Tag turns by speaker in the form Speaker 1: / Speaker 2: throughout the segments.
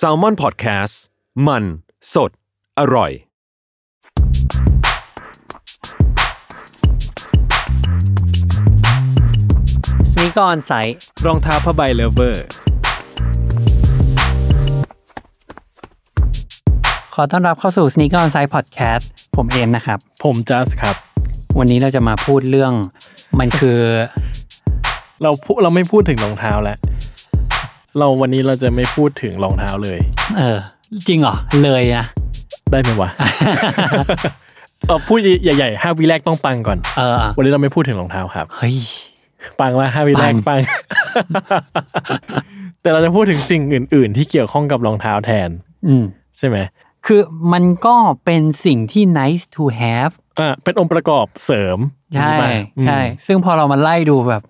Speaker 1: s a l ม o n PODCAST มันสดอร่อย
Speaker 2: สนิกออนไซต์
Speaker 3: รองเท้าผ้าใบเลเวอร์
Speaker 2: ขอต้อนรับเข้าสู่สนิกออนไซต์พอดแคสต์ผมเอ็นนะครับ
Speaker 3: ผมจัสครับ
Speaker 2: วันนี้เราจะมาพูดเรื่องมันคือ
Speaker 3: เราพูเราไม่พูดถึงรองเท้าแล้ว เราวันนี้เราจะไม่พูดถึงรองเท้าเลย
Speaker 2: เออ จริงเหรอ เลยนะ
Speaker 3: ได้ไหม วะ เออพูดใหญ่ๆห้าวิแรกต้องปังก่อน
Speaker 2: เออ
Speaker 3: วันนี้เราไม่พูดถึงรองเท้าครับ
Speaker 2: เฮ้ย
Speaker 3: ปังว่าห้าวิแรกปัง แต่เราจะพูดถึงสิ่งอื่น ๆ ที่เกี่ยวข้องกับรองเท้าแทน
Speaker 2: อืม
Speaker 3: ใช่ไหม
Speaker 2: คือมันก็เป็นสิ่งที่ nice to have
Speaker 3: อ่าเป็นองค์ประกอบเสริม
Speaker 2: ใช่
Speaker 3: ถูกปะอืม
Speaker 2: ใช่ ซึ่งพอเรามาไล่ดูแบบ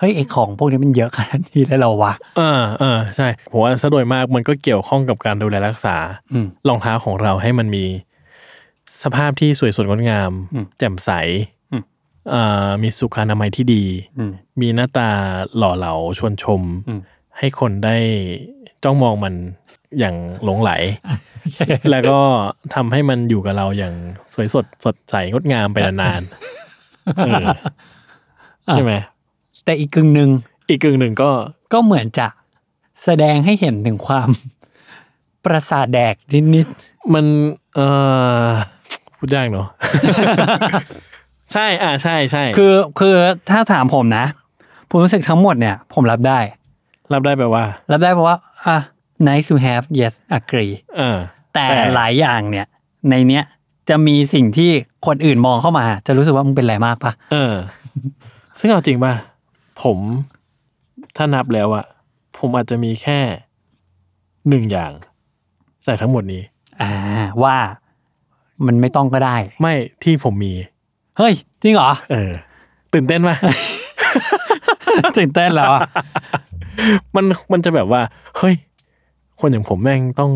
Speaker 2: เฮ้ยไอของพวกนี้มันเยอะขนาดนี้แล้วเหราวะ
Speaker 3: เออเออใช่ผมว่าซะโดยมากมันก็เกี่ยวข้องกับการดูแลรักษา
Speaker 2: อืม
Speaker 3: รองเท้าของเราให้มันมีสภาพที่สวยสดงดงาม
Speaker 2: อืม
Speaker 3: แจ่มใส
Speaker 2: อืม
Speaker 3: เอ่อมีสุขอนามัยที่ดี
Speaker 2: อืม
Speaker 3: มีหน้าตาหล่อเหลาชวนชม
Speaker 2: อืม
Speaker 3: ให้คนได้จ้องมองมันอย่างหลงไหล แล้วก็ทำให้มันอยู่กับเราอย่างสวยสดสดใสงดงามไปนานๆเออใช่ไหม
Speaker 2: แต่อีกกึ่งหนึ่ง
Speaker 3: อีกกึ่งหนึ่งก็
Speaker 2: ก็เหมือนจะแสดงให้เห็นถึงความ ประสาทแดกนิด
Speaker 3: มันเออพูดยากเนาะ ใช่อ่าใช่ใช่
Speaker 2: ๆคือคือถ้าถามผมนะ ผมรู้สึกทั้งหมดเนี่ย ผมรับได้
Speaker 3: รับได้แปลว่า
Speaker 2: รับได้เพราะว่า อ่ะ nice to have yes agree
Speaker 3: เออ
Speaker 2: แต่
Speaker 3: แต่
Speaker 2: หลายอย่างเนี่ย ในเนี้ยจะมีสิ่งที่คนอื่นมองเข้ามา จะรู้สึกว่ามึงเป็นอะไรมากปะ
Speaker 3: เออ ซึ่งเอาจริงป่ะ ผมถ้านับแล้วอะผมอาจจะมีแค่หนึ่งอย่างใส่ทั้งหมดนี้
Speaker 2: อ่า ว่ามันไม่ต้องก็ได้
Speaker 3: ไม่ที่ผมมี
Speaker 2: เฮ้ย จริงเหรอ
Speaker 3: เออ ตื่นเต้นป่ะ
Speaker 2: ตื่นเต้นแล้วอ่ะ
Speaker 3: มันมันจะแบบว่า เฮ้ย คนอย่างผมแม่งต้อง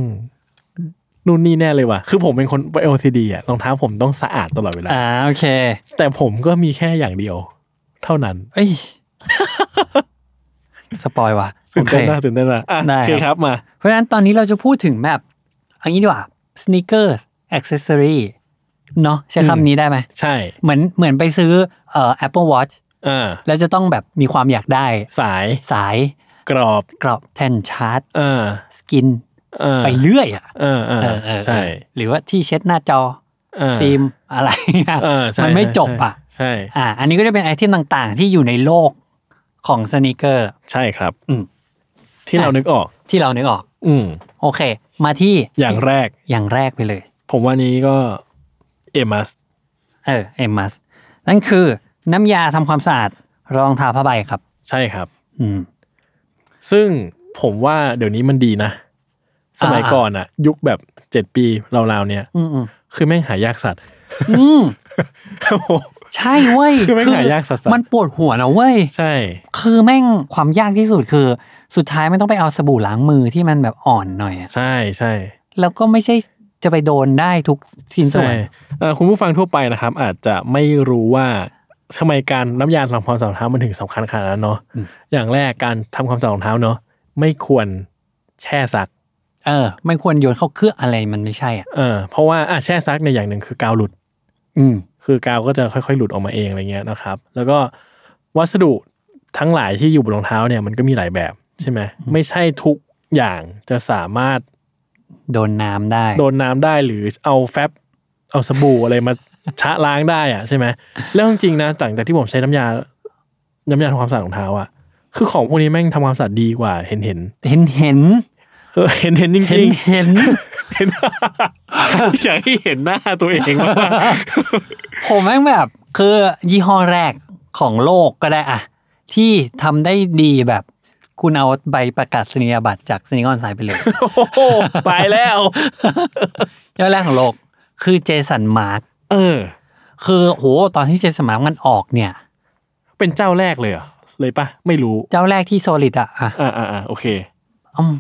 Speaker 3: นู่นนี่แน่เลยว่ะ คือผมเป็นคนไป LTD อะรองเท้าผมต้องสะอาดตลอดเวลา
Speaker 2: อ่าโอเค
Speaker 3: แต่ผมก็มีแค่อย่างเดียว เท่านั้น
Speaker 2: เอ้ย สปอยว่ะโอ
Speaker 3: ตื่น
Speaker 2: เค
Speaker 3: เต้นนะตื่นเต้นนะอ่ะ
Speaker 2: ได้
Speaker 3: โอเค
Speaker 2: ค
Speaker 3: ครับ รับมา
Speaker 2: เพราะฉะนั้นตอนนี้เราจะพูดถึงแบบเอันนี้ดีกว่าสน e เกอร์อ c เซสซอรีเนาะใช้
Speaker 3: อืม
Speaker 2: คำนี้ได้ไหม
Speaker 3: ใช่
Speaker 2: เหมือนเหมือนไปซื้อเอ่อ Apple Watch
Speaker 3: เอ่า
Speaker 2: แล้วจะต้องแบบมีความอยากได้
Speaker 3: สาย
Speaker 2: สาย
Speaker 3: กรอบ
Speaker 2: กรอบแทนชาร์จ
Speaker 3: เอ่า
Speaker 2: สกิน
Speaker 3: เออ
Speaker 2: ไปเรื่อยอ่ะ
Speaker 3: เออเออ
Speaker 2: เออเออ
Speaker 3: ใช่
Speaker 2: เออหรือว่าที่เช็ดหน้าจอ
Speaker 3: เออ
Speaker 2: ฟิล์มอะไรอ่ะ
Speaker 3: เออใช่
Speaker 2: มันไม่จบอ่ะ
Speaker 3: ใช่ใช่
Speaker 2: อ่า อันนี้ก็จะเป็นไอเทมต่างๆ ที่อยู่ในโลกของสน e เกอร์
Speaker 3: ใช่ครับ
Speaker 2: อืม
Speaker 3: ที่เรานึกออก
Speaker 2: ที่เรานึกออก
Speaker 3: อืม
Speaker 2: โอเค มาที่
Speaker 3: อย่างแรก
Speaker 2: อย่างแรกไปเลย
Speaker 3: ผมว่านี้ก็เอมัส
Speaker 2: เออเอมัสนั่นคือน้ำยาทำความสะอาดรองเท้าผ้าใบครับ
Speaker 3: ใช่ครับ
Speaker 2: อืม
Speaker 3: ซึ่งผมว่าเดี๋ยวนี้มันดีนะ สมัย
Speaker 2: อ่า
Speaker 3: ก่อนอะยุคแบบเจ็ดปีราวๆเนี่ย
Speaker 2: อืมอืม
Speaker 3: คือแม่งหายากสัตว์
Speaker 2: อืมใช่เว้ย
Speaker 3: คือแม่งหายากสัสๆ
Speaker 2: มันปวดหัวนะเว้ย
Speaker 3: ใช่
Speaker 2: คือแม่งความยากที่สุดคือ สุดท้ายไม่ต้องไปเอาสบู่ล้างมือที่มันแบบอ่อนหน่อยอะ
Speaker 3: ใช่ใช่
Speaker 2: แล้วก็ไม่ใช่จะไปโดนได้ทุกชิ้นส่
Speaker 3: ใช่
Speaker 2: วน
Speaker 3: เอ่อคุณผู้ฟังทั่วไปนะครับ อาจจะไม่รู้ว่าทำไมการน้ำยาทำความสะอาดรองเท้ามันถึงสำคัญขนาดนั้นเนาะอย่างแรกการทำความสะอาดรองเท้าเนาะไม่ควรแช่ซัก
Speaker 2: เออ ไม่ควรโยนเข้าเครื่องอะไรมันไม่ใช่อ่ะ
Speaker 3: เออเพราะว่าอ่ะแช่ซักในยอย่างหนึ่งคือกาวหลุด
Speaker 2: อืม
Speaker 3: คือกาวก็จะค่อยๆ หลุดออกมาเองอะไรเงี้ยนะครับ แล้วก็วัสดุทั้งหลายที่อยู่บนรองเท้าเนี่ยมันก็มีหลายแบบใช่ไหมไม่ใช่ทุกอย่างจะสามารถ
Speaker 2: โดนน้ำได้
Speaker 3: โดนน้ำได้หรือเอาแฟบเอาสบู่อะไรมา ชะล้างได้อะใช่ไหมแล้วจริงๆนะหลังจากที่ผมใช้น้ำยา น้ำยาทำความสะอาดรองเท้าอะคือของพวกนี้แม่งทำความสะอาดดีกว่าเห็นเห็น
Speaker 2: เห็นเห็น
Speaker 3: ๆเออเห็นเห็นจ
Speaker 2: เห็
Speaker 3: ริ
Speaker 2: น
Speaker 3: ง
Speaker 2: เห็น
Speaker 3: ๆเห็น อยากให้เห็นหน้าตัวเองมาก
Speaker 2: ผมแม่งแบบคือยี่ห้อแรกของโลกก็ได้อะที่ทำได้ดีแบบคุณเอาใบประกาศนียบัตรจากสนิกอนสายไป เลย
Speaker 3: โอ้โหไปแล้ว
Speaker 2: ยี่ห้อแรกของโลก คือเจสันมาร์ก
Speaker 3: เออ
Speaker 2: คือโหตอนที่เจสันมาร์กมันออกเนี่ย
Speaker 3: เป็นเจ้าแรกเลยเหรอเลยปะไม่รู้
Speaker 2: เจ้าแรกที่โซลิดอะอะ
Speaker 3: อ่าอ่าอ่าโอเค
Speaker 2: อืม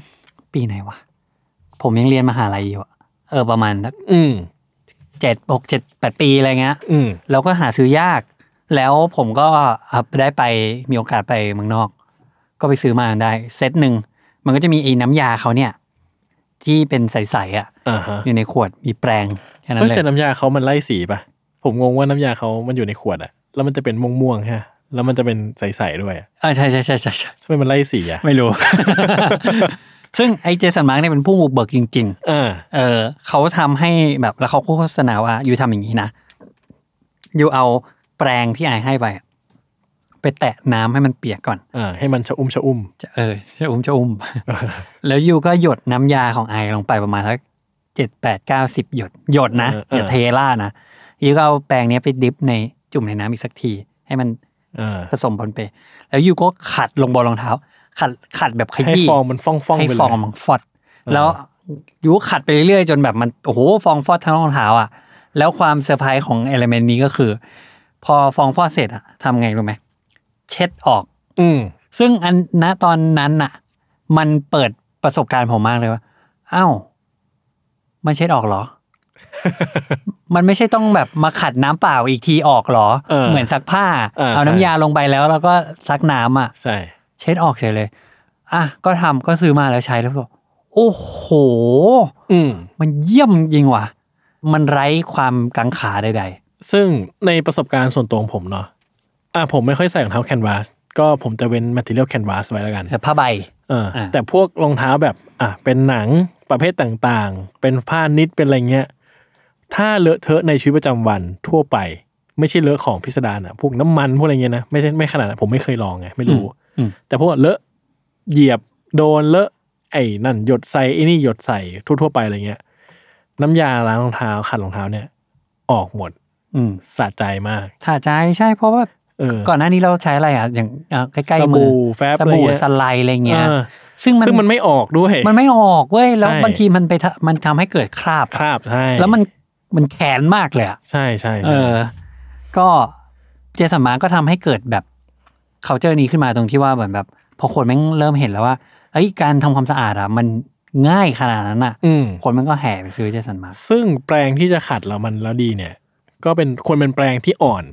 Speaker 2: ปีไหนวะ ผมยังเรียนมหาลัยอยู่อะเออประมาณสัก
Speaker 3: อืม
Speaker 2: เจ็ดหกเจ็ดแปดปีอะไรเงี้ย
Speaker 3: อืม
Speaker 2: แล้วก็หาซื้อยาก แล้วผมก็อ่ะได้ไปมีโอกาสไปเมืองนอก ก็ไปซื้อมาได้ เซตหนึ่ง มันก็จะมีไอ้น้ำยาเขาเนี่ย ที่เป็นใสๆอ่ะ
Speaker 3: อ่าฮะ
Speaker 2: อยู่ในขวดมีแปรงแค่นั้น
Speaker 3: เอ้ย
Speaker 2: เลย
Speaker 3: แต่น้ำยาเขามันไล่สีปะผมงงว่าน้ำยาเขามันอยู่ในขวดอะแล้วมันจะเป็นม่วงๆฮะ แล้วมันจะเป็นใสๆด้วยอะ
Speaker 2: เออใช่ใช่ใช่ใช่ใช่
Speaker 3: ทำไมมันไล่สีอะ
Speaker 2: ไม่รู้ ซึ่งไอ้เจสันมาร์กเนี่ยเป็นผู้บุกเบิกจริง ๆ
Speaker 3: อ่า
Speaker 2: เออเขาทำให้แบบแล้วเขาโฆษณาว่าอยู่ทำอย่างนี้นะอยู่เอาแปรงที่ไอให้ไปอะไปแตะน้ำให้มันเปียกก่อน
Speaker 3: อ่าให้มันชะอุ้มชะอุ้ม
Speaker 2: จะเออจะอุ้ม จะอุ้ม แล้วยูก็หยดน้ำยาของไอลงไปประมาณสักเจ็ดแปดเก้าสิบหยด หยดนะ
Speaker 3: เออเอออ
Speaker 2: อย่าเทล่าดนะยูก็เอาแปรงเนี้ยไปดิฟในจุ่มในน้ำอีกสักที ให้มัน
Speaker 3: อ่า
Speaker 2: ผสมปนเป แล้วยูก็ขัดลงบนรองเท้า ขัดขัดแบบข
Speaker 3: ให้
Speaker 2: ยี้
Speaker 3: ฟองมันฟ่องๆ
Speaker 2: ให้
Speaker 3: ไปเลย
Speaker 2: ฟองมันฟอด แล้วยูขัดไปเรื่อยๆ จนแบบมันโอ้โหฟองฟอดทั้งรองเท้าอ่ะ แล้วความเซอร์ไพรส์ของเอลเมนต์นี้ก็คือ พอฟองฟอดเสร็จอ่ะทำไงรู้ไหมเช็ดออก
Speaker 3: อืม
Speaker 2: ซึ่งอันณตอนนั้นน่ะ มันเปิดประสบการณ์ผมมากเลยว่าอ้าวมันเช็ดออกเหรอ มันไม่ใช่ต้องแบบมาขัดน้ำเปล่าอีกทีออกเหรอ
Speaker 3: เออ
Speaker 2: เหมือนซักผ้า
Speaker 3: เออ
Speaker 2: เอาน้ำ
Speaker 3: ใช่
Speaker 2: ยาลงไปแล้วแล้วก็ซักน้ำอ่ะ
Speaker 3: ใช่
Speaker 2: เช็ดออกเฉยเลย อ่ะ ก็ทำก็ซื้อมาแล้วใช้แล้วบอกโอ้โห
Speaker 3: อืม
Speaker 2: มันเยี่ยมจริงว่ะ มันไร้ความกังขาใด
Speaker 3: ซึ่งในประสบการณ์ส่วนตัวของผมเนาะ อ่ะผมไม่ค่อยใส่รองเท้าแคนวาส ก็ผมจะเว้น material canvas ไว้แล้วกัน
Speaker 2: ๆแต่ผ้าใบ
Speaker 3: เออ
Speaker 2: อ่ะ
Speaker 3: แต่พวกรองเท้าแบบ อ่ะ เป็นหนังประเภทต่างๆ เป็นผ้านิดเป็นอะไรเงี้ย ถ้าเลอะเทอะในชีวิตประจำวันทั่วไป ไม่ใช่เลอะของพิสดารอะพวกน้ำมันพวกอะไรเงี้ยนะ ไม่ใช่ไม่ขนาดนั้นผมไม่เคยลองไงไม่รู้
Speaker 2: อืม
Speaker 3: แต่พวกเลอะเหยียบโดนเลอะไอ้นั่นหยดใส่ไอ้นี่หยดใส่ทั่วๆไปอะไรเงี้ย น้ำยาล้างรองเท้าขัดรองเท้าเนี่ย ออกหมด
Speaker 2: อืม
Speaker 3: สะใจมาก
Speaker 2: ถ้าใจใช่เพราะว่า
Speaker 3: เออ
Speaker 2: ก่อนหน้านี้เราใช้อะไรอ่ะ อย่างอ่ะใกล้
Speaker 3: ส
Speaker 2: ๆมื
Speaker 3: บู่
Speaker 2: อ
Speaker 3: แฟบ
Speaker 2: ส
Speaker 3: อะไร
Speaker 2: บู่
Speaker 3: เงี้ย
Speaker 2: สไลด์อะไรเงี้ย
Speaker 3: เออ
Speaker 2: ซึ่งมัน
Speaker 3: ซึ่งมันไม่ออกด้วย
Speaker 2: มันไม่ออกเว้ย แล้ว
Speaker 3: ใช่
Speaker 2: บางทีมันไปทะมันทำให้เกิดคราบ
Speaker 3: ค
Speaker 2: อะ
Speaker 3: ราบใช่
Speaker 2: แล้วมันมันแขนมากเลยอ่ะ
Speaker 3: ใช่ใช่
Speaker 2: เอ
Speaker 3: ใช่
Speaker 2: อ ก็เจสันมาร์ก็ทำให้เกิดแบบเคาเจอนี้ขึ้นมาตรงที่ว่าเหมือนแบบ พอคนแม่งเริ่มเห็นแล้วว่าเอ้ยการทำความสะอาดอ่ะ มันง่ายขนาดนั้นอ่ะ
Speaker 3: อืม
Speaker 2: คนมันก็แห่ไปซื้อเจสันมาร์
Speaker 3: ซึ่งแปรงที่จะขัดแล้วมันแล้วดีเนี่ย ก็เป็นควรเป็นแปรงที่อ่อน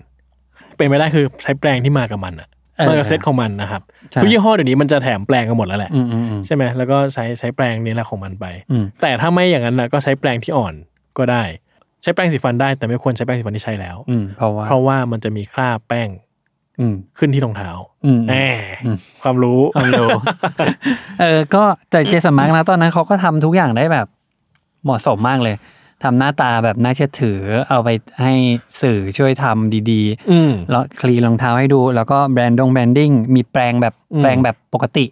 Speaker 3: เป็นไม่ได้คือใช้แปรงที่มากับมันอะมากับเซ็ตของมันนะครับ
Speaker 2: ใช่
Speaker 3: ทุกยี่ห้อเดี๋ยวนี้มันจะแถมแปรงกันหมดแล้วแหละ
Speaker 2: อืมอืมอืม
Speaker 3: ใช่ไหมแล้วก็ใช้ใช้แปรงนี้แหละของมันไป
Speaker 2: อืม
Speaker 3: แต่ถ้าไม่อย่างนั้นนะก็ใช้แปรงที่อ่อนก็ได้ ใช้แปรงสีฟันได้แต่ไม่ควรใช้แปรงสีฟันที่ใช้แล้ว
Speaker 2: อืมเพราะว่า
Speaker 3: เพราะว่ามันจะมีคราบแป้ง
Speaker 2: อืม
Speaker 3: ขึ้นที่รองเท้า
Speaker 2: อืม
Speaker 3: แหม
Speaker 2: อืม
Speaker 3: ความรู้
Speaker 2: ความเร็วเออ ก็แต่เจสันมาร์กนะตอนนั้นเขาก็ทำทุกอย่างได้แบบ เหมาะสมมากเลยทำหน้าตาแบบน่าเชื่อถือ เอาไปให้สื่อช่วยทำดี ๆ
Speaker 3: อืม
Speaker 2: แล้วคลีนรองเท้าให้ดู แล้วก็แบรนด์ดงแบรนดิ้งมีแปรงแบบ
Speaker 3: อืม
Speaker 2: แปรงแบบปกติ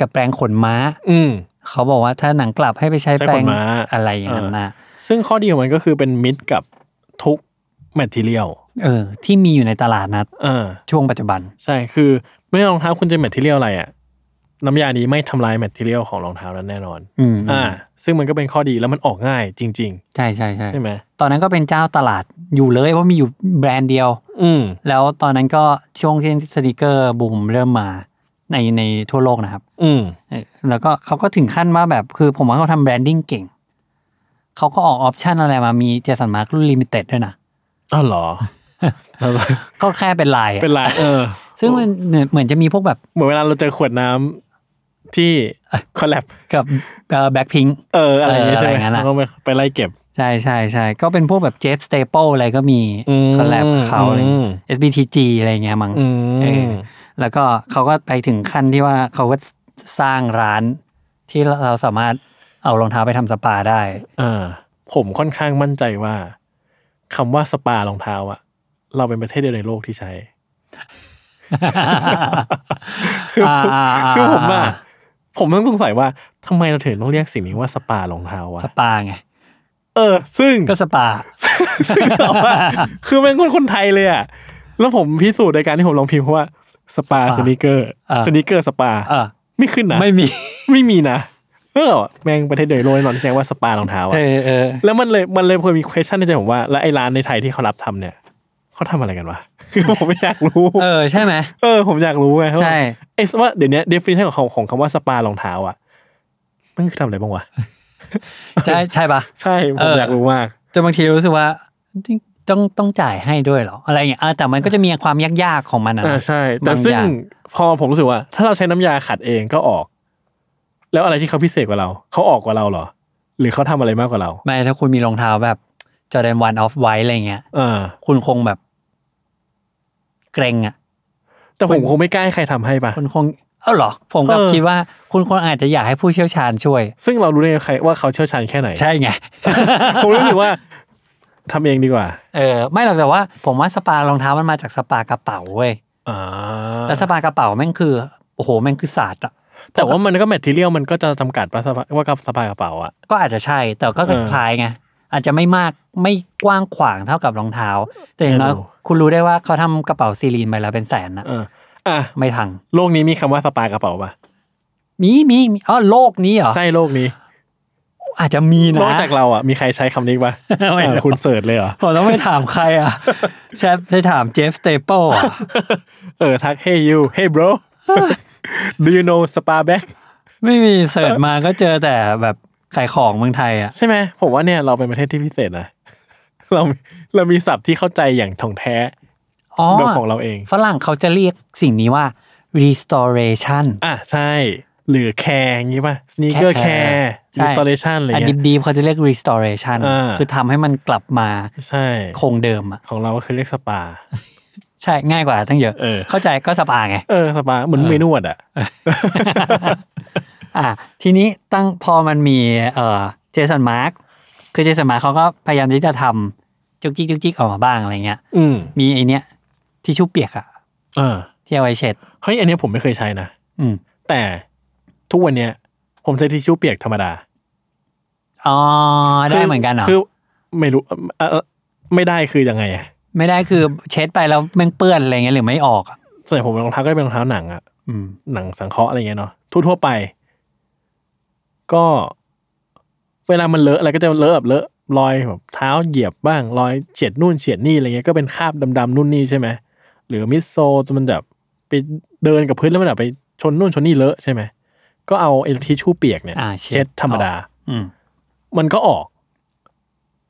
Speaker 2: กับแปรงขนม้า
Speaker 3: อืม
Speaker 2: เขาบอกว่าถ้าหนังกลับให้ไปใช้
Speaker 3: ใช้
Speaker 2: แปร
Speaker 3: ข
Speaker 2: ง
Speaker 3: นม้า
Speaker 2: อะไรอย่างนั้นนะ
Speaker 3: ซึ่งข้อดีของมันก็คือเป็นมิตรกับทุกแมทเทียล
Speaker 2: เออ ที่มีอยู่ในตลาดนัด
Speaker 3: เออ
Speaker 2: ช่วงปัจจุบัน
Speaker 3: ใช่คือไม่ว่ารองเท้าคุณจะแมทเทียลอะไรอะน้ำยานี้ไม่ทำลายแมทเทียลของรองเท้านั้นแน่นอน
Speaker 2: อืม
Speaker 3: อ่า ซึ่งมันก็เป็นข้อดีแล้วมันออกง่ายจริง
Speaker 2: ใช่ใช่ใช่
Speaker 3: ๆ ใช่ไหม
Speaker 2: ตอนนั้นก็เป็นเจ้าตลาดอยู่เลยเพราะมีอยู่แบรนด์เดียว
Speaker 3: อืม
Speaker 2: แล้วตอนนั้นก็ช่วงที่สติกเกอร์บูมเริ่มมาในในทั่วโลกนะครับ
Speaker 3: อืม
Speaker 2: เออแล้วก็เขาก็ถึงขั้นว่าแบบคือผมว่าเขาทำแบรนดิ้งเก่ง เขาก็ออกออปชันอะไรมามีเจสันมาร์รุ่นลิมิเต็ดด้วยนะ
Speaker 3: อ้าวเหร อ
Speaker 2: ก็แค่เป็นลายอะ
Speaker 3: เป็นไรเออ
Speaker 2: ซึ่งมันเหมือนเหมือนจะมีพวกแบบ
Speaker 3: เหมือนเวลาเราเจอขวดน้ำที่คอลแลบ
Speaker 2: กับแบ็คพิง
Speaker 3: เอออะไรอย่างเงี้ยใช่ไหม
Speaker 2: เอออะไรอย่างนั้นอะ
Speaker 3: เราก็ไปไปไล่เก็บ
Speaker 2: ใช่ใช่ใช่ก็เป็นพวกแบบเจฟสเตเปิลอะไรก็มี
Speaker 3: อืม
Speaker 2: คอลแลบเขาอะไรอย่างเงี้ย
Speaker 3: อืม
Speaker 2: SBTG อะไรอย่างเงี้ยมั้ง
Speaker 3: อื
Speaker 2: เอ
Speaker 3: ม
Speaker 2: อ แล้วก็เขาก็ไปถึงขั้นที่ว่าเขาก็สร้างร้านที่เราสามารถเอารองเท้าไปทำสปาได้
Speaker 3: อ่าผมค่อนข้างมั่นใจว่าคำว่าสปารองเท้าอะเราเป็นประเทศเดียวในโลกที่ใช้ คือผม
Speaker 2: อ่าอ่าอ่า
Speaker 3: คือผมอะผมต้องสงสัยว่าทำไมเราถึงต้องเรียกสิ่งนี้ว่าสปารองเท้าวะ
Speaker 2: สปาไง
Speaker 3: เออ ซึ่ง
Speaker 2: ก็สปา
Speaker 3: ซึ่งเราว่า คือเป็นคนคนไทยเลยอะแล้วผมพิสูจน์ในการที่ผมลองพิมพ์ว่าสปาสนิเกอร์
Speaker 2: อ่า
Speaker 3: สนิเกอร์สปา
Speaker 2: เออ
Speaker 3: ไม่ขึ้นนะ
Speaker 2: ไม่มี
Speaker 3: ไม่มีนะเออแม่งประเทศเดียวในโลกแน่นอนที่ใช้ว่าสปารองเท้าอะ
Speaker 2: เออเออ
Speaker 3: แล้วมันเลยมันเลยเคยมี question ในใจผมว่า แล้วไอ้ร้านในไทยที่เขารับทำเนี่ยเขาทำอะไรกันวะ คือผมไม่อยาก รู้
Speaker 2: เออใช่ไหม
Speaker 3: เออ ผมอยากรู้ไง
Speaker 2: ใช่
Speaker 3: ไอ้ว่าเดี๋ยวนี้ definition ของของคำว่าสปารองเท้าอ่ะมันคือทำอะไรบ้างวะ
Speaker 2: ใช่ใช่ปะ
Speaker 3: ใช่ผ
Speaker 2: เอ
Speaker 3: ม
Speaker 2: อ
Speaker 3: อ
Speaker 2: อ
Speaker 3: ยากรู้มาก
Speaker 2: จนบางทีรู้สึกว่าต้องต้องจ่ายให้ด้วยเหรอ อะไรอย่างเงี้ยเออแต่มันก็จะมีความยากๆของมันอะ
Speaker 3: อ่า
Speaker 2: นะ
Speaker 3: ใช่ แต่
Speaker 2: บางอย่าง
Speaker 3: ซึ่งพอผมรู้สึกว่า ถ้าเราใช้น้ำยาขัดเองก็ออก แล้วอะไรที่เขาพิเศษกว่าเรา เขาออกกว่าเราเหรอ หรือเขาทำอะไรมากกว่าเรา
Speaker 2: ไม่ถ้าคุณมีรองเท้าแบบจอแดนวันออฟไวท์อะไรเงี้ย
Speaker 3: เออ
Speaker 2: คุณคงแบบ เกรงอะ
Speaker 3: แต่ผม
Speaker 2: คุณ
Speaker 3: คงไม่กล้าให้ใครทำให้ปะ
Speaker 2: คุณคง เออเหรอ ผมก็
Speaker 3: เออ
Speaker 2: คิดว่า คุณคงอาจจะอยากให้ผู้เชี่ยวชาญช่วย
Speaker 3: ซึ่งเรารู้ได้ไงใครว่าเขาเชี่ยวชาญแค่ไหน
Speaker 2: ใช่ไง
Speaker 3: ผมรู้สึกว่าทำเองดีกว่า
Speaker 2: เออไม่หรอกแต่ว่า ผมว่าสปารองเท้ามันมาจากสปากระเป๋าเว้ย
Speaker 3: อ่า
Speaker 2: แล้วสปากระเป๋าแม่งคือโอ้โหแม่งคือศาสตร์อะ
Speaker 3: แต่ว่ามันก็แมทเทียลมันก็จะจำกัดว่าสภาว่ากับสภายกระเป๋าอะ
Speaker 2: ก็อาจจะใช่แต่ก็ค
Speaker 3: เออ
Speaker 2: ล้ายๆไงอาจจะไม่มากไม่กว้างขวางเท่ากับรองเท้า แต่อย่างน้อย
Speaker 3: เออดู
Speaker 2: คุณรู้ได้ว่าเขาทำกระเป๋าซีรีนไปแล้วเป็นแสนอะ
Speaker 3: เอออ่ะ
Speaker 2: ไม่ทัง
Speaker 3: โลกนี้มีคำว่าสปายกระเป๋าปะ
Speaker 2: มีมีมีอ๋อโลกนี้เหรอ
Speaker 3: ใช่โลกนี้
Speaker 2: อาจจะมีนะ
Speaker 3: นอกจากเราอะมีใครใช้คำนี้ปะ
Speaker 2: ไม่รู้
Speaker 3: เออคุณเสิร์ชเลยเหรอ
Speaker 2: ผมต้องไปถามใคร อ่ะ ใช่ไปถามเจฟสเตเปิลอะ
Speaker 3: เออทัก hey you hey bro do you know spa bag
Speaker 2: ไม่มีเสิร์ชมาก็เจอแต่แบบขายของเมืองไทยอ่ะ
Speaker 3: ใช่ไหมผมว่าเนี่ยเราเป็นประเทศที่พิเศษนะ เราเรามีศัพท์ที่เข้าใจอย่างถ่องแท้
Speaker 2: อ๋อ
Speaker 3: แบบของเราเอง
Speaker 2: ฝรั่งเขาจะเรียกสิ่งนี้ว่า restoration
Speaker 3: อ่ะใช่ หรือแคร์อย่างงี้ป่ะ sneaker
Speaker 2: แคร์
Speaker 3: care
Speaker 2: ใช่
Speaker 3: restoration อะไร
Speaker 2: อัน
Speaker 3: เงี้ย
Speaker 2: ดีๆเขาจะเรียก restoration
Speaker 3: อ่า
Speaker 2: คือทำให้มันกลับมา
Speaker 3: ใช่
Speaker 2: คงเดิมอ่ะ
Speaker 3: ของเราก็คือเรียกสปา
Speaker 2: ใช่ง่ายกว่าตั้งเยอะ
Speaker 3: เออ
Speaker 2: เข้าใจก็สปาไง
Speaker 3: เออสปาเหมือนไม่นวดอ่ะ
Speaker 2: อ่ะทีนี้ตั้งพอมันมีเอ่อเจสันมาร์กคือเจสันมาร์กเขาก็พยายามที่จะทำจุกจิกจุกจิกออกมาบ้างอะไรเงี้ย
Speaker 3: อืม
Speaker 2: มีไอเนี้ยที่ชุบเปียกอ่ะ
Speaker 3: เออ
Speaker 2: ที่เอาไว้เช็ด
Speaker 3: เฮ้ยอันเนี้ยผมไม่เคยใช้นะ
Speaker 2: อืม
Speaker 3: แต่ทุกวันเนี้ยผมใช้ทิชชู่เปียกธรรมดา
Speaker 2: อ๋อ ได้
Speaker 3: คื
Speaker 2: เหมือนกันเหรอ
Speaker 3: คือไม่รู้เอ่อเอ่อไม่ได้คือยังไงอะ
Speaker 2: ไม่ได้คือเช็ดไปแล้วแม่งเปื้อนอะไรเงี้ยหรือไม่ออกอ่ะ
Speaker 3: ส่วนใหญ่ผมรองเท้าก็เป็นรองเท้าหนังอะ
Speaker 2: อืม
Speaker 3: หนังสังเคราะห์อะไรเงี้ยเนาะทั่วๆไป ก็ เวลามันเลอะอะไรก็จะเลอะแบบเลอะรอยแบบเท้าเหยียบบ้าง รอยเฉียดนู่นเฉียดนี่อะไรเงี้ยก็เป็นคราบดำๆนู่นนี่ใช่ไหมหรือมิดโซลจนมันแบบไปเดินกับพื้นแล้วมันแบบไปชนนู่นชนนี่เลอะใช่ไหมก็เอาไอ้ทิชชู่เปียกเนี่ย
Speaker 2: อ่าเช็ด
Speaker 3: เช็ดธรรมดา
Speaker 2: อืม
Speaker 3: มันก็ออก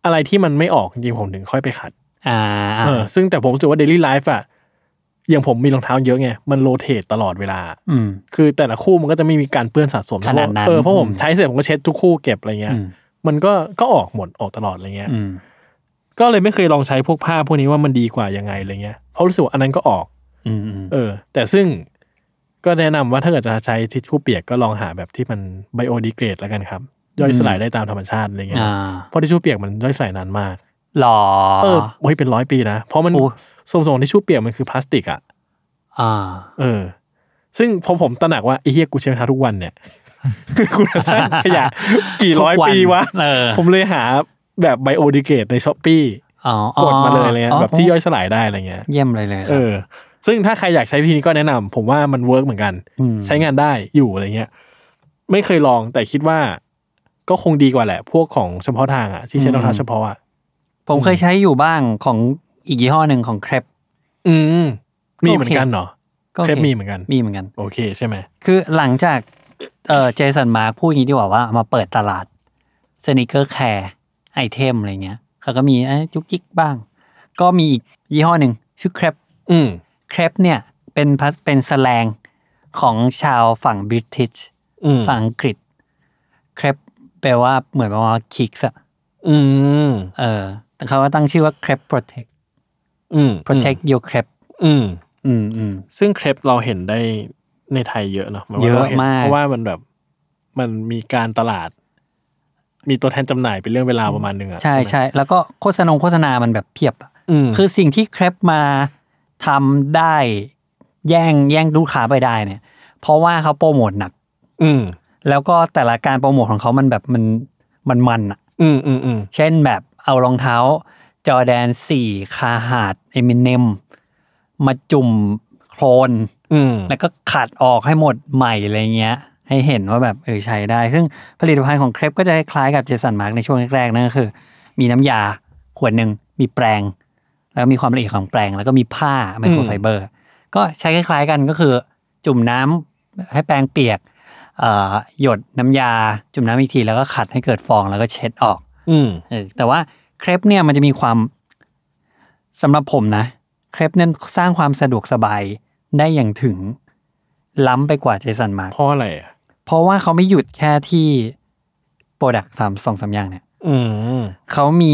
Speaker 3: อะไรที่มันไม่ออกจริงๆผมถึงค่อยไปขัด
Speaker 2: อ่า
Speaker 3: เออซึ่งแต่ผมรู้สึกว่าเดลี่ไลฟ์อะอย่างผมมีรองเท้าเยอะไง มันโรเตทตลอดเวลา
Speaker 2: อืม
Speaker 3: คือแต่ละคู่มันก็จะไม่มีการเปื้อนสะสม
Speaker 2: ขนาดนั้น
Speaker 3: เออเพราะผม
Speaker 2: อืม
Speaker 3: ใช้เสร็จผมก็เช็ดทุกคู่เก็บอะไรเงี้ย
Speaker 2: อืม
Speaker 3: มันก็ก็ออกหมดออกตลอดอะไรเงี้ย
Speaker 2: อืม
Speaker 3: ก็เลยไม่เคยลองใช้พวกผ้าพวกนี้ว่ามันดีกว่ายังไงอะไรเงี้ยเพราะรู้สึกว่าอันนั้นก็ออก
Speaker 2: อืมอืม
Speaker 3: เออ แต่ซึ่งก็แนะนำว่าถ้าเกิดจะใช้ทิชชู่เปียกก็ลองหาแบบที่มันไบโอดีเกรดแล้วกันครับ ย่อยสลายได้ตามธรรมชาติอะไรเงี้ย
Speaker 2: อ่า
Speaker 3: เพราะทิชชู่เปียกมันย่อยสลายนานมาก
Speaker 2: หรอ
Speaker 3: เออโอ้ยเป็นร้อยปีนะ เพราะมัน
Speaker 2: โอ้
Speaker 3: ส่วนผสมที่ชูเปียกมันคือพลาสติกอ่ะ
Speaker 2: อ่า
Speaker 3: เออ ซึ่งพอผมตระหนักว่าไอ้เฮียกูใช้รองเท้าทุกวันเนี่ย กูจะสร้างข ยะกี่ร้อย
Speaker 2: ทุกวัน
Speaker 3: ปีวะ
Speaker 2: เออ
Speaker 3: ผมเลยหาแบบไบโอดีเกตในช้อปปี้
Speaker 2: อ๋อก
Speaker 3: ดมาเลยอะไรเงี้ย
Speaker 2: อ๋อ
Speaker 3: แบบที่ย่อยสลายได้อะไรเงี้ย
Speaker 2: เยี่ยมเลยเลยค
Speaker 3: เอ
Speaker 2: รับ
Speaker 3: อ ซึ่งถ้าใครอยากใช้วิธีนี้ก็แนะนำผมว่ามันเวิร์กเหมือนกัน
Speaker 2: อืม
Speaker 3: ใช้งานได้อยู่อะไรเงี้ย ไม่เคยลองแต่คิดว่า ก็คงดีกว่าแหละ พวกของเฉพาะทางอ่ะที่ใช้รองเท้าเฉพาะอ่ะ
Speaker 2: ผมเคยใช้อยู่บ้างของอีกยี่ห้อหนึ่งของเครป
Speaker 3: อืมมีเหมือนกันเหรอ
Speaker 2: ก็โอ
Speaker 3: เค
Speaker 2: เค
Speaker 3: รปมีเหมือนกัน
Speaker 2: มีเหมือนกัน
Speaker 3: โอเคใช่ไหม
Speaker 2: คือหลังจากเออเจสันมาร์พูดอย่างนี้ดีกว่าว่ามาเปิดตลาดสนิเกอร์แคร์ไอเทมอะไรเงี้ยเขาก็มีเอ้ยจุกจิกบ้าง ก็มีอีกยี่ห้อหนึ่งชื่อเครป
Speaker 3: อืม
Speaker 2: เครปเนี่ยเป็นพัสเป็นสแสลงของชาวฝั่งบริติช
Speaker 3: อืม
Speaker 2: ฝั่งอังกฤษเครปแปลว่าเหมือนประมาณคิกส์อะ
Speaker 3: อืม
Speaker 2: เออแต่เขาก็ตั้งชื่อว่าเครป protect
Speaker 3: อืม
Speaker 2: protect your crep
Speaker 3: อืม
Speaker 2: อืมอืม
Speaker 3: ซึ่งเครปเราเห็นได้ในไทยเยอะเนาะหมายว่า
Speaker 2: เยอะ
Speaker 3: รห็น
Speaker 2: มาก
Speaker 3: เพราะว่ามันแบบ มันมีการตลาด มีตัวแทนจำหน่ายเป็นเรื่องเวลาวประมาณหนึงอ่ะ
Speaker 2: ใช่
Speaker 3: ไหม
Speaker 2: ใช่ แล้วก็โฆษณาโฆษณามันแบบเพียบอะ
Speaker 3: อืม
Speaker 2: คือสิ่งที่เครปมาทำได้ แย่งแย่งลูกค้าไปได้เนี่ย เพราะว่าเขาโปรโมทหนัก
Speaker 3: อืม
Speaker 2: แล้วก็แต่ละการโปรโมทของเขามันแบบมันมันมันอะ
Speaker 3: อืมอืมอืม
Speaker 2: เช่นแบบเอารองเท้าจอแดนสี่คาหาดเอมิเนมมาจุ่มโคลน
Speaker 3: อืม
Speaker 2: แล้วก็ขัดออกให้หมดใหม่อะไรเงี้ย ให้เห็นว่าแบบเออใช้ได้ ซึ่งผลิตภัณฑ์ของเครปก็จะคล้ายกับเจสันมาร์กในช่วงแรกๆนั่นก็คือ มีน้ำยาขวดหนึ่งมีแปรง แล้วมีความละเอียดของแปรง แล้วก็มีผ้าไมโครไฟเบอร์ ก็ใช้คล้ายๆกันก็คือจุ่มน้ำให้แปรงเปียกเอ่อหยดน้ำยาจุ่มน้ำอีกทีแล้วก็ขัดให้เกิดฟองแล้วก็เช็ดออก
Speaker 3: อืม
Speaker 2: เออแต่ว่าเครปเนี่ยมันจะมีความสำหรับผมนะเครปเนี่ยสร้างความสะดวกสบายได้อย่างถึงล้ำไปกว่าเจสันมาร์ก
Speaker 3: เพราะอะไรอะ
Speaker 2: เพราะว่าเขาไม่หยุดแค่ที่โปรดักสามสองสามอย่างเนี่ย
Speaker 3: อืม
Speaker 2: เขามี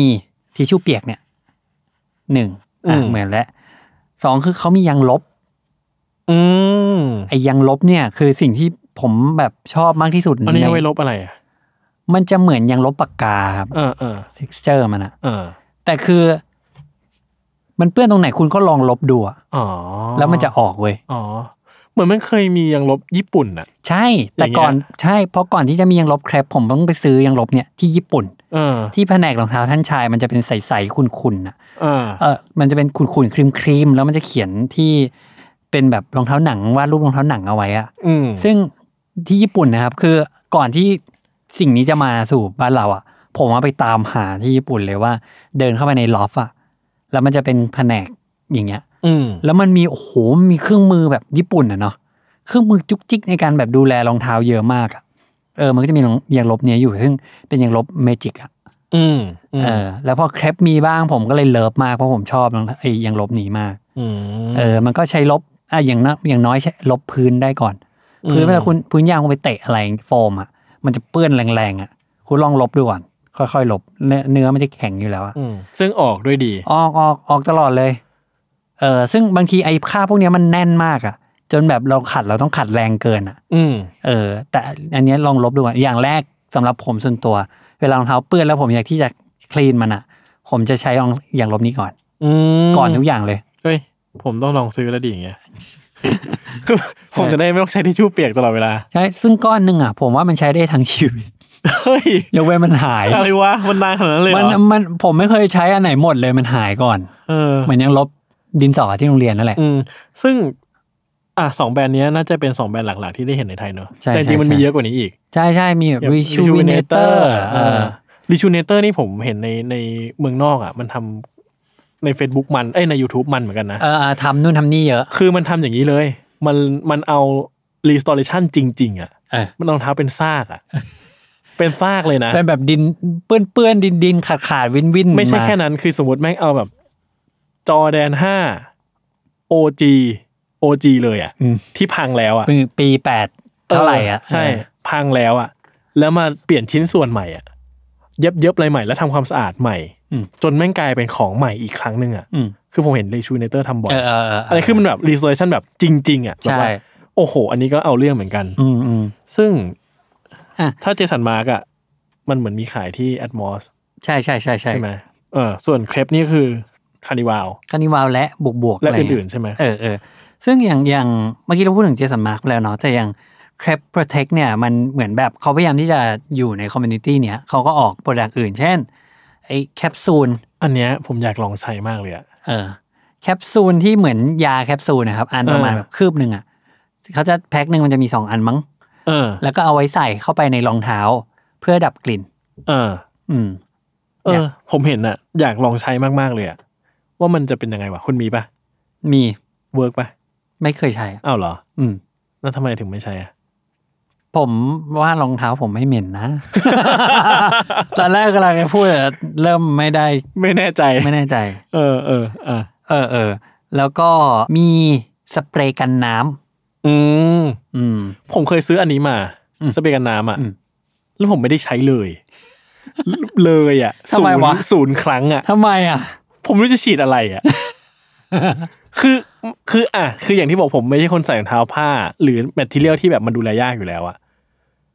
Speaker 2: ทิชชู่เปียกเนี่ยหนึ่งอ่ะ
Speaker 3: อืม
Speaker 2: เหมือนแล้วสองคือเขามียางลบ
Speaker 3: อืม
Speaker 2: ไอ้ยางลบเนี่ยคือสิ่งที่ผมแบบชอบมากที่สุด
Speaker 3: อันนี้เอา
Speaker 2: ใน
Speaker 3: ไว้ลบอะไรอ่ะ
Speaker 2: มันจะเหมือนยางลบปากกาครับ
Speaker 3: เออเออ
Speaker 2: texture มันอะ
Speaker 3: เออ
Speaker 2: แต่คือ มันเปื้อนตรงไหนคุณก็ลองลบดูอะ
Speaker 3: อ๋อ
Speaker 2: แล้วมันจะออกเว้ย
Speaker 3: อ๋อ เหมือนมันเคยมียังลบญี่ปุ่นอ่ะ
Speaker 2: ใช่ แต่ก่อน
Speaker 3: อย่างเงี้ย
Speaker 2: ใช่เพราะก่อนที่จะมียางลบแครปผมต้องไปซื้อยางลบเนี่ยที่ญี่ปุ่น
Speaker 3: เออ
Speaker 2: ที่แผนกรองเท้าท่านชาย มันจะเป็นใสๆขุ่นๆนะ
Speaker 3: เออ
Speaker 2: เออมันจะเป็นขุ่นๆครีมๆแล้วมันจะเขียนที่เป็นแบบรองเท้าหนังวาดรูปรองเท้าหนังเอาไว้อะ
Speaker 3: อืม
Speaker 2: ซึ่งที่ญี่ปุ่นนะครับ คือก่อนที่สิ่งนี้จะมาสู่บ้านเราอะ่ะ ผมว่าไปตามหาที่ญี่ปุ่นเลยว่า เดินเข้าไปในลอฟต์อ่ะแล้วมันจะเป็นแผนกอย่างเงี้ย
Speaker 3: อืม
Speaker 2: แล้วมันมีโอ้โหมีเครื่องมือแบบญี่ปุ่นอะเนาะเครื่องมือจุกจิกในการแบบดูแลรองเท้าเยอะมากอะเออมันก็จะมีรองยางลบเนี้ยอยู่ซึ่งเป็นยางลบเมจิกอะ
Speaker 3: อืม
Speaker 2: เออแล้วพอแครปมีบ้างผมก็เลยเลิฟมากเพราะผมชอบรองเท้าไอ้ยางลบนี้มาก
Speaker 3: อืม
Speaker 2: เออ มันก็ใช้ลบอ่ะอย่างน้อยอย่างน้อยใช้ลบพื้นได้ก่อน
Speaker 3: อืม
Speaker 2: พื้นเวลาคุณพื้นยางคุณไปเตะอะไรโฟมอ่ะ มันจะเปื้อนแรงๆอ่ะ คุณลองลบดูก่อน ค่อยๆลบเนื้อเนื้อมันจะแข็งอยู่แล้วอ่ะ
Speaker 3: อืมซึ่งออกด้วยดี
Speaker 2: ออกออกออกตลอดเลย เออ ซึ่งบางทีไอ้ค่าพวกเนี้ยมันแน่นมากอ่ะ จนแบบเราขัดเราต้องขัดแรงเกินอ่ะ
Speaker 3: อืม
Speaker 2: เออ แต่อันเนี้ยลองลบดูก่อน อย่างแรกสำหรับผมส่วนตัว เวลารองเท้าเปื้อนแล้วผมอยากที่จะคลีนมันอ่ะ ผมจะใช้รองอย่างลบนี้ก่อน
Speaker 3: อืม
Speaker 2: ก่อนทุกอย่างเลย
Speaker 3: เฮ้ย ผมต้องลองซื้อแล้วดีอย่างเงี้ยผมจะได้ไม่ต้องใช้ทิชชู่เปียกตลอดเวลา
Speaker 2: ใช่ ซึ่งก้อนหนึ่งอ่ะ ผมว่ามันใช้ได้ทั้งชีวิต
Speaker 3: เฮ้ย
Speaker 2: ยกเว้นมัน หาย
Speaker 3: อะไรวะ มันนานขนาดนั้นเลยเห
Speaker 2: มัน
Speaker 3: รอ
Speaker 2: มันผมไม่เคยใช้อันไหนหมดเลยมันหายก่อน
Speaker 3: เออ
Speaker 2: เหมือนยังลบดินสอที่โรงเรียนนั่นแหละ
Speaker 3: อืมซึ่ง อ่ะสองแบรนด์เนี้ยน่าจะเป็นสองแบรนด์หลักๆ ที่ได้เห็นในไทยเนอะ
Speaker 2: ใช่
Speaker 3: แต่จ
Speaker 2: ใช่
Speaker 3: ริงๆมันมี
Speaker 2: ใช่
Speaker 3: เยอะกว่านี้อีก
Speaker 2: ใช่ใช่มีแบบ r e c h u v i n a t o r เออ
Speaker 3: รีชูเนเตอร์นี่ผมเห็นในในเมืองนอกอ่ะ มันทำใน Facebook มัน เอ้ย ใน YouTube มันเหมือนกันนะ
Speaker 2: เออทำนู่นทำนี่เยอะ
Speaker 3: คือมันทำอย่างนี้เลย มันมันเอา restoration จริง ๆ อ่ะ
Speaker 2: เออ
Speaker 3: มันรองเท้าเป็นซากอ่ะ เป็นซากเลยนะ
Speaker 2: เป็นแบบดินเปื้อนเปื้อนดินดินขาดขาดวินวิน
Speaker 3: ไม่ใช่แค่
Speaker 2: า
Speaker 3: นั้นคือสมมติแม่งเอาแบบจอแดนห้า OG OG เลยอ่ะ
Speaker 2: อืม
Speaker 3: ที่พังแล้วอ่ะ
Speaker 2: ปีปีแปดเท่าไหร่อ่ะ
Speaker 3: เใช่
Speaker 2: เออ
Speaker 3: พังแล้วอ่ะ แล้วมาเปลี่ยนชิ้นส่วนใหม่อ่ะ เย็บเย็บอะไรใหม่แล้วทำความสะอาดใหม่
Speaker 2: อืม
Speaker 3: จนแม่งกลายเป็นของใหม่อีกครั้งหนึ่งอ่ะ
Speaker 2: อืม
Speaker 3: คือผมเห็นเลชูเนเตอร์ทำบ่อย
Speaker 2: เออเออเออ
Speaker 3: อันนี้คือมันแบบรีโซลชันแบบจริง ๆ อ่ะแบบ
Speaker 2: ใช่
Speaker 3: ว่าโอ้โห อันนี้ก็เอาเรื่องเหมือนกัน
Speaker 2: อืมอืม
Speaker 3: ซึ่ง
Speaker 2: อ่ะ
Speaker 3: ถ้าเจสันมาร์กอ่ะ มันเหมือนมีขายที่แอดมอส
Speaker 2: ใช่ใช่ใช่ใช่
Speaker 3: ใช่ไหมเออ ส่วนเครปนี่คือคานิวาว
Speaker 2: คานิวาวและบวกบวก
Speaker 3: และ
Speaker 2: ไร
Speaker 3: อื่น ๆ ใช่ไหม
Speaker 2: เออเออซึ่งอย่างอย่างเมื่อกี้เราพูดถึงเจสันมาร์กแล้วเนาะแต่อย่าง c r a b Protect เนี่ยมันเหมือนแบบเขาพยายามที่จะอยู่ในคอมมูนิตี้เนี้ยเขาก็ออกโปรดักต์อื่น เช่นไอ้แคปซูล
Speaker 3: อันเนี้ยผมอยากลองใช้มากเลยอ่ะ
Speaker 2: เออแคปซูลที่เหมือนยาแคปซูลนะครับ อันประมาณ
Speaker 3: เออ
Speaker 2: แบบคืบหนึ่งอ่ะเขาจะแพ็คหนึ่งมันจะมีสองอันมั้ง
Speaker 3: เออ
Speaker 2: แล้วก็เอาไว้ใส่เข้าไปในรองเท้าเพื่อดับกลิ่น
Speaker 3: เออ
Speaker 2: อืม
Speaker 3: เอ
Speaker 2: เนี่
Speaker 3: อย ผมเห็นอะอยากลองใช้มากๆเลยอะว่ามันจะเป็นยังไงวะคุณมีปะ
Speaker 2: มี
Speaker 3: เวิร์กปะ
Speaker 2: ไม่เคยใช้อะ
Speaker 3: อ้าวเหรอ
Speaker 2: อืม
Speaker 3: แล้วทำไมถึงไม่ใช้อะ
Speaker 2: ผมว่ารองเท้าผมไม่เหม็นนะ ตอนแรกกำลังจะพูดแต่เริ่มไม่ได้
Speaker 3: ไม่แน่ใจ
Speaker 2: ไม่แน่ใจ
Speaker 3: เออเอออ่ะ
Speaker 2: เออเออแล้วก็มีสเปรย์กันน้ำ
Speaker 3: อืม
Speaker 2: อืม
Speaker 3: ผมเคยซื้ออันนี้มา
Speaker 2: อืม
Speaker 3: สเปรย์กันน้ำอะ
Speaker 2: อืม
Speaker 3: แล้วผมไม่ได้ใช้เลย เลยอะ
Speaker 2: ทำไม
Speaker 3: ศูนย์
Speaker 2: วะ
Speaker 3: ศูนย์ครั้งอะ
Speaker 2: ทำไมอ่ะ
Speaker 3: ผมไม่รู้จะฉีดอะไรอะ คือคืออ่ะคืออย่างที่บอกผมไม่ใช่คนใส่รองเท้าผ้า หรือแมทเทียลที่แบบมันดูแลยากอยู่แล้วอะ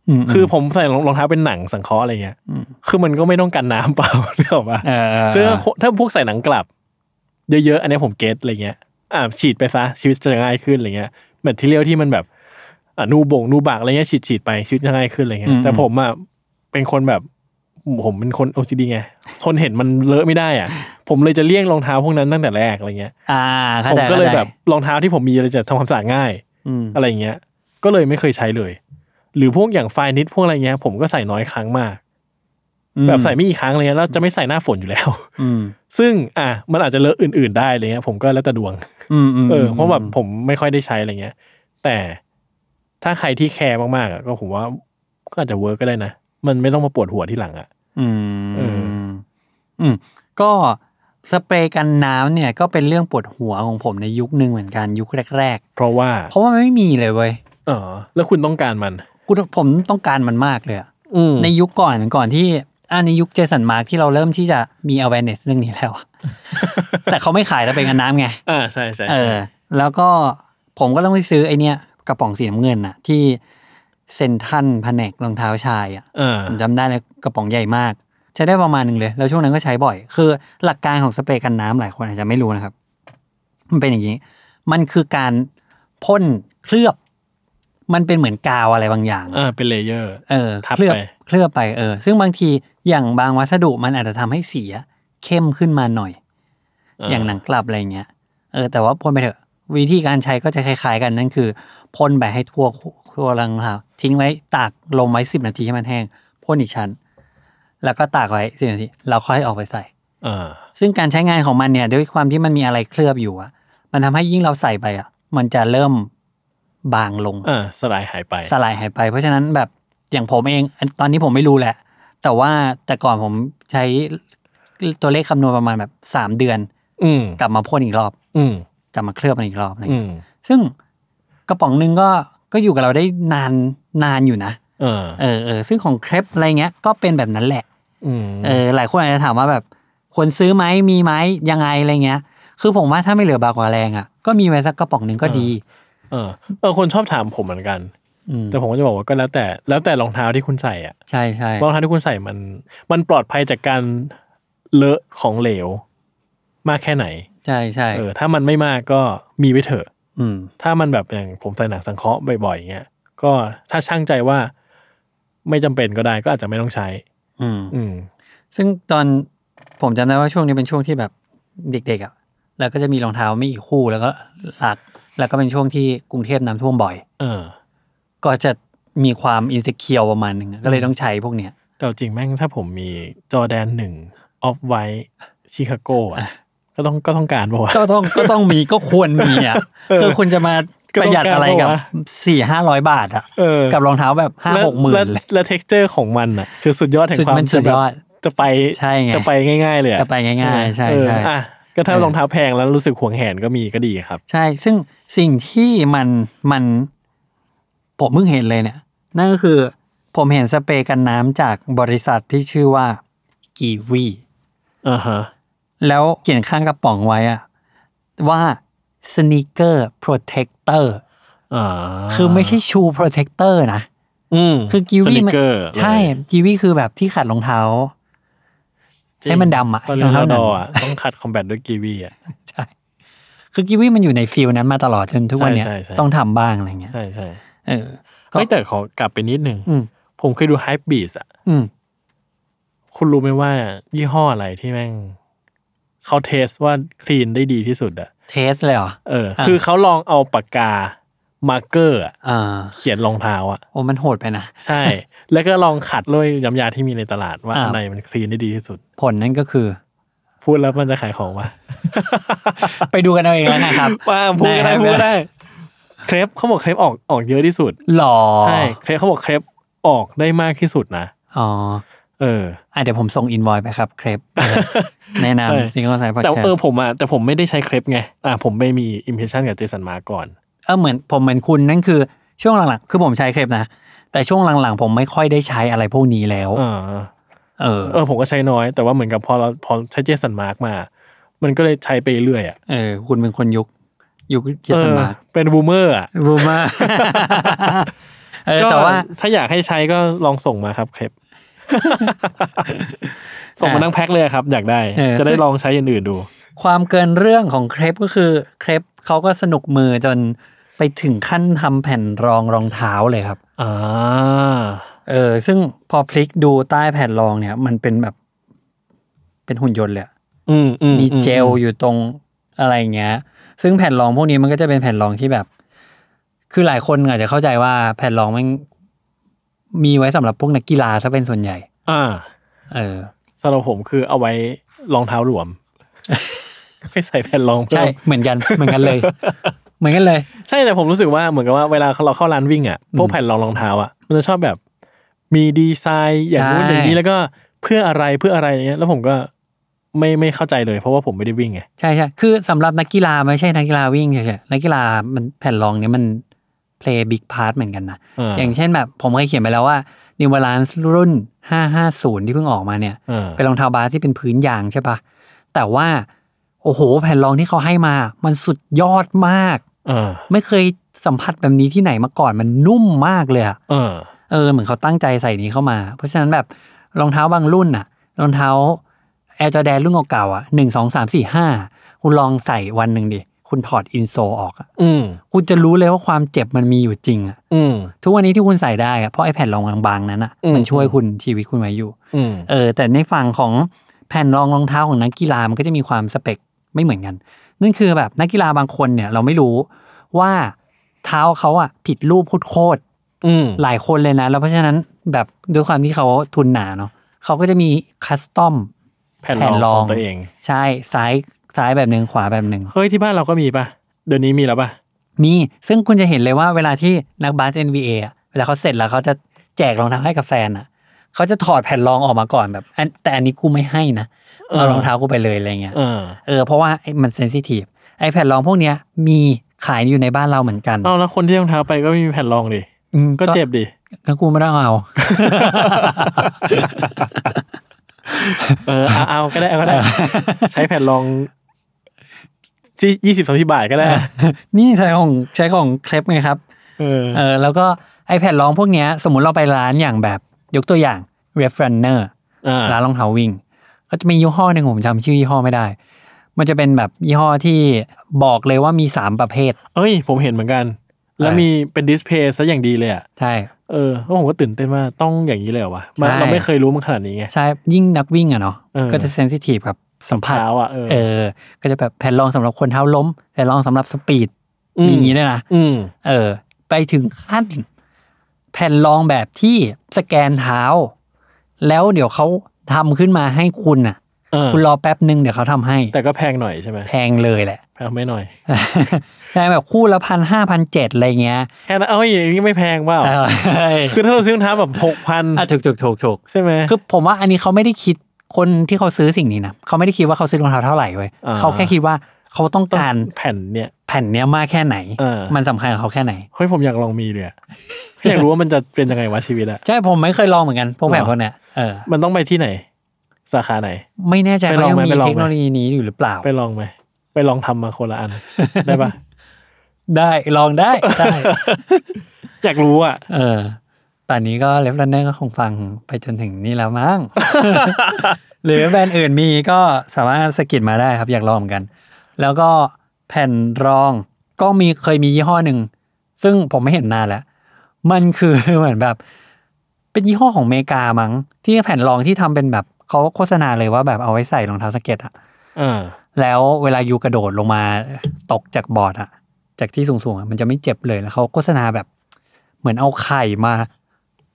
Speaker 2: อืม
Speaker 3: คือผมใส่รองเท้าเป็นหนังสังเคราะห์อะไรเงี้ย
Speaker 2: อืม
Speaker 3: คือมันก็ไม่ต้องกันน้ำเปล่า เนี่ยหรอกปะ
Speaker 2: เออเออ
Speaker 3: ซึ่งถ้าถ้าพวกใส่หนังกลับ เยอะๆ อันนี้ผมเก็ตอะไรเงี้ย อ่าฉีดไปซะชีวิตจะง่ายขึ้นอะไรเงี้ยแมทเทียลที่มันแบบอ่ะนูบงนูบากอะไรเงี้ยฉีดฉีดๆไปชีวิตจะง่ายขึ้นอะไรเงี้ยแต่ผมอ่ะเป็นคนแบบผมเป็นคน OCD ไง ทนเห็นมันเลอะไม่ได้อ่ะ ผมเลยจะเลี่ยงรองเท้าพวกนั้นตั้งแต่แรกอะไรเงี้ย
Speaker 2: อ่าเข้า
Speaker 3: ผม
Speaker 2: ใจ
Speaker 3: ก็เลย
Speaker 2: ข้าใจ
Speaker 3: แบบรองเท้าที่ผมมีเลยจะทำความสะอาดง่าย
Speaker 2: อืม
Speaker 3: อะไรเงี้ย ก็เลยไม่เคยใช้เลย หรือพวกอย่างไฟนิดพวกอะไรเงี้ย ผมก็ใส่น้อยครั้งมาก แบบใส่ไม่กี่ครั้งเลยแล้วจะไม่ใส่หน้าฝนอยู่แล้ว
Speaker 2: อืม
Speaker 3: ซึ่งอ่ะมันอาจจะเลอะอื่น ๆ ได้อะไรเงี้ยผมก็แล้วแต่ดวง
Speaker 2: อืมม
Speaker 3: เออเพราะแบบผมไม่ค่อยได้ใช้อะไรเงี้ย แต่ถ้าใครที่แคร์มากๆอ่ะก็ผมว่าก็อาจจะเวิร์กก็ได้นะ มันไม่ต้องมาปวดหัวที่หลังอ่ะ
Speaker 2: อืม
Speaker 3: เออ
Speaker 2: อืมก็สเปรย์กันน้ำเนี่ย ก็เป็นเรื่องปวดหัวของผมในยุคหนึ่งเหมือนกันยุคแรก
Speaker 3: เพราะว่า
Speaker 2: ๆ เพราะว่ามันไม่มีเลยเว้ย
Speaker 3: เออแล้วคุณต้องการมัน
Speaker 2: กูผมต้องการมันมากเลยอะ
Speaker 3: อืม
Speaker 2: ในยุคก่อนก่อนที่อ่าในยุคเจสันมาร์กที่เราเริ่มที่จะมี awareness เรื่องนี้แล้ว อะแต่เขาไม่ขายแล้วเป็นกันน้ำไง
Speaker 3: อ่าใช่ใช่
Speaker 2: เอ
Speaker 3: ใช่
Speaker 2: อ แล้วก็ผมก็ต้องไปซื้อไอเนี้ยกระป๋องสีน้ำเงินน่ะ ที่เซนทรันแผนกรองเท้าชายอ่ะ
Speaker 3: อ่า
Speaker 2: ผมจำได้เลยกระป๋องใหญ่มาก ใช้ได้ประมาณหนึ่งเลย แล้วช่วงนั้นก็ใช้บ่อย คือหลักการของสเปรย์กันน้ำหลายคนอาจจะไม่รู้นะครับ มันเป็นอย่างนี้ มันคือการพ่นเคลือบ มันเป็นเหมือนกาวอะไรบางอย่าง
Speaker 3: อ่าเป็นเลเยอร์
Speaker 2: เออ
Speaker 3: ทับ
Speaker 2: เคลือบ
Speaker 3: ไป
Speaker 2: เคลือบไปเออ ซึ่งบางทีอย่างบางวัสดุมันอาจจะทำให้สีอะเข้มขึ้นมาหน่อย อย่างหนังกลับอะไรเงี้ย เออ แต่ว่าพ่นไปเถอะ วิธีการใช้ก็จะคล้ายๆกันนั่นคือพ่นไปให้ทั่วทั่วรังเท้าทิ้งไว้ตากลมไว้สิบนาทีให้มันแห้งพ่นอีกชั้น แล้วก็ตากไว้สิบนาทีเราค่อยออกไปใส่
Speaker 3: อ่า
Speaker 2: ซึ่งการใช้งานของมันเนี่ยด้วยความที่มันมีอะไรเคลือบอยู่อะมันทำให้ยิ่งเราใส่ไปอะมันจะเริ่มบางลง
Speaker 3: อ่าสลายหายไป
Speaker 2: สลายหายไป เพราะฉะนั้นแบบอย่างผมเองอันตอนนี้ผมไม่รู้แหละ แต่ว่าแต่ก่อนผมใช้ตัวเลขคำนวณประมาณแบบสามเดือน
Speaker 3: อืม
Speaker 2: กลับมาพ่นอีกรอบ
Speaker 3: อืม
Speaker 2: กลับมาเคลือบมันอีกรอบอะไร
Speaker 3: อื
Speaker 2: เงี้ย
Speaker 3: ม
Speaker 2: ซึ่งกระป๋องหนึ่งก็ก็อยู่กับเราได้นานนานอยู่นะ
Speaker 3: อ่า
Speaker 2: เออเออซึ่งของเครปอะไรเงี้ยก็เป็นแบบนั้นแหละ
Speaker 3: อืม
Speaker 2: เออหลายคนอาจจะถามว่าแบบควรซื้อไหมมีไหมยังไงอะไรเงี้ย คือผมว่าถ้าไม่เหลือบากกว่าแรงอ่ะก็มีไว้สักกระป๋องหนึ่งก็ดี
Speaker 3: เออเออคนชอบถามผมเหมือนกัน
Speaker 2: ม
Speaker 3: แต่ผมก็จะบอกว่าก็แล้วแต่แล้วแต่รองเท้าที่คุณใส่อ่ะ
Speaker 2: ใช่ใช่
Speaker 3: รองเท้าที่คุณใส่มัน มันปลอดภัยจากการเลอะของเหลว มากแค่ไหน
Speaker 2: ใช่ใช่
Speaker 3: เออ ถ้ามันไม่มากก็มีไว้เถอะ
Speaker 2: อืม
Speaker 3: ถ้ามันแบบอย่างผมใส่หนังสังเคราะห์บ่อยๆอย่างเงี้ยก็ถ้าช่างใจว่าไม่จำเป็นก็ได้ก็อาจจะไม่ต้องใช้
Speaker 2: อืม
Speaker 3: อืม
Speaker 2: ซึ่งตอนผมจำได้ว่าช่วงนี้เป็นช่วงที่แบบเด็กๆอ่ะแล้วก็จะมีรองเท้าไม่กี่คู่แล้วก็หลัก แล้วก็เป็นช่วงที่กรุงเทพน้ำท่วมบ่อย
Speaker 3: เออ
Speaker 2: ก็จะมีความอินสิเคียวประมาณหนึ่งอะก็เลยต้องใช้พวกเนี้ย
Speaker 3: แต่จริงแม่งถ้าผมมีจอแดนหนึ่งออฟไวท์ชิคาโกอ่ะ ก็ต้องก็ต้องการป่าวะ
Speaker 2: ก็ต้อง ก็ต้องมีก็ควรมีอ่ะคือคุณจะมาประหยัดอะไรกับ
Speaker 3: ก็ต้องการปะว
Speaker 2: สี่ห้าร้อยบาทอ่ะ
Speaker 3: เออ
Speaker 2: กับรองเท้าแบบห้า
Speaker 3: และ
Speaker 2: หกหมื่น
Speaker 3: และ
Speaker 2: เลย
Speaker 3: และเท็กเจอร์ของมันอ่ะ คือสุดยอดแห่ง
Speaker 2: สุด
Speaker 3: ความ
Speaker 2: มันสุดยอด
Speaker 3: จะไป
Speaker 2: ใช่ไง
Speaker 3: จะไปง่าย ๆ เลยอ
Speaker 2: จะไปง่ายๆใช่
Speaker 3: เออ
Speaker 2: ใช่
Speaker 3: อ่ะก็ถ้ารองเท้าแพงแล้วรู้สึกห่วงแหนก็มีก็ดีครับ
Speaker 2: ใช่ ซึ่งสิ่งที่มันมันผมเพิ่งเห็นเลยเนี่ย นั่นก็คือผมเห็นสเปรย์กันน้ำจากบริษัทที่ชื่อว่ากีวี
Speaker 3: อ่าฮะ
Speaker 2: แล้วเขียนข้างกระป๋องไว้อะว่า sneaker protector
Speaker 3: อ่า
Speaker 2: คือไม่ใช่ชูโปรเทคเตอร์นะ
Speaker 3: อืม
Speaker 2: คือกีวี
Speaker 3: ส
Speaker 2: มั
Speaker 3: นิ
Speaker 2: น
Speaker 3: เกอร์เลย
Speaker 2: ใช่กีวีคือแบบที่ขัดรองเท้า
Speaker 3: จริง
Speaker 2: ให้มันดำอะ
Speaker 3: ตอนเรียน
Speaker 2: รอ
Speaker 3: รอง
Speaker 2: เท้าหนัง
Speaker 3: ดออ่ะต้องคัดคอมแบทด้วยกีวีอ่ะ
Speaker 2: ใช่ คือกีวีมันอยู่ในฟิลนั้นมาตลอดจนทุกวันเนี้ย
Speaker 3: ใช่ใช่ใช่
Speaker 2: ต้องทำบ้างอะไรเงี้ย
Speaker 3: ใช่ใช่
Speaker 2: เออ ก็
Speaker 3: เฮ้ยแต่ขอกลับไปนิดนึง
Speaker 2: อืม
Speaker 3: ผมเคยดูไฮบีสอ่ะ
Speaker 2: อืม
Speaker 3: คุณรู้ไหมว่ายี่ห้ออะไรที่แม่งเขาเทสว่าคลีนได้ดีที่สุดอ่ะ
Speaker 2: เทสเลยเหรอ
Speaker 3: เออ
Speaker 2: อ่ะ
Speaker 3: คือเขาลองเอาปากกามาร์เกอร์อะ
Speaker 2: อ่า
Speaker 3: เขียนรองเท้าอ่ะ
Speaker 2: โอ้มันโหดไปนะ
Speaker 3: ใช่ แล้วก็ลองขัดด้วยน้ำยาที่มีในตลาดว่า
Speaker 2: อ่ะ
Speaker 3: อันไหนมันคลีนได้ดีที่สุด
Speaker 2: ผลนั่นก็คือ
Speaker 3: พูดแล้วมันจะขายของวะ
Speaker 2: ไปดูกันเอาเองแล้ว นะครับ
Speaker 3: ว่าพูดก็
Speaker 2: ได้
Speaker 3: ได้พูดก็
Speaker 2: ได้
Speaker 3: ได้ เครปเขาบอกเครปออกออกเยอะที่สุด
Speaker 2: หล่อ
Speaker 3: ใช่เครปเขาบอกเครปออกได้มากที่สุดนะ
Speaker 2: อ๋อ
Speaker 3: เออ
Speaker 2: อ่ะเดี๋ยวผมส่งอินวอยไปครับ เครป แนะ
Speaker 3: ใช่
Speaker 2: นำซิงเกิลไซด์พอด
Speaker 3: แต่
Speaker 2: แคส
Speaker 3: เออ
Speaker 2: ต์
Speaker 3: ผมอ่ะแต่ผมไม่ได้ใช้เครปไงอ่ะผมไม่มีอิมเพรสชันกับเจสันมาก่อน
Speaker 2: เออเหมือนผมเหมือนคุณนั่นคือช่วงหลังๆ คือผมใช้เครปนะ แต่ช่วงหลังๆ ผมไม่ค่อยได้ใช้อะไรพวกนี้แล้ว
Speaker 3: อ่า
Speaker 2: เออ
Speaker 3: เออผมก็ใช้น้อย แต่ว่าเหมือนกับพอเราพอใช้เจสันมาร์กมา มันก็เลยใช้ไปเรื่อยอ่ะ
Speaker 2: เออ คุณเป็นคนยุค ยุคเจสันมาร์
Speaker 3: เออเป็นบูมเมอร์อ่ะ
Speaker 2: รูมา เออ
Speaker 3: ก็
Speaker 2: แต่ว่า
Speaker 3: ถ้าอยากให้ใช้ก็ลองส่งมาครับ เครป ส่งมา
Speaker 2: อ่ะ
Speaker 3: นั่งแพ็คเลยครับ อยากได้
Speaker 2: เออ
Speaker 3: จะได้ลองใช้อย่างอื่นดู
Speaker 2: ความเกินเรื่องของเครปก็คือเครปเขาก็สนุกมือจนไปถึงขั้นทำแผ่นรองรองเท้าเลยครับ
Speaker 3: อ่า
Speaker 2: เออซึ่งพอพลิกดูใต้แผ่นรองเนี่ย มันเป็นแบบเป็นหุ่นยนต์เลยอะ
Speaker 3: อืมอืม
Speaker 2: มีเจลอยู่ตรงอะไรอย่างเงี้ย ซึ่งแผ่นรองพวกนี้มันก็จะเป็นแผ่นรองที่แบบ คือหลายคนอาจจะเข้าใจว่าแผ่นรองมันมีไว้สำหรับพวกนักกีฬาซะเป็นส่วนใหญ่
Speaker 3: อ่า
Speaker 2: เออ
Speaker 3: สำหรับผมคือเอาไว้รองเท้าหลว ม ไม่ใส่แผ่นรองเพิ่
Speaker 2: ใช่
Speaker 3: ม
Speaker 2: เหมือนกัน เหมือนกันเลย เหมือนกันเลย
Speaker 3: ใช่แต่ผมรู้สึกว่าเหมือนกับว่าเวลาเราเข้าร้านวิ่งอ่ะพวกแผ่นรองรองเท้าอ่ะมันจะชอบแบบ มีดีไซน์อย่างนู้น
Speaker 2: ใช่
Speaker 3: อย่างนี้แล้วก็เพื่ออะไรเพื่ออะไรเนี้ยแล้วผมก็ไม่ไม่เข้าใจเลยเพราะว่าผมไม่ได้วิ่งไง
Speaker 2: ใช่ใช่คือสำหรับนักกีฬาไม่ใช่นักกีฬาวิ่งเฉยๆนักกีฬามันแผ่นรองเนี่ยมัน play big part เหมือนกันนะ
Speaker 3: อ่า
Speaker 2: อย่างเช่นแบบผมเคยเขียนไปแล้วว่า New Balance รุ่น 550 ที่เพิ่งออกมาเนี่ย
Speaker 3: อ่า
Speaker 2: เป็นรองเท้าบาสที่เป็นพื้นยางใช่ปะแต่ว่า โอ้โห แผ่นรองที่เขาให้มา มันสุดยอดมาก
Speaker 3: อ่า
Speaker 2: ไม่เคยสัมผัสแบบนี้ที่ไหนมาก่อนมันนุ่มมากเลยอะ
Speaker 3: อ่า
Speaker 2: เออเหมือนเขาตั้งใจใส่นี้เข้ามา เพราะฉะนั้นแบบรองเท้าบางรุ่นน่ะ รองเท้าแอร์จอแดนรุ่นเก่าๆอ่ะหนึ่งสองสามสี่ห้าคุณลองใส่วันหนึ่งดิ คุณถอดอินโซลออกอ่ะ
Speaker 3: อืม
Speaker 2: คุณจะรู้เลยว่าความเจ็บมันมีอยู่จริงอ่ะ
Speaker 3: อืม
Speaker 2: ทุกวันนี้ที่คุณใส่ได้อ่ะเพราะไอแผ่นรองบางๆนั้นอ่ะ
Speaker 3: อืม
Speaker 2: มันช่วยคุณชีวิตคุณไว้อยู่
Speaker 3: อืม
Speaker 2: เออ แต่ในฝั่งของแผ่นรองรองเท้าของนักกีฬามันก็จะมีความสเปคไม่เหมือนกันนั่นคือแบบนักกีฬาบางคนเนี่ยเราไม่รู้ว่าเท้าเขาอ่ะผิดรูปโคตรๆ
Speaker 3: อืม
Speaker 2: หลายคนเลยนะ แล้วเพราะฉะนั้นแบบด้วยความที่เขาทุนหนาเนาะเขาก็จะมีคัสตอม
Speaker 3: แผ่น
Speaker 2: แผ่น
Speaker 3: ร
Speaker 2: ร
Speaker 3: อ
Speaker 2: อง ง
Speaker 3: ของตัวเอง
Speaker 2: ใช่ซ้ายซ้ายแบบหนึ่งขวาแบบหนึ่ง
Speaker 3: เฮ้ยที่บ้านเราก็มีปะเดี๋ยวนี้มีแล้วปะ
Speaker 2: มีซึ่งคุณจะเห็นเลยว่าเวลาที่นักบาส NBA อะเวลาเขาเสร็จแล้วเขาจะแจกรองเท้าให้กับแฟนอ่ะเขาจะถอดแผ่นรองออกมาก่อนแบบอันแต่อันนี้กูไม่ให้นะเอารองเท้ากูไปเลยอะไรเงี้ย
Speaker 3: เออ
Speaker 2: เออเพราะว่าไอ้มันเซนซิทีฟไอแผ่นรองพวกเนี้ยมีขายอยู่ในบ้านเราเหมือนกัน
Speaker 3: เอาแล้วคนที่รองเท้าไปก็ไม่มีแผ่นรองดิ
Speaker 2: อืม
Speaker 3: ก็เจ็บดิ
Speaker 2: ก็กูไม่ได้ เอา
Speaker 3: เออเอาเอาก็ได้เอาก็ได้ ใช้แผ่นรองที่ยี่สิบสองที่บาทก็ได้
Speaker 2: นี่ใช้ของใช้ของเคลปไงครับ
Speaker 3: เออ
Speaker 2: เออแล้วก็ไอแผ่นรองพวกเนี้ยสมมุติเราไปร้านอย่างแบบยกตัวอย่าง r e f r u n n e r
Speaker 3: อ่า
Speaker 2: ร้านรองเท้าวิ่ง ก็จะมียี่ห้อหนึ่งผมจำชื่อยี่ห้อไม่ได้ มันจะเป็นแบบยี่ห้อที่บอกเลยว่ามี 3 ประเภท
Speaker 3: เอ้ย ผมเห็นเหมือนกัน แล้ว
Speaker 2: อะไร
Speaker 3: มีเป็นดิสเพย์ซะอย่างดีเลยอ่ะ
Speaker 2: ใช่
Speaker 3: เออเพราะผมก็ตื่นเต้นมากต้องอย่างนี้เลยเหรอวะมัน
Speaker 2: ใช่
Speaker 3: เราไม่เคยรู้มันขนาดนี้ไง
Speaker 2: ใช่ยิ่งนักวิ่งอะเนาะ
Speaker 3: เออ
Speaker 2: ก็จะเซนซิทีฟกับสัมผัส
Speaker 3: เท้าอ่ะเออ
Speaker 2: เออ ก็จะแบบแผ่นรองสำหรับคนเท้าล้มแผ่นรองสำหรับสปีด
Speaker 3: ม
Speaker 2: มีอย่างนี้ด้วยนะ
Speaker 3: อืม
Speaker 2: เออ ไปถึงขั้น แผ่นรองแบบที่สแกนเท้า แล้วเดี๋ยวเขาทำขึ้นมาให้คุณอ่ะ
Speaker 3: เออ
Speaker 2: คุณรอแป๊บหนึ่งเดี๋ยวเขาทำให้
Speaker 3: แต่ก็แพงหน่อยใช่ไหม
Speaker 2: แพงเลยแหละ
Speaker 3: แพงไม่หน่อย
Speaker 2: ใช่แบบคู่ละพันห้าพันเจ็ดอะไรเงี้ย
Speaker 3: แค่นั้นเอ้ยอย่างนี้ไม่แพงเปล่า
Speaker 2: เออ
Speaker 3: คือถ้าเราซื้อรองเท้าแบบหกพัน
Speaker 2: อ่ะถูกถูกถูกถูก
Speaker 3: ใช่ไหม
Speaker 2: คือผมว่าอันนี้เขาไม่ได้คิดคนที่เขาซื้อสิ่งนี้นะเขาไม่ได้คิดว่าเขาซื้อรองเท้าเท่าไหร่เว้ย
Speaker 3: อ่า
Speaker 2: เขาแค่คิดว่าเขาต้อง
Speaker 3: ต้อง
Speaker 2: การ
Speaker 3: แผ่นเนี่ย
Speaker 2: แผ่นเนี้ยมากแค่ไหน
Speaker 3: เออ
Speaker 2: มันสำคัญกับเขาแค่ไหน
Speaker 3: เฮ้ยผมอยากลองมีเลยอะ อยากรู้ว่ามันจะเป็นยังไงวะชีวิตอะ
Speaker 2: ใช่ผมไม่เคยลองเหมือนกันพวกแผ่น
Speaker 3: เหรอ
Speaker 2: พวกเนี้ยเออ
Speaker 3: มันต้องไปที่ไหน สาขาไหน
Speaker 2: ไม่แน่ใจ
Speaker 3: ไปล
Speaker 2: เขา
Speaker 3: อง
Speaker 2: ยัง
Speaker 3: ไหม
Speaker 2: มี
Speaker 3: ไปลองไหม
Speaker 2: เทคโนโลยีนี้อยู่หรือเปล่า
Speaker 3: ไปลองไหมไปลองทำมาคนละอัน ได้ปะ
Speaker 2: ได้ลองได้ ได้
Speaker 3: อยากรู้อะ
Speaker 2: เออป่านนี้ก็เลฟลันเนอร์ก็คงฟังไปจนถึงนี่แล้วมั้ง หรือแบรนด์อื่นมีก็สามารถสะกิดมาได้ครับอยากลองเหมือนกัน แล้วก็แผ่นรองก็มีเคยมียี่ห้อหนึ่ง ซึ่งผมไม่เห็นนานแล้ว มันคือ เหมือนแบบ เป็นยี่ห้อของอเมริกามั้ง ที่แผ่นรองที่ทำเป็นแบบเขาโฆษณาเลยว่าแบบเอาไว้ใส่รองเท้าสเก็ตอะ
Speaker 3: เออ
Speaker 2: แล้วเวลายูกระโดดลงมาตกจากบอร์ดอะจากที่สูงๆอะมันจะไม่เจ็บเลยแล้วเขาโฆษณาแบบ เหมือนเอาไข่มา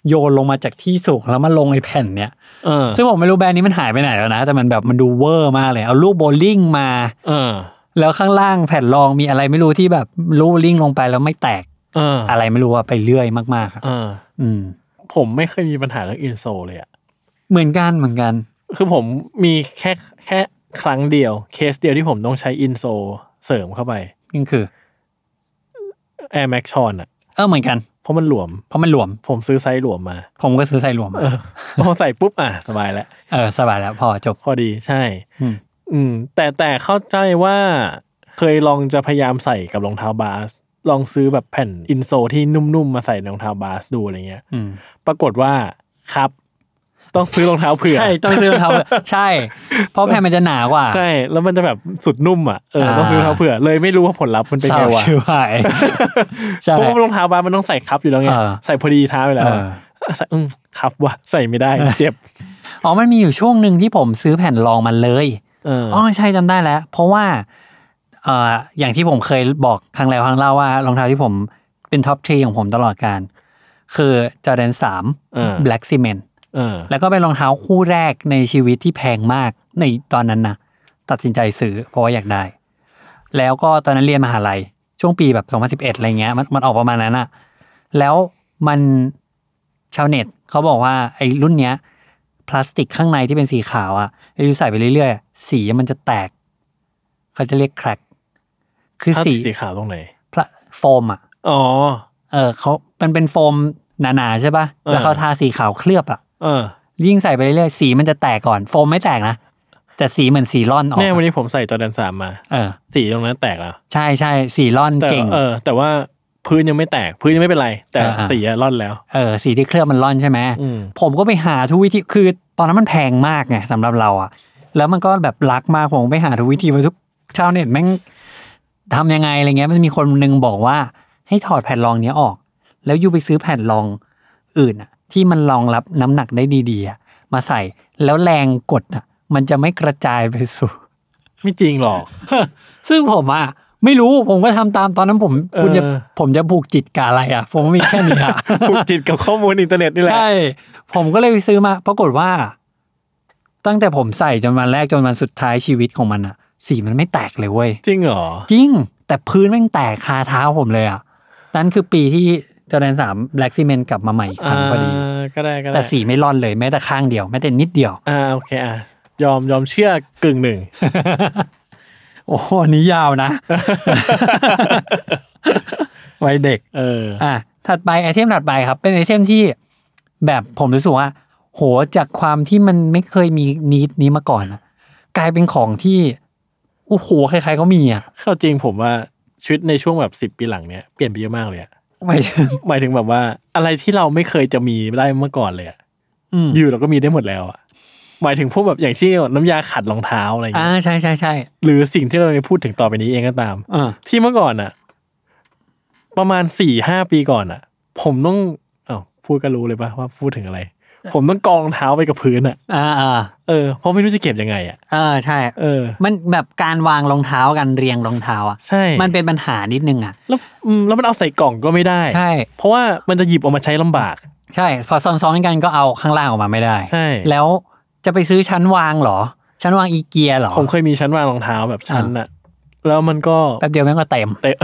Speaker 2: โยนลงมาจากที่สูงแล้วมาลงไอ้แผ่นเนี้ย
Speaker 3: เออ
Speaker 2: ซึ่งผมไม่รู้แบรนด์นี้มันหายไปไหนแล้วนะแต่มันแบบมันดูเวอร์มากเลย เอาลูกโบลิ่งมา
Speaker 3: เออ
Speaker 2: แล้วข้างล่างแผ่นรองมีอะไรไม่รู้ที่แบบลูกลิ่งลงไปแล้วไม่แตก
Speaker 3: เออ
Speaker 2: อะไรไม่รู้อะไปเรื่อยมากๆครับ
Speaker 3: เออ
Speaker 2: อืม
Speaker 3: ผมไม่เคยมีปัญหาเรื่องอินโซเลยอะ
Speaker 2: เหมือนกันเหมือนกัน
Speaker 3: คือผมมีแค่แค่ครั้งเดียว เคสเดียวที่ผมต้องใช้อินโซเสริมเข้าไป
Speaker 2: นี่คือ
Speaker 3: Air Max ชอนอะ
Speaker 2: เออเหมือนกัน
Speaker 3: เพราะมันหลวม
Speaker 2: เพราะมันหลวม
Speaker 3: ผมซื้อไซส์หลวมมา
Speaker 2: ผมก็ซื้อใส่หลวมอะ
Speaker 3: เออพอใส่ปุ๊บอ่ะสบายแล้ว
Speaker 2: เออสบายแล้วพอจบ
Speaker 3: พอดีใช่
Speaker 2: อืม
Speaker 3: อืม แต่แต่เข้าใจว่าเคยลองจะพยายามใส่กับรองเท้าบาส ลองซื้อแบบแผ่นอินโซลที่นุ่มๆ มาใส่ในรองเท้าบาสดูอะไรเงี้ย
Speaker 2: อืม
Speaker 3: ปรากฏว่าครับ ต้องซื้อรองเท้าเผื่อ
Speaker 2: ใช่ ต้องซื้อรอง เท้าเผื่อใช่ เพราะแผ่นมันจะหนากว่า
Speaker 3: ใช่ แล้วมันจะแบบสุดนุ่มอ่ะเออต้องซื้อรองเท้าเผื่อ เลยไม่รู้ว่าผลลัพธ์มันเป็น
Speaker 2: เศร้า
Speaker 3: ไงวะ
Speaker 2: ชิบหายใช่
Speaker 3: เพราะว่ารองเท้าบาสมันต้องใส่ครับอยู่แล้วไง
Speaker 2: เออ
Speaker 3: ใส่พอดีเท้าไปแล้ว
Speaker 2: เอ
Speaker 3: อะ
Speaker 2: อ
Speaker 3: ใส่อืมครับว่ะใส่ไม่ได้เจ็บ
Speaker 2: อ๋อมันมีอยู่ช่วงหนึ่งที่ผมซื้อแผ่นรองมันเลย
Speaker 3: เออ
Speaker 2: อ๋อใช่จำได้แล้ว เพราะว่าเอ่ออย่างที่ผมเคยบอกครั้งแล้วครั้งเล่าว่ารองเท้าที่ผมเป็นท็อปทรีของผมตลอดการ คือจอแดนสาม Black Cement
Speaker 3: เออ
Speaker 2: แล้วก็เป็นรองเท้าคู่แรกในชีวิตที่แพงมากในตอนนั้นนะตัดสินใจซื้อเพราะว่าอยากได้ แล้วก็ตอนนั้นเรียนมหาลัย ช่วงปีแบบ 2011 อะไรเงี้ยมันมันออกประมาณนั้นอะแล้วมันชาวเน็ตเขาบอกว่าไอ้รุ่นเนี้ย พลาสติกข้างในที่เป็นสีขาวอะอายุใส่ไปเรื่อยๆ สีมันจะแตก เขาจะเรียกแครกคือ
Speaker 3: ถ้า
Speaker 2: สี
Speaker 3: สีขาวตรงไหน
Speaker 2: พลาโฟมอะ
Speaker 3: อ๋อ
Speaker 2: เออเขามันเป็นโฟมหนาๆใช่ปะ่ะ
Speaker 3: เออ
Speaker 2: แล้วเขาทาสีขาวเคลือบอะ่ะ
Speaker 3: เออ
Speaker 2: ยิ่งใส่ไปเรื่อยๆสีมันจะแตกก่อน โฟมไม่แตกนะ แต่สีเหมือนสีร่อนออก
Speaker 3: แน่วันนี้ผมใส่จอแดนสามมา
Speaker 2: เออ
Speaker 3: สีตรงนั้นแตกแล้ว
Speaker 2: ใช่ใช่สีร่อน
Speaker 3: แต่
Speaker 2: เก่ง
Speaker 3: เออ แต่ว่าพื้นยังไม่แตก พื้นยังไม่เป็นไร แต่
Speaker 2: อ่าอ่า
Speaker 3: สีอะร่อนแล้ว
Speaker 2: เออสีที่เคลือบมันร่อนใช่ไหม
Speaker 3: อืม
Speaker 2: ผมก็ไปหาทุกวิธีคือตอนนั้นมันแพงมากไงสำหรับเราอะแล้วมันก็แบบรักมากผมไปหาทุกวิธีมาทุกชาวเน็ตแม่งทำยังไงอะไรเงี้ยมันมีคนหนึงบอกว่า ให้ถอดแผ่นรองเนี้ยออก แล้วอยู่ไปซื้อแผ่นรองอื่นอะที่มันรองรับน้ำหนักได้ดีๆอะมาใส่แล้วแรงกดอะมันจะไม่กระจายไปสู่
Speaker 3: ไม่จริงหรอก
Speaker 2: ซึ่งผมอะไม่รู้ผมก็ทำตามตอนนั้นผมคุณจะ
Speaker 3: เออ
Speaker 2: ผมจะผูกจิตกับอะไรอะผมมีแค่นี้อะ
Speaker 3: ผูกจิตกับข้อมูลอินเทอร์เน็ตนี่แหละ
Speaker 2: ใช่ ผมก็เลยไปซื้อมา ปรากฏว่า ตั้งแต่ผมใส่จนวันแรกจนวันสุดท้ายชีวิตของมันอะสีมันไม่แตกเลยเว้ย
Speaker 3: จริงเหรอ
Speaker 2: จริง แต่พื้นแม่งแตกคาเท้าผมเลยอะนั่นคือปีที่จอแดนสามแบล็กซีเมนกลับมาใหม่อีกครั้งพอดี
Speaker 3: าก็ได้ก็ได้
Speaker 2: แต่สีไม่ร่อนเลยแม้แต่ข้างเดียวแม้แต่นิดเดียว
Speaker 3: อ่าโอเคอ่ะยอมยอมเชื่อกึ่งหนึ่ง
Speaker 2: โอ้โหอันนี้ยาวนะ วัยเด็ก
Speaker 3: เออ
Speaker 2: อ่ะถัดไปไอเทมถัดไปครับ เป็นไอเทมที่แบบผมรู้สึกว่า โหจากความที่มันไม่เคยมีนิดนี้มาก่อนอะกลายเป็นของที่โอ้โหใครๆก็มีอ่ะ
Speaker 3: เข้าจริงผมว่าชีวิตในช่วงแบบสิบ10 ปีหลังเนี้ยเปลี่ยนไปเยอะมากเลยอะ
Speaker 2: หมายถึง
Speaker 3: หมายถึงแบบว่าอะไรที่เราไม่เคยจะมีได้เมื่อก่อนเลยอะ
Speaker 2: อืม
Speaker 3: อยู่เราก็มีได้หมดแล้วอะหมายถึงพวกแบบอย่างที่น้ำยาขัดรองเท้าอะไรอย่าง
Speaker 2: อ่า
Speaker 3: เงี้ย
Speaker 2: ใช่ใช่ใช่
Speaker 3: หรือสิ่งที่เราจะพูดถึงต่อไปนี้เองก็ตาม
Speaker 2: อ่า
Speaker 3: ที่เมื่อก่อนอะประมาณสี่ห้าปีก่อนอะผมต้องอ้าวพูดก็รู้เลยปะว่าพูดถึงอะไร ผมต้องกองเท้าไปกับพื้นอะ
Speaker 2: อ่าอ่า
Speaker 3: เออเพราะไม่รู้จะเก็บยังไงอะ
Speaker 2: อ่าใช่
Speaker 3: เออ
Speaker 2: มันแบบการวางรองเท้ากันเรียงรองเท้าอ่ะ
Speaker 3: ใช่
Speaker 2: มันเป็นปัญหานิดนึงอ่ะ
Speaker 3: แล้วอืมแล้วมันเอาใส่กล่องก็ไม่ได้
Speaker 2: ใช่
Speaker 3: เพราะว่ามันจะหยิบออกมาใช้ลำบาก
Speaker 2: ใช่ พอซ้อนๆกันก็เอาข้างล่างออกมาไม่ได้
Speaker 3: ใช่
Speaker 2: แล้วจะไปซื้อชั้นวางเหรอ ชั้นวางอีเกียเหรอ
Speaker 3: ผมเคยมีชั้นวางรองเท้าแบบชั้นน่ะ แล้วมันก็
Speaker 2: แป๊บเดียวแม่งก็เต็ม
Speaker 3: เตะ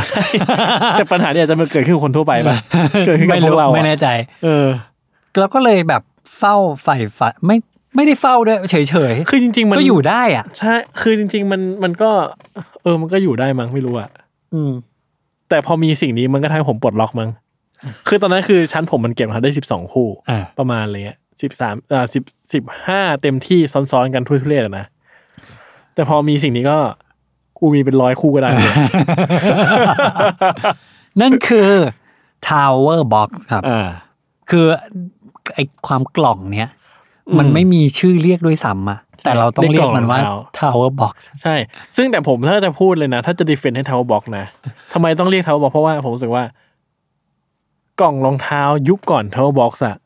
Speaker 3: แต่ ปัญหาเนี่ยอาจจะมันเกิดขึ้นกับคนทั่วไปป่ะ เกิดขึ้นกับ
Speaker 2: ไม่
Speaker 3: พว
Speaker 2: รู้
Speaker 3: กเรา
Speaker 2: ไม่
Speaker 3: อะ
Speaker 2: แน่ใจ
Speaker 3: เออ
Speaker 2: เราก็เลยแบบเฝ้าใฝ่ฝันไม่ไม่ได้เฝ้าด้วยเฉย
Speaker 3: คือจริง ๆ มัน
Speaker 2: ๆก็อยู่ได้อ่ะ
Speaker 3: ใช่คือจริง ๆ มันมันก็ เออมันก็อยู่ได้มั้งไม่รู้อะ
Speaker 2: อืม
Speaker 3: แต่พอมีสิ่งนี้มันก็ทำให้ผมปลดล็อกมั้งคือตอนนั้นคือชั้นผมมันเก็บรองเท้าได้สิบสองคู่
Speaker 2: อ่า
Speaker 3: ประมาณอะไรเงี้ยสิบสามอ่าสิบสิบห้าเต็มที่ซ้อนๆกันทั่วทุเรศอะนะแต่พอมีสิ่งนี้ก็กูมีเป็นร้อยคู่ ก็ได้เลย
Speaker 2: นั่นคือ Tower Box ครับ
Speaker 3: อ่า
Speaker 2: คือไอความกล่องเนี้ย
Speaker 3: อืม
Speaker 2: มันไม่มีชื่อเรียกด้วยซ้ำอะแต่เราต้อง
Speaker 3: เรี
Speaker 2: เรี
Speaker 3: ย
Speaker 2: ย
Speaker 3: ก
Speaker 2: ก
Speaker 3: กล่อง
Speaker 2: มันว่า
Speaker 3: รองเท้า
Speaker 2: Tower Box
Speaker 3: ใช่ ซึ่งแต่ผมถ้าจะพูดเลยนะ ถ้าจะดีเฟนต์ให้เทาบอกนะทำไมต้องเรียกเทาบอกเพราะว่าผมรู้สึกว่า กล่องรองเท้ายุคก่อนเทาบอกอะ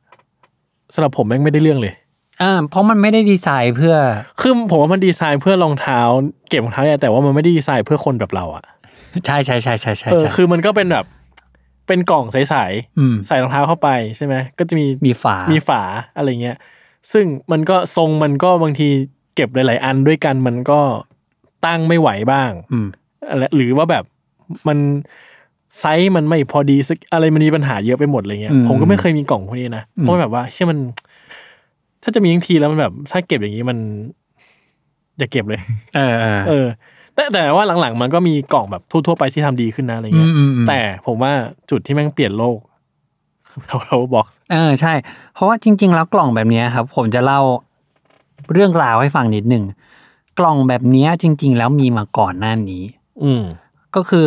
Speaker 3: สำหรับผมแม่งไม่ได้เรื่องเลย
Speaker 2: อ่าเพราะมันไม่ได้ดีไซน์เพื่อ
Speaker 3: คือผมว่ามันดีไซน์เพื่อรองเท้า เก็บรองเท้าเนี่ยแต่ว่ามันไม่ได้ดีไซน์เพื่อคนแบบเราอะ
Speaker 2: ใช่ใช่ใช่ใช่ใช่
Speaker 3: เออ
Speaker 2: ใช่
Speaker 3: คือมันก็เป็นแบบ เป็นกล่องใส
Speaker 2: อืม
Speaker 3: ๆใส่รองเท้าเข้าไปใช่ไหมก็จะมี
Speaker 2: มีฝา
Speaker 3: มี
Speaker 2: มี
Speaker 3: ฝาอะไรเงี้ย ซึ่งมันก็ทรงมันก็บางทีเก็บหลาย ๆ อันด้วยกันมันก็ตั้งไม่ไหวบ้าง
Speaker 2: อืม
Speaker 3: อะไรหรือว่าแบบมันไซส์มันไม่พอดีสักอะไรมันมีปัญหาเยอะไปหมดอะไรเงี้ย
Speaker 2: อืม
Speaker 3: ผมก็ไม่เคยมีกล่องพวกนี้นะ
Speaker 2: อืม
Speaker 3: เพราะว่าแบบว่าเชื่อมัน ถ้าจะมีทั้งทีแล้วมันแบบ ถ้าเก็บอย่างนี้มัน อย่าเก็บเลย
Speaker 2: เออเออ
Speaker 3: เออ แต่แต่ว่าหลังๆ มันก็มีกล่องแบบทั่วๆไปที่ทำดีขึ้นนะอะไร
Speaker 2: อื
Speaker 3: เงี้
Speaker 2: ม
Speaker 3: ย
Speaker 2: อืมอืม
Speaker 3: แต่ผมว่าจุดที่แม่งเปลี่ยนโลก คือเราเราบอก
Speaker 2: เออใช่ เพราะว่าจริง ๆ แล้วกล่องแบบเนี้ยครับ ผมจะเล่าเรื่องราวให้ฟังนิดหนึ่งกล่องแบบเนี้ยจริง ๆ แล้วมีมาก่อนหน้านี้
Speaker 3: อืม
Speaker 2: ก็คือ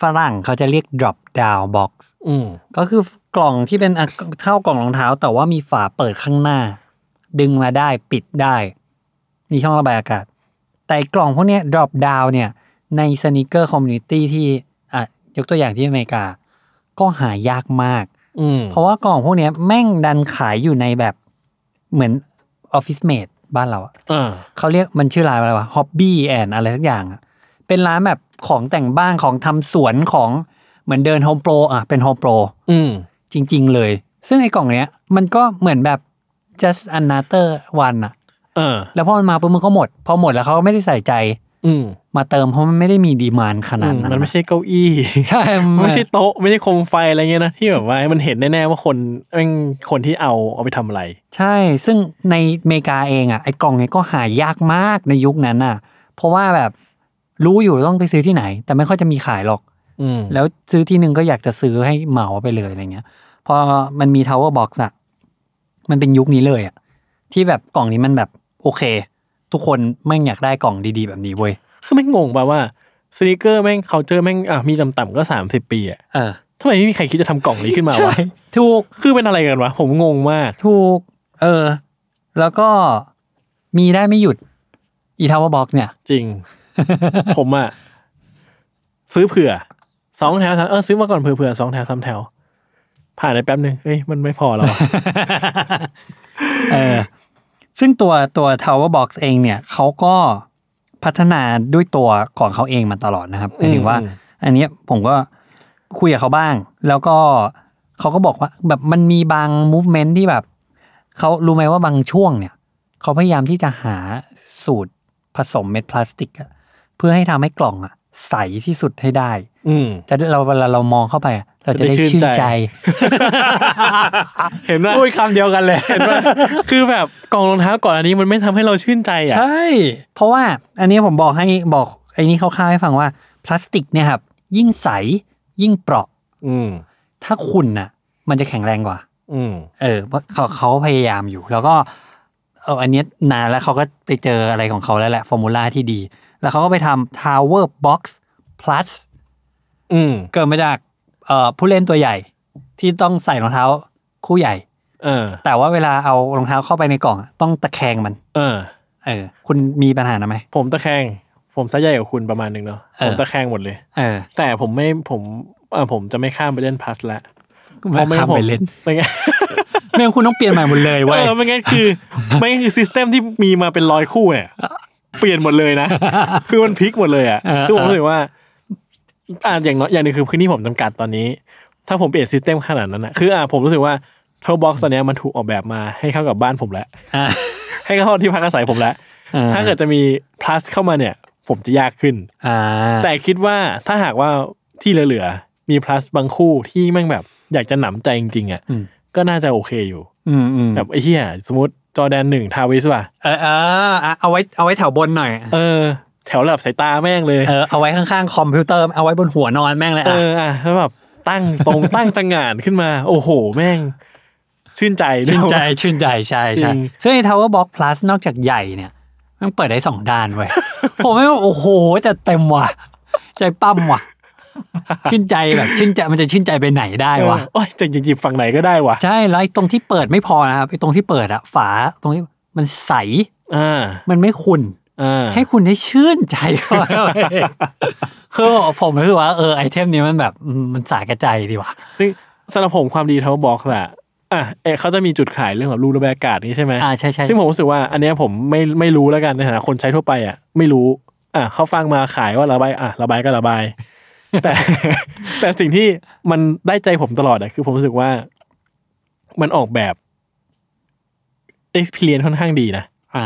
Speaker 2: ฝรั่งเขาจะเรียก drop down box
Speaker 3: อืม
Speaker 2: ก็คือกล่องที่เป็นอ่ะเท่ากล่องรองเท้า แต่ว่ามีฝาเปิดข้างหน้า ดึงมาได้ปิดได้ มีช่องระบายอากาศ แต่กล่องพวกเนี้ย drop down เนี่ย ในสน e เกอร์คอมมูนิตี้ที่อ่ะยกตัวอย่างที่อเมริกา ก็หายากมาก
Speaker 3: อืม
Speaker 2: เพราะว่ากล่องพวกเนี้ยแม่งดันขายอยู่ในแบบเหมือนออฟฟิศเมดบ้านเราอะ
Speaker 3: อ่า
Speaker 2: เขาเรียกมันชื่อร้านอะไรวะฮ็อบบี้แอนอะไรสักอย่างอะเป็นร้านแบบของแต่งบ้านของทำสวนของเหมือนเดินโฮมโปรอะเป็นโฮมโปร
Speaker 3: อืม
Speaker 2: จริง ๆ เลย ซึ่งไอ้กล่องเนี้ยมันก็เหมือนแบบ just another one อะ
Speaker 3: เออ
Speaker 2: แล้วพอมันมาปุ๊บมันก็หมด พอหมดแล้วเขาก็ไม่ได้ใส่ใจ
Speaker 3: อืม
Speaker 2: มาเติมเพราะมันไม่ได้มีดีมานขนาดนั้น
Speaker 3: มันไม่ใช่เก้าอี้
Speaker 2: ใช่น
Speaker 3: ไม่ใช่โต๊ะไม่ใช่โคมไฟอะไรเงี้ยนะที่แบบว่าให้มันเห็นแน่ๆว่าคนแม่งคนที่เอาเอาไปทำอะไร
Speaker 2: ใช่ ซึ่งในอเมริกาเองอ่ะไอ้กล่องเนี่ยก็หายากมากในยุคนั้นอ่ะ เพราะว่าแบบรู้อยู่ต้องไปซื้อที่ไหน แต่ไม่ค่อยจะมีขายหรอก
Speaker 3: อืม
Speaker 2: แล้วซื้อที่หนึ่งก็อยากจะซื้อให้เหมาไปเลยอะไรเงี้ย พอมันมี Tower Box อะมันเป็นยุคนี้เลยอะที่แบบกล่องนี้มันแบบโอเค ทุกคนไม่งอยากได้กล่องดีๆ แบบนี้เว้ย
Speaker 3: คือแม่งงงป่ะว่าสนิเกอร์แม่งเคาเจอแม่งอ่ะมีต่ำๆก็สามสิบปีอ่ะ
Speaker 2: เออ
Speaker 3: ทำไมไม่มีใครคิดจะทำกล่องนี้ขึ้นมา
Speaker 2: ใช่
Speaker 3: วะ
Speaker 2: ถูก
Speaker 3: คือเป็นอะไรกันวะ ผมงงมาก
Speaker 2: ถูก เออ แล้วก็มีได้ไม่หยุด อีทาวบ็อกเนี่ย
Speaker 3: จ ริง ผมอะซื้อเผื่อสองแถวสามเออซื้อมาก่อนเผื่อๆสองแถวสามแถว ผ่านไปแป๊บหนึ่งเอ้ยมันไม่พอแล้วอะ
Speaker 2: เออ ซึ่งตัวตัว Tower Box เองเนี่ยเขาก็พัฒนาด้วยตัวของเขาเองมาตลอดนะครับ หมายถึงว่า
Speaker 3: อืม
Speaker 2: อันเนี้ยผมก็คุยกับเขาบ้าง แล้วก็เขาก็บอกว่า แบบมันมีบาง movement ที่แบบเขารู้ไหมว่าบางช่วงเนี่ยเขาพยายามที่จะหาสูตรผสมเม็ดพลาสติกอะเพื่อให้ทำให้กล่องอะใสที่สุดให้ได้
Speaker 3: อืม
Speaker 2: จะได้เราเวลาเรามองเข้าไปอะเราจะได้
Speaker 3: จะได้ชื่
Speaker 2: ชื่
Speaker 3: น
Speaker 2: น
Speaker 3: ใจ
Speaker 2: ใจ
Speaker 3: เห็นว่า
Speaker 1: พูดคำเดียวกันเลย
Speaker 3: คือแบบกล่องรองเท้าก่อนอันนี้มันไม่ทำให้เราชื่นใจอ่ะ
Speaker 2: ใช่ เพราะว่าอันนี้ผมบอกให้บอกไอ้นี่คร่าวๆให้ฟังว่า พลาสติกเนี่ยครับ ยิ่งใสยิ่งเปราะ
Speaker 3: อืม
Speaker 2: ถ้าคุณน่ะ มันจะแข็งแรงกว่า
Speaker 3: อืม
Speaker 2: เออเพราะเขาเขาพยายามอยู่ แล้วก็เอออันเนี้ยนานแล้วเขาก็ไปเจออะไรของเขาแล้วแหละฟอร์มูลาที่ดี แล้วเขาก็ไปทำ Tower Box Plus
Speaker 3: อืม
Speaker 2: เกิดมาจากเอ่อผู้เล่นตัวใหญ่ ที่ต้องใส่รองเท้าคู่ใหญ่
Speaker 3: เออ
Speaker 2: แต่ว่าเวลาเอารองเท้าเข้าไปในกล่องอะต้องตะแคงมัน
Speaker 3: เออ
Speaker 2: เออ คุณมีปัญหานะไหม
Speaker 3: ผมตะแคง ผมไซส์ใหญ่กว่าคุณประมาณหนึ่งเนาะ
Speaker 2: เออ
Speaker 3: ผมตะแคงหมดเลย
Speaker 2: เออ
Speaker 3: แต่ผมไม่ผมเออผมจะไม่ข้ามไปเล่นพลัสละเพราะไม่
Speaker 2: ข้าม
Speaker 3: ผม
Speaker 2: ไปเล่น
Speaker 3: ไม่งั้น
Speaker 2: ไม่งั้นคุณต้องเปลี่ยนใหม่หมดเลยเว้ย
Speaker 3: เออไม่งั้นคือ ไม่งั้นคือซิสเต็มที่มีมาเป็นร้อยคู่เนี่ยเปลี่ยนหมดเลยนะ คือมันพลิกหมดเลยอ่ะ
Speaker 2: เออ
Speaker 3: คือผมรู้สึกว่าอ่าอย่างน้อยอย่างหนึงคือพื้นที่ผมจำกัดตอนนี้ ถ้าผมเปลี่ยนซิสเต็มขนาดนั้นนะคืออ่าผมรู้สึกว่าเทอร์บ็อกซ์ตอนเนี้ยมันถูกออกแบบมาให้เข้ากับบ้านผมแล้ว
Speaker 2: อ่ะ
Speaker 3: ให้เข้าที่พักอาศัยผมแล้ว ถ้าเกิดจะมีพลัสเข้ามาเนี่ย ผมจะยากขึ้น
Speaker 2: อ่า
Speaker 3: แต่คิดว่าถ้าหากว่าที่เหลือๆมีพลัสบางคู่ที่แม่งแบบอยากจะหนำใจจริงๆอ่ะก็น่าจะโอเคอยู่
Speaker 2: อืมอืม
Speaker 3: แบบไอ้เหี้ยสมมติจอแดนหนึ่งทาวิสป่ะ
Speaker 2: เออเอออ่ะเอาไว้เอาไว้แถวบนหน่อย
Speaker 3: เออ แถวระดับสายตาแม่งเลย
Speaker 2: เออเอาไว้ข้างๆคอมพิวเตอร์เอาไว้บนหัวนอนแม่งเลย
Speaker 3: เอ
Speaker 2: อ่ะ
Speaker 3: ออ่ะแล้วแบบตั้งต รง ตั้งตังงานขึ้นมา โอ้โห แม่ง ชื่นใจเนอะ
Speaker 2: ชื่นใจชื่นใจใช่ใช่
Speaker 3: จริง
Speaker 2: ซึ่งไอ้ Tower Box Plus นอกจากใหญ่เนี่ย มันเปิดได้สองด้านเว้ย ผมไม่ว่าโอ้โหจะเต็มว่ะ ใจปั้มว่ะ ชื่นใจแบบชื่นใจมันจะชื่นใจไปไหนได้วะ
Speaker 3: เออโอ้ยจะหยิบฝั่งไหนก็ได้วะ
Speaker 2: ใช่แล้วไอ้ตรงที่เปิดไม่พอนะครับไอ้ตรงที่เปิดอะฝาตรงนี้มันใส
Speaker 3: อ่า
Speaker 2: มันไม่ขุ่น
Speaker 3: อ่า
Speaker 2: ให้คุณได้ชื่นใจเขาไป คือผมรู้สึกว่าเออไอเทมนี้มันแบบอืมมันสาแก่ใจดีว่ะ
Speaker 3: ซึ่งสำหรับผมความดีเท่าบ็อกซ์อะอ่ะเอะเขาจะมีจุดขายเรื่องแบบรูระบายอากาศนี้ใช่ไหม
Speaker 2: อ่าใช่ใช่
Speaker 3: ซึ่งผมรู้สึกว่า อันเนี้ยผมไม่ไม่รู้แล้วกันในฐานะคนใช้ทั่วไปอ่ะไม่รู้ อ่ะเขาฟังมาขายว่าระบายอ่ะระบายก็ระบาย แต่ แต่สิ่งที่มันได้ใจผมตลอดอะคือผมรู้สึกว่ามันออกแบบ experience ค่อนข้างดีนะ
Speaker 2: อ่า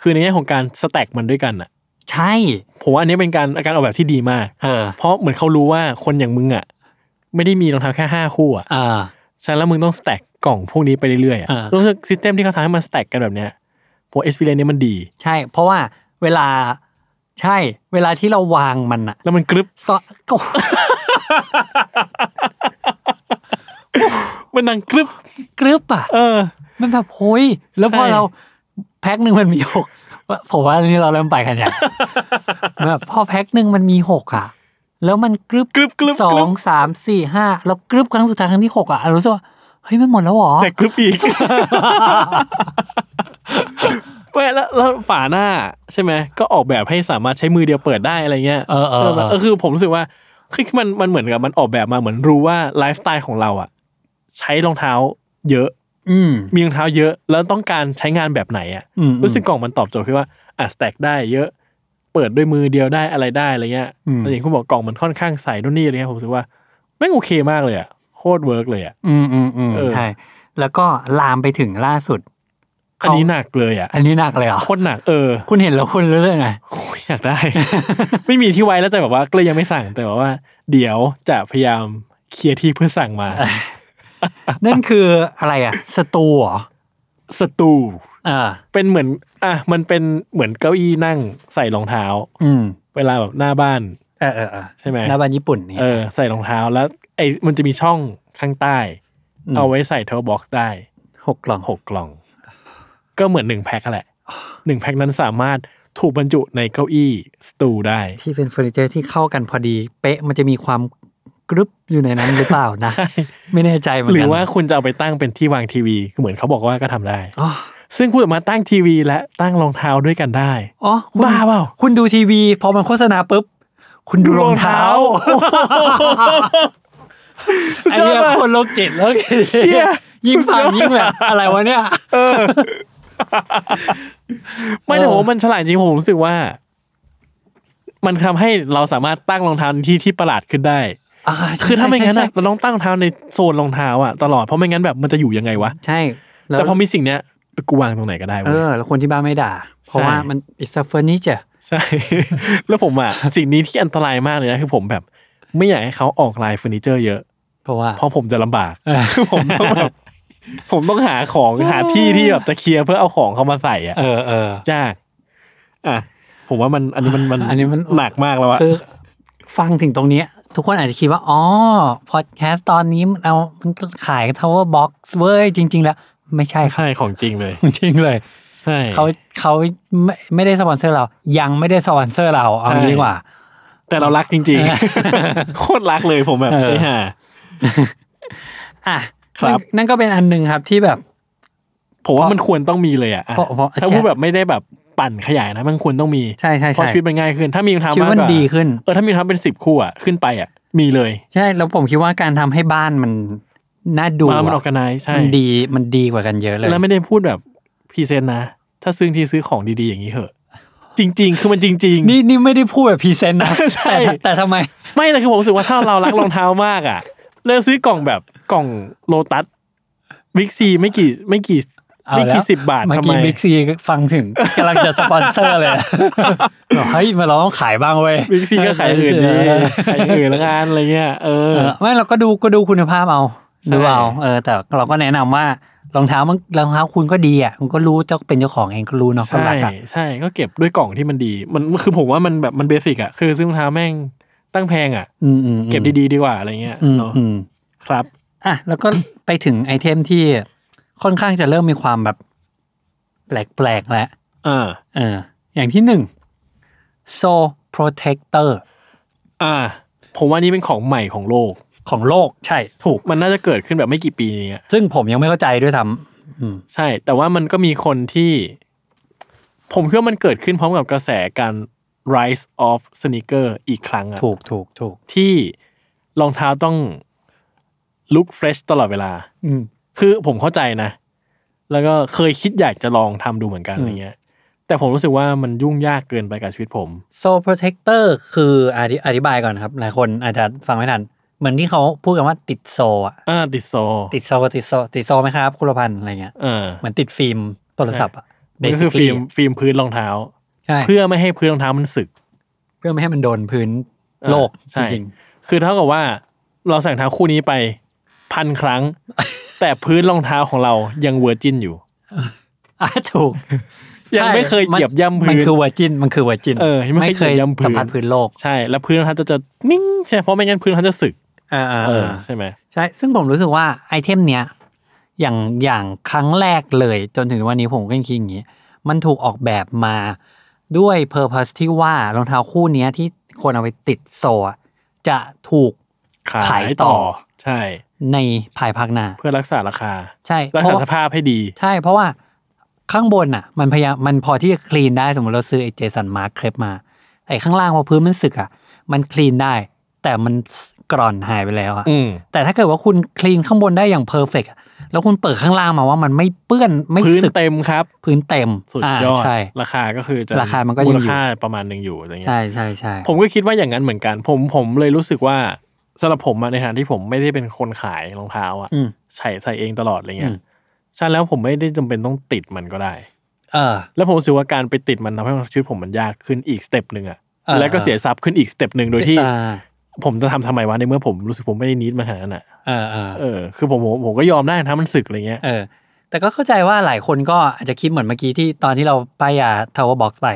Speaker 3: คือในแง่ของการสแต็กมันด้วยกันอะ
Speaker 2: ใช่
Speaker 3: ผมว่าอันนี้เป็นการการออกแบบที่ดีมาก
Speaker 2: เออ
Speaker 3: เพราะเหมือนเขารู้ว่าคนอย่างมึงอะไม่ได้มีรองเท้าแค่ห้าคู่อะ
Speaker 2: เออ
Speaker 3: ฉะนั้นแล้วมึงต้องสแต็กกล่องพวกนี้ไปเรื่อยๆอะ
Speaker 2: เออ
Speaker 3: รู้สึกซิสเต็มที่เขาทำให้มันสแต็กกันแบบเนี้ยผมเอ็กซ์เพรียนี้มันดี
Speaker 2: ใช่ เพราะว่าเวลาใช่ เวลาที่เราวางมันอะ
Speaker 3: แล้วมันกรึบ
Speaker 2: ซอก็
Speaker 3: มันดังกรึบ
Speaker 2: กรึบอะ
Speaker 3: เออ
Speaker 2: มันแบบโอ้ยแล้วพอ
Speaker 3: ใช่
Speaker 2: เราแพ็คหนึ่งมันมีหกว่าผมว่าอันนี้เราเริ่มไปกันอย่าง แบบพอแพ็คหนึ่งมันมีหกอะแล้วมันกรึบ
Speaker 3: กรึบกรึบ
Speaker 2: สอก
Speaker 3: รึ
Speaker 2: ง
Speaker 3: บ
Speaker 2: สามสี่ห้าแล้วกรึบครั้งสุดท้ายครั้งที่หกอ่ะรู้สึกว่าเฮ้ยมันหมดแล้วเหรอ
Speaker 3: แต่กรึบอีก เว้ยแล้วแล้วฝาหน้าใช่ไหมก็ออกแบบให้สามารถใช้มือเดียวเปิดได้อะไรเงี้ย
Speaker 2: เออเออเออ
Speaker 3: เออคือผมรู้สึกว่าคือมันมันเหมือนกับมันออกแบบมาเหมือนรู้ว่าไลฟ์สไตล์ของเราอ่ะ ใช้รองเท้าเยอะ
Speaker 2: อืม
Speaker 3: มีรองเท้าเยอะ แล้วต้องการใช้งานแบบไหนอ่ะ
Speaker 2: อืม
Speaker 3: รู้สึกกล่องมันตอบโจทย์คือว่าอ่ะสแต็กได้เยอะเปิดด้วยมือเดียวได้อะไรได้อะไรเงี้ย
Speaker 2: อืม
Speaker 3: แต่อย่างคุณบอกกล่องมันค่อนข้างใสนู่นนี่อะไรเงี้ยผมรู้สึกว่าแม่งโอเคมากเลยอ่ะโคตรเวิร์กเลยอ่ะ
Speaker 2: อืมอืมอืม
Speaker 3: เออ
Speaker 2: ใช่แล้วก็ลามไปถึงล่าสุด
Speaker 3: อันนี้หนักเลยอ่ะ
Speaker 2: อันนี้หนักเลยเหรอ
Speaker 3: โคตรหนักเออ
Speaker 2: คุณเห็นแล้วคุณรู้เรื่องไง
Speaker 3: โอ้ยอยาก ได้ ไม่มีที่ไว้แล้วแต่แบบว่าก็เลยยังไม่สั่งแต่แบบว่า เดี๋ยวจะพยายามเคลียร์ที่เพื่อสั่ง มา
Speaker 2: นั่นคืออะไรอ่ะสตูเหรอ
Speaker 3: สตู
Speaker 2: เออ
Speaker 3: เป็นเหมือน อ่ะมันเป็นเหมือนเก้าอี้นั่งใส่รองเท้า
Speaker 2: อืม
Speaker 3: เวลาแบบหน้าบ้าน
Speaker 2: เ ออเออเออ
Speaker 3: ใช่ไหม
Speaker 2: หน้าบ้านญี่ปุ่นนี่
Speaker 3: เออใส่รองเท้าแล้วไอ้มันจะมีช่องข้างใต้ เอาไว้ใส่เทอร์บ็อกซ์ได้
Speaker 2: หกกล่อง
Speaker 3: หกกล่อง ก็เหมือนหนึ่งแพ็คแหละหนึ่งแพ็คนั้นสามารถถูกบรรจุในเก้าอี้สตูได้
Speaker 2: ที่เป็นเฟอร์นิเจอร์ที่เข้ากันพอดี เป๊ะมันจะมีความกรึบอยู่ในนั้นหรือเปล่านะ ไม่แน่ใจเหมือน
Speaker 3: หรื
Speaker 2: กั
Speaker 3: อว่าคุณจะเอาไปตั้งเป็นที่วางทีวีเหมือนเขาบอกว่าก็ทำได้
Speaker 2: อ๋อ
Speaker 3: ซึ่งคุณสามารถตั้งทีวีและตั้งรองเท้าด้วยกันได้
Speaker 2: อ๋อคุณ
Speaker 3: บ้าเปล่า
Speaker 2: คุณดูทีวี พอมันโฆษณาปุ๊บ คุณดูรองเท้า
Speaker 3: สุด
Speaker 2: ไอ้
Speaker 3: ยอ
Speaker 2: เนี้
Speaker 3: ด
Speaker 2: ย
Speaker 3: มาก
Speaker 2: คนโรคจิตแล้วยิ่งฟังยิ่งแบบอะไรวะเนี่ย
Speaker 3: ไม่แต่ผมว่ามันฉลาดจริงผมรู้สึกว่า มันทำให้เราสามารถตั้งรองเท้าในที่ที่ประหลาดขึ้นได้
Speaker 2: ใช่
Speaker 3: คือถ้าไม่งั้นอะ
Speaker 2: ใช่
Speaker 3: เราต้องตั้งรองเท้าในโซนรองเท้าอะตลอดเพราะไม่งั้นแบบมันจะอยู่ยังไงวะ
Speaker 2: ใช่ล้ว
Speaker 3: แต่พอมีสิ่งเนี้ยกูวางตรงไหนก็ได้
Speaker 2: เอ
Speaker 3: เว้ย
Speaker 2: อ แล้วคนที่บ้านไม่ด่า เพราะ
Speaker 3: ใช่
Speaker 2: ว่ามันอิสเฟอร์นิเจอร์
Speaker 3: ใช่ แล้วผมอะ สิ่งนี้ที่อันตรายมากเลยนะคือผมแบบ ไม่อยากให้เขาออกลายเฟอร์นิเจอร์เยอะ
Speaker 2: เพราะว่า
Speaker 3: เพราะผมจะลำบาก ผมต้องแบบ ผมต้องหาของหาที่ที่แบบจะเคลียร์เพื่อเอาของเขามาใส่อะ
Speaker 2: เออเออ
Speaker 3: ยากอ่ะผมว่ามันอันนี้มันมัน
Speaker 2: อันนี้มัน
Speaker 3: หนักมากแล้วอะ
Speaker 2: คือฟังถึงตรงเนี้ย ทุกคนอาจจะคิดว่า อ๋อ พอดแคสต์ตอนนี้มันเอามันขาย Tower Box เว้ย จริง ๆ แล้ว ไม่ใช่ครับ
Speaker 3: ใช่ของ จริงเลย
Speaker 2: จริงเลย
Speaker 3: ใช่
Speaker 2: เขาเขาไม่ไม่ได้สปอนเซอร์เรา ยังไม่ได้สปอนเซอร์เรา เอางี้ดีกว่า
Speaker 3: แต่เรารักจริง ๆ โคตรรักเลยผมแบบ
Speaker 2: เออ
Speaker 3: ไอ้ห่า
Speaker 2: อ่ะ
Speaker 3: ครับ
Speaker 2: นั่นนั่นก็เป็นอันหนึ่งครับที่แบบ
Speaker 3: ผมว่ามันควรต้องมีเลยอ่ะอ่ะ
Speaker 2: เพราะเพราะ
Speaker 3: ถ้าพูดแบบไม่ได้แบบปั่นขยายนะ มันควรต้องมี
Speaker 2: ใช่ใช่
Speaker 3: เพ
Speaker 2: ใช่
Speaker 3: ราะชีวิตมันง่ายขึ้น ถ้ามีรองเท้า
Speaker 2: ชีวิต
Speaker 3: มาก
Speaker 2: มัน
Speaker 3: กว่า
Speaker 2: ดีขึ้น
Speaker 3: เออถ้ามีรองเท้าเป็นสิบคู่อ่ะขึ้นไปอ่ะมีเลย
Speaker 2: ใช่ แล้วผมคิดว่าการทำให้บ้านมันน่าดู
Speaker 3: มามันอ
Speaker 2: อะ
Speaker 3: อกกันไนใช่
Speaker 2: มันดีมันดีกว่ากันเยอะเลย
Speaker 3: แล้วไม่ได้พูดแบบพรีเซนต์นะ ถ้าซื้อที่ซื้อของดีๆอย่างนี้เหอะ จริง ๆ คือมันจริง ๆ
Speaker 2: นี่นี่ไม่ได้พูดแบบพรีเซนต์นะ
Speaker 3: ใช่
Speaker 2: แต่แต่ทำไม
Speaker 3: ไม่แต่คือผมรู้สึกว่าถ้าเรารักรองเท้ามากอ่ะเลิกซื้อกล่องแบบกล่องโลตัสบิ๊กซีไม่กี่ไม่กี่
Speaker 2: เอาแล้ว
Speaker 3: ไม่กี่สิบบาท
Speaker 2: เมื่อ
Speaker 3: ทำไม
Speaker 2: กี้บิ๊กซีฟังถึงกำลังจะสปอนเซอร์เลยบ อกเฮ้ยมาเราต้องขายบ้างเว้ย
Speaker 3: บิ๊กซีก็ขายอื่นดี
Speaker 2: เออ
Speaker 3: ขายอื่นละกันอะไรเงี้ยเอ
Speaker 2: เอ
Speaker 3: อ
Speaker 2: อไม่เราก็ดูก็ดูคุณภาพเอา
Speaker 3: ใช่
Speaker 2: ดูเอาเออ แต่เราก็แนะนำว่ารองเท้ามันรองเท้าคุณก็ดีอ่ะคุณก็รู้เจ้าเป็นเจ้าของเองก็รู้เนาะก็
Speaker 3: ใช่
Speaker 2: รักอะ
Speaker 3: ใช่ก็เก็บด้วยกล่องที่มันดี มันคือผมว่ามันแบบมันเบสิกอะคือซื้อรองเท้าแม่งตั้งแพงอะ
Speaker 2: อืมอืมอืม
Speaker 3: เก็บดีๆดีกว่าอะไรเงี้ย
Speaker 2: อืม
Speaker 3: เนาะ
Speaker 2: อืม
Speaker 3: ครับ
Speaker 2: อ่ะแล้วก็ ไปถึงไอเทมที่ค่อนข้างจะเริ่มมีความแบบแปลกๆแล้ว
Speaker 3: อ่า
Speaker 2: เอออย่างที่หนึ่ง Soul Protector
Speaker 3: อ่า ผมว่านี่เป็นของใหม่ของโลก
Speaker 2: ของโลกใช่ถูก
Speaker 3: มันน่าจะเกิดขึ้นแบบไม่กี่ปีนี้อะ
Speaker 2: ซึ่งผมยังไม่เข้าใจด้วยทำอืม
Speaker 3: ใช่ แต่ว่ามันก็มีคนที่ ผมคิดว่ามันเกิดขึ้นพร้อมกับกระแสการ rise of sneaker อีกครั้งอะ
Speaker 2: ถูกถูกถูก
Speaker 3: ที่รองเท้าต้อง look fresh ตลอดเวลา
Speaker 2: อืม
Speaker 3: คือผมเข้าใจนะ แล้วก็เคยคิดอยากจะลองทำดูเหมือนกัน
Speaker 2: อืม
Speaker 3: อะไรเงี้ย แต่ผมรู้สึกว่ามันยุ่งยากเกินไปกับชีวิตผม
Speaker 2: Soul Protector คืออธิอธิบายก่อนครับ หลายคนอาจจะฟังไม่ทัน เหมือนที่เขาพูดกันว่าติดโซลอะ
Speaker 3: อ่าติดโซ
Speaker 2: ติดโซลติดโซลติดโซลไหมครับ คุณพันธ์อะไรเงี้ย
Speaker 3: เออ
Speaker 2: เหมือนติดฟิล์มโทรศัพท์อะ
Speaker 3: มันก็คือฟิล์มฟิล์มพื้นรองเท้า
Speaker 2: ใช่
Speaker 3: เพื่อไม่ให้พื้นรองเท้ามันสึก
Speaker 2: เพื่อไม่ให้มันโดนพื้น
Speaker 3: เออ
Speaker 2: โลก
Speaker 3: ใช่
Speaker 2: จริง
Speaker 3: คือเท่ากับว่าเราใส่รองเท้าคู่นี้ไปพันค รั้ง แต่พื้นรองเท้าของเรายังเวอร์จินอยู่
Speaker 2: ๆอ่ะถูก
Speaker 3: ยังไม่เคยเหยียบย่ำ
Speaker 2: มั
Speaker 3: พื้
Speaker 2: น
Speaker 3: น
Speaker 2: คือวอร์จินมันคือวอร์จิน
Speaker 3: เออยังไม่เคยเหยียบย่ำพื้น
Speaker 2: สัมผัสพื้นโลก
Speaker 3: ใช่ แล้วพื้นรองเท้าจะจะนิ่งใช่เพราะไม่งั้นพื้นรองเท้าจะสึก
Speaker 2: อ่า
Speaker 3: เออ
Speaker 2: ๆๆ
Speaker 3: ใช่ไหม
Speaker 2: ใช่ ซึ่งผมรู้สึกว่าไอเทมเนี้ยอย่างอย่างครั้งแรกเลยจนถึงวันนี้ผมก็ยังคิดอย่างนี้ มันถูกออกแบบมาด้วยเพอร์ s สที่ว่ารองเท้าคู่เนี้ยที่คนเอาไปติดโซอะจะถูก ขายต่อ
Speaker 3: ใช่
Speaker 2: ในภายภาคหน้า
Speaker 3: เพื่อรักษาราคา
Speaker 2: ใช่
Speaker 3: รัก
Speaker 2: เพ
Speaker 3: ษา
Speaker 2: ราะ
Speaker 3: สภาพให้ดี
Speaker 2: ใช่เพราะว่าข้างบนอ่ะ มันพยายามมันพอที่จะคลีนได้สมมติเราซื้อไอเจสันมาร์คเครปมาไอข้างล่างพอพื้นมันสึกอ่ะ มันคลีนได้ แต่มันกร่อนหายไปแล้วอ่ะ
Speaker 3: อืม
Speaker 2: แต่ถ้าเกิดว่าคุณคลีนข้างบนได้อย่างเพอร์เฟกแล้วคุณเปิดข้างล่างมาว่ามันไม่เปื้อนไม่
Speaker 3: พื้น
Speaker 2: สึก
Speaker 3: เต็มครับ
Speaker 2: พื้นเต็ม
Speaker 3: สุดยอด
Speaker 2: าใช่
Speaker 3: ราคาก็คือจะ
Speaker 2: ราคามันก็ยังอยู่
Speaker 3: มูลค่าประมาณหนึ่งอยู่อะไรเงี้
Speaker 2: ใช่
Speaker 3: ย
Speaker 2: ใช่ใช่
Speaker 3: ผมก็คิดว่าอย่างนั้นเหมือนกัน ผมผมเลยรู้สึกว่าสำหรับผมอะในฐานะที่ผมไม่ได้เป็นคนขายรองเท้าอะ
Speaker 2: อืม
Speaker 3: ใส่ใส่เองตลอดอะไร
Speaker 2: อื
Speaker 3: เงี้ย
Speaker 2: ม
Speaker 3: ใช่แล้วผมไม่ได้จำเป็นต้องติดมันก็ได้
Speaker 2: เออ
Speaker 3: แล้วผมรู้สึกว่าการไปติดมันทำให้ชีวิตผมมันยากขึ้นอีกสเต็ปหนึ่งอะ
Speaker 2: เออ
Speaker 3: แล้วก็เสียทรัพย์ขึ้นอีกสเต็ปหนึ่งโดยที่
Speaker 2: อ่า
Speaker 3: ผมจะทำทำไมวะในเมื่อผมรู้สึกผมไม่ได้นิดมาขนาดนั้นอะ
Speaker 2: เออเออ
Speaker 3: เออคือผมผมผมก็ยอมได้ถ้ามันสึกอะไรเงี้ย
Speaker 2: เออ แต่ก็เข้าใจว่าหลายคนก็อาจจะคิดเหมือนเมื่อกี้ที่ตอนที่เราไปอ่าทาวเวอร์บ็อกซ์ไป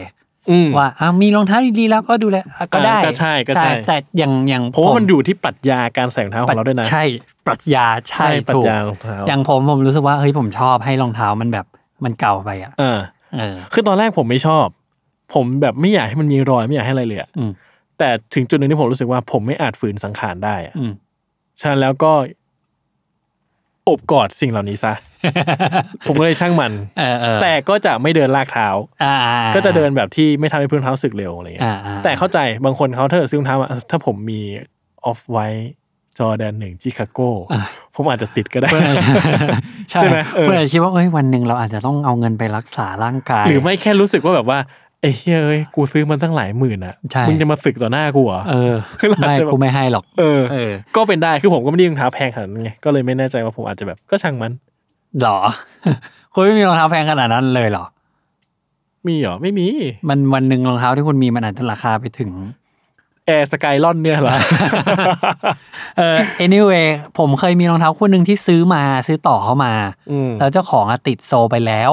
Speaker 3: อืม
Speaker 2: ว่าอ่ะมีรองเท้าดีๆแล้วก็ดูแลอ่ะก็ได้
Speaker 3: อ่าก็ใช่ก็ใช่
Speaker 2: แต่อย่างอย่าง
Speaker 3: เพราะว่ามัน
Speaker 2: ผ
Speaker 3: อยู่ที่ปรัชญาการใส่รองเท้าของเราด้วยนะ
Speaker 2: ใช่ปรัชญาใช่
Speaker 3: ปรั
Speaker 2: ถู
Speaker 3: ช
Speaker 2: ก
Speaker 3: ญารองเท้า
Speaker 2: อย่างผมผมรู้สึกว่าเฮ้ยผมชอบให้รองเท้ามันแบบมันเก่าไปอ่ะ
Speaker 3: เออ
Speaker 2: เออ
Speaker 3: คือตอนแรกผมไม่ชอบ ผมแบบไม่อยากให้มันมีรอยไม่อยากให้อะไรเลยอะ
Speaker 2: อืม
Speaker 3: แต่ถึงจุดหนึ่งที่ผมรู้สึกว่าผมไม่อาจฝืนสังขารได้อะ
Speaker 2: อืม
Speaker 3: ฉะนั้นแล้วก็ อบกอดสิ่งเหล่านี้ซะ ผมก็เลยช่างมัน
Speaker 2: เอ อเออ
Speaker 3: แต่ก็จะไม่เดินลากเท้า
Speaker 2: อ่า
Speaker 3: ก็จะเดินแบบที่ไม่ทำให้พื้นเท้าสึกเร็วอะไรเงี้
Speaker 2: อ่าย อ่า
Speaker 3: แต่เข้าใจบางคนเขาถ้าเกิดซื้อรองเท้ามาถ้าผมมีออฟไว้จอแดนหนึ่งจิคาโก้ผมอาจจะติดก็ได้
Speaker 2: เพื่อน
Speaker 3: ใช่ไหมเออ
Speaker 2: เพื่อนคิดว่าเอ้ยวันหนึ่งเราอาจจะต้องเอาเงินไปรักษาร่างกาย
Speaker 3: หรือไม่แค่รู้สึกว่าแบบว่าไอ้เฮ้ยเอ้ยกูซื้อมันตั้งหลายหมื่นอ่ะ
Speaker 2: ใช่
Speaker 3: มึงจะมาสึกต่อหน้ากูเหรอ
Speaker 2: เออ
Speaker 3: คือเรา
Speaker 2: ไม่
Speaker 3: จะแบบ
Speaker 2: กูไม่ให้หรอก
Speaker 3: เออ
Speaker 2: เออ
Speaker 3: ก็เป็นได้คือผมก็ไม่ได้รองเท้าแพงขนาดนั้นไงก็เลยไม่แน่ใจว่าผมอาจจะแบบก็ช่างมัน
Speaker 2: หรอ คุณไม่มีรองเท้าแพงขนาดนั้นเลยเหรอ
Speaker 3: มีเหรอไม่มี
Speaker 2: มันวันหนึ่งรองเท้าที่คุณมีมันอาจจะราคาไปถึง
Speaker 3: แอร์สกายลอนเนี่ยเห รอ
Speaker 2: เออ anyway ผมเคยมีรองเท้าคู่หนึ่งที่ซื้อมาซื้อต่อเข้ามา
Speaker 3: อืม
Speaker 2: แล้วเจ้าของอะติดโซไปแล้ว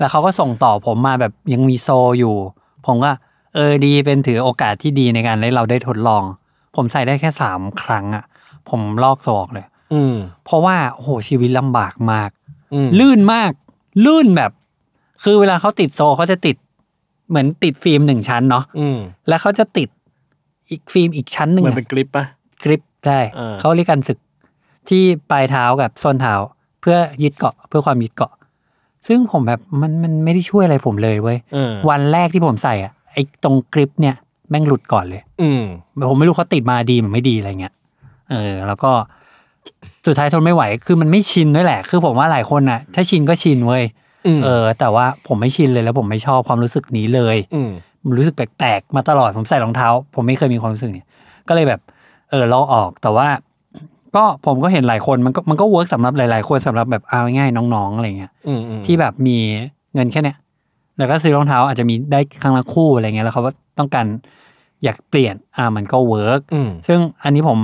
Speaker 2: แล้วเขาก็ส่งต่อผมมาแบบยังมีโซอยู่ ผมก็เออดีเป็นถือโอกาสที่ดีในการได้เราได้ทดลอง ผมใส่ได้แค่สามครั้งอะผมลอกโซออกเลย
Speaker 3: อืม
Speaker 2: เพราะว่าโอ้โหชีวิตลำบากมาก
Speaker 3: อืม
Speaker 2: ลื่นมาก ลื่นแบบ คือเวลาเขาติดโซเขาจะติด เหมือนติดฟิล์มหนึ่งชั้นเนาะ
Speaker 3: อืม
Speaker 2: แล้วเขาจะติดอีกฟิล์มอีกชั้นหนึ่ง
Speaker 3: มัน
Speaker 2: อะ
Speaker 3: เป็นกริปปะ
Speaker 2: กริปได้
Speaker 3: เออ
Speaker 2: เขาเรียกกันศึก ที่ปลายเท้ากับส้นเท้า เพื่อยึดเกาะเพื่อความยึดเกาะ ซึ่งผมแบบมันมันไม่ได้ช่วยอะไรผมเลยเว้ย
Speaker 3: เออ
Speaker 2: วันแรกที่ผมใส่อะไอ้ตรงกริปเนี่ย แม่งหลุดก่อนเลย
Speaker 3: อืม
Speaker 2: ผมไม่รู้เขาติดมาดีหรือไม่ดีอะไรเงี้ย เออ แล้วก็สุดท้ายทนไม่ไหว คือมันไม่ชินด้วยแหละ คือผมว่าหลายคนอ่ะ ถ้าชินก็ชินเว้ย
Speaker 3: อืม
Speaker 2: เออ แต่ว่าผมไม่ชินเลยแล้วผมไม่ชอบความรู้สึกนี้เลย
Speaker 3: อืม
Speaker 2: รู้สึกแปลกๆมาตลอดผมใส่รองเท้า ผมไม่เคยมีความรู้สึกเนี่ยก็เลยแบบ เออลอกออกแต่ว่า ก็ผมก็เห็นหลายคนมันก็มันก็เวิร์กสำหรับหลาย ๆ คนสำหรับแบบเอาง่ายๆน้องๆอะไรเงี้ย
Speaker 3: อืมอืม
Speaker 2: ที่แบบมีเงินแค่เนี้ยแล้วก็ซื้อรองเท้าอาจจะมีได้ครั้งละคู่อะไรเงี้ยแล้วเขาก็ต้องการอยากเปลี่ยนอ่ามันก็เวิร์ก
Speaker 3: อืม
Speaker 2: ซึ่งอันนี้ผม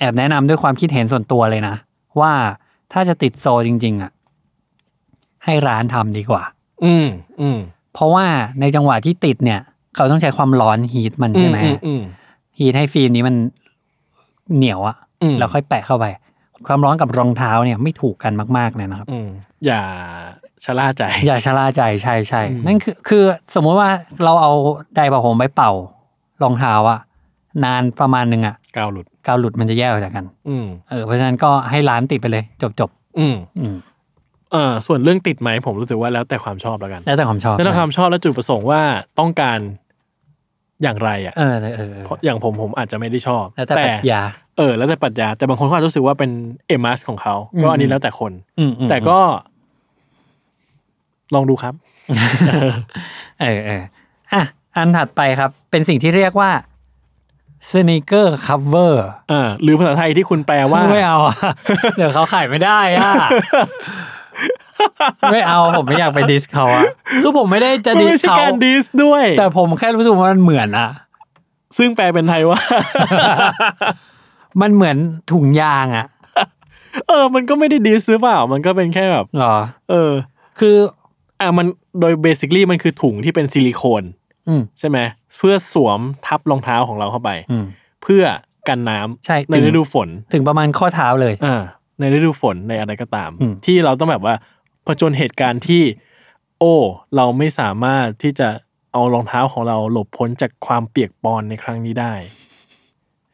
Speaker 2: แอบแนะนำด้วยความคิดเห็นส่วนตัวเลยนะ ว่าถ้าจะติดโซจริง ๆอ่ะให้ร้านทำดีกว่า
Speaker 3: อืมอืม
Speaker 2: เพราะว่าในจังหวะที่ติดเนี่ย เขาต้องใช้ความร้อนฮีทมันใช่ไหม
Speaker 3: อือืม
Speaker 2: ฮีทให้ฟิล์มนี้มันเหนียวอะ
Speaker 3: อืม
Speaker 2: แล้วค่อยแปะเข้าไป ความร้อนกับรองเท้าเนี่ยไม่ถูกกันมากๆเลยนะครับ
Speaker 3: อืมอย่าชะล่าใจ
Speaker 2: อย่าชะล่าใจใช่ใช่
Speaker 3: อืม
Speaker 2: นั่นคือคือสมมุติว่าเราเอาไดร์เป่าผมไปเป่า รองเท้าอะนานประมาณหนึ่งอะ
Speaker 3: ก้าวหลุด
Speaker 2: กาวหลุดมันจะแยกออกจากกัน
Speaker 3: อืม
Speaker 2: เออเพราะฉะนั้นก็ให้ร้านติดไปเลย จบจบ
Speaker 3: อืม
Speaker 2: ๆอืม
Speaker 3: เอ่อส่วนเรื่องติดไหมผมรู้สึกว่าแล้วแต่ความชอบแล้วกัน
Speaker 2: แล้วแต่ความชอบ
Speaker 3: นั่นแหละความชอบและจุดประสงค์ว่าต้องการอย่างไรอ่ะ
Speaker 2: เออเออเออเออ
Speaker 3: เพราะอย่างผมผมอาจจะไม่ได้ชอบ
Speaker 2: แล้วแต่ปรัชญา
Speaker 3: เออ แล้วแต่ปรัชญาแต่บางคนเขาอาจจะรู้สึกว่าเป็นเอมัสของเขา
Speaker 2: อืม
Speaker 3: ก็อันนี้แล้วแต่คน
Speaker 2: อืมอืม
Speaker 3: แต่ก็ ลองดูครับ
Speaker 2: เออเอออ่ะอันถัดไปครับ เป็นสิ่งที่เรียกว่าสเนคเกอร์คัฟเวอร์
Speaker 3: เออหรือภาษาไทยที่คุณแปลว่า
Speaker 2: ไม่เอาอะ เดี๋ยวเขาขายไม่ได้อะ ไม่เอาผมไม่อยากไปดิสเขาอะคือผมไม่ได้จะ
Speaker 3: มัน
Speaker 2: ดิส
Speaker 3: ไม่ใช่
Speaker 2: เขา
Speaker 3: การดิสด้วย
Speaker 2: แต่ผมแค่รู้สึกว่ามันเหมือนอะ
Speaker 3: ซึ่งแปลเป็นไทยว่า
Speaker 2: มันเหมือนถุงยางอะ
Speaker 3: เออ มันก็ไม่ได้ดิสหรือเปล่า มันก็เป็นแค่แบบ
Speaker 2: หรอ
Speaker 3: เออ
Speaker 2: คือ
Speaker 3: อ่ะมันโดยเบสิค a l ีมันคือถุงที่เป็นซิลิโคน
Speaker 2: อืม
Speaker 3: ใช่ไหมเพื่อสวมทับรองเท้าของเราเข้าไป
Speaker 2: อืม
Speaker 3: เพื่อกันน้ำ
Speaker 2: ใช่
Speaker 3: ใน
Speaker 2: ถึง
Speaker 3: ฤดูฝน
Speaker 2: ถึงประมาณข้อเท้าเลย
Speaker 3: อ่าในฤดูฝนในอะไรก็ตาม
Speaker 2: อืม
Speaker 3: ที่เราต้องแบบว่าผจญเหตุการณ์ที่ โอ้ เราไม่สามารถที่จะเอารองเท้าของเราหลบพ้นจากความเปียกปอนในครั้งนี้ได้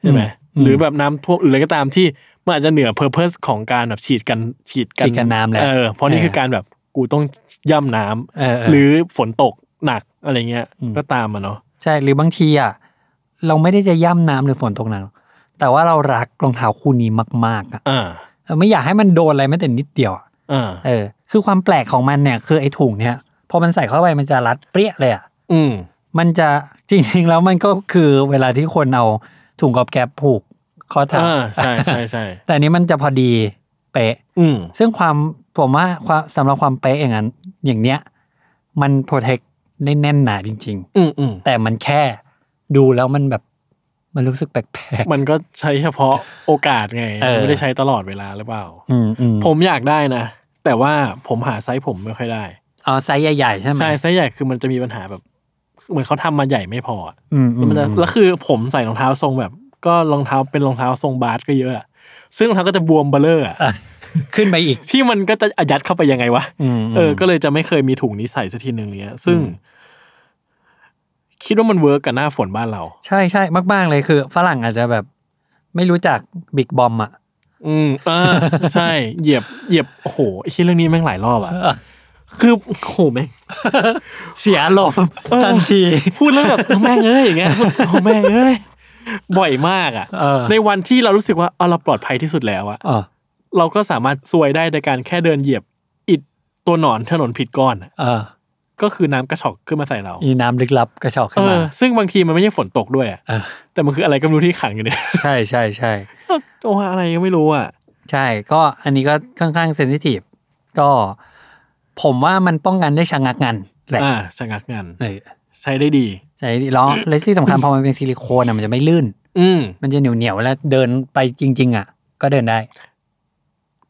Speaker 3: ใช่ไหมหรือแบบน้ำท่วมหรืออะไรก็ตามที่มันอาจจะเหนือเพอร์เพสของการแบบฉีดกันฉีดกั
Speaker 2: ฉีดกันน้ำแล้ว
Speaker 3: เออเพราะนี่คือการแบบกูต้องย่ำน้ำ
Speaker 2: เออเออ
Speaker 3: หรือฝนตกหนักอะไรเงี้ย
Speaker 2: อืม
Speaker 3: ก็ตามมาเนาะ
Speaker 2: ใช่หรือบางทีอะเราไม่ได้จะย่ำน้ำหรือฝนตกหนักแต่ว่าเรารักรองเท้าคู่นี้มากๆอะ
Speaker 3: อ่า
Speaker 2: เออไม่อยากให้มันโดนอะไรแม้แต่นิดเดียวอะ
Speaker 3: อ่า
Speaker 2: เออ คือความแปลกของมันเนี่ย คือไอ้ถุงเนี่ยพอมันใส่เข้าไปมันจะรัดเปรี้ยเลยอะ
Speaker 3: อืม
Speaker 2: มันจะจริงๆแล้วมันก็คือเวลาที่คนเอาถุงกอบแกบผูกข้อเท้า
Speaker 3: อ่าใช่ใช่ใช่
Speaker 2: แต่อันนี้มันจะพอดีเป๊ะ
Speaker 3: อืม
Speaker 2: ซึ่งความผมว่าความสำหรับความเป๊ะอย่างนั้น อย่างเนี้ย มันโปรเทคได้แน่นหนาจริง
Speaker 3: อืมอืม
Speaker 2: ๆ แต่มันแค่ดูแล้วมันแบบ มันรู้สึกแปลก
Speaker 3: มันก็ใช้เฉพาะโอกาสไง
Speaker 2: เออ
Speaker 3: ไม่ได้ใช้ตลอดเวลาหรือเปล่า
Speaker 2: ๆอืมอืม
Speaker 3: ผมอยากได้นะ แต่ว่าผมหาไซส์ผมไม่ค่อยได้
Speaker 2: อ๋อไซส์ใหญ่ ๆ ใช่ไหม
Speaker 3: ใช่ไซส์ใหญ่คือมันจะมีปัญหาแบบ เหมือนเขาทำมาใหญ่ไม่พออะ
Speaker 2: อืมอื
Speaker 3: แล้ว
Speaker 2: ม
Speaker 3: มันจะ
Speaker 2: อืม
Speaker 3: แล้วคือผมใส่รองเท้าทรงแบบ ก็รองเท้าเป็นรองเท้าทรงบาสก็เยอะอะซึ่งรองเท้าก็จะบวมเบลเลอร์อะ
Speaker 2: ขึ้นไปอีก
Speaker 3: ที่มันก็จะอายัดเข้าไปยังไงวะ
Speaker 2: อืม
Speaker 3: เออ ก็เลยจะไม่เคยมีถุงนี้ใส่สักทีหนึ่งเนี้ย ซึ่ง คิดว่ามันเวิร์กกับหน้าฝนบ้านเรา
Speaker 2: ใช่ใช่มากๆเลยคือ ฝรั่งอาจจะแบบ ไม่รู้จักบิ๊กบอมอ่ะ
Speaker 3: อืมเออ ใช่ เหยียบ เหยียบ โอ้โหไอ้เหี้ยเรื่องนี้แม่งหลายรอบอะ
Speaker 2: เออ
Speaker 3: คือโอ้โหแม่ง
Speaker 2: เสียอารมณ์ทันที
Speaker 3: พูดแล้วแบบ แม่งเอ้ยอย่างเงี้ยโอ้โหแม่งเอ้ย บ่อยมากอะ
Speaker 2: เออ
Speaker 3: ในวันที่เรารู้สึกว่าเอาเราปลอดภัยที่สุดแล้วอะ
Speaker 2: อ๋อ
Speaker 3: เราก็สามารถซวยได้ในการแค่เดินเหยียบ อิดตัวหนอนถนนผิดก้อนอะ
Speaker 2: เออ
Speaker 3: ก็คือน้ำกระชอกขึ้นมาใส่เรา
Speaker 2: อีน้ำลึกลับกระชอก
Speaker 3: เอ
Speaker 2: ขึ้นมา
Speaker 3: อซึ่งบางทีมันไม่ใช่ฝนตกด้วยอะ
Speaker 2: เออ
Speaker 3: แต่มันคืออะไรก็ไม่รู้ที่ขังอยู่เนี่ย
Speaker 2: ใช่ใช่ใช่
Speaker 3: โอ้อะไรยังไม่รู้อ่ะ
Speaker 2: ใช่ ก็อันนี้ก็ค่อนข้างเซนซิทีฟ ก็ผมว่ามันป้องกันได้ชะงักงันแหละ
Speaker 3: อ่าชะงักงาน
Speaker 2: เออ
Speaker 3: ใช้ได้ดี
Speaker 2: ใช่แล้วและที่สำคัญ พอมันเป็นซิลิโคนอะมันจะไม่ลื่น
Speaker 3: อืม
Speaker 2: มันจะเหนียวเหนียวๆแล้วเดินไปจริง ๆ อ่ะ ก็เดินได้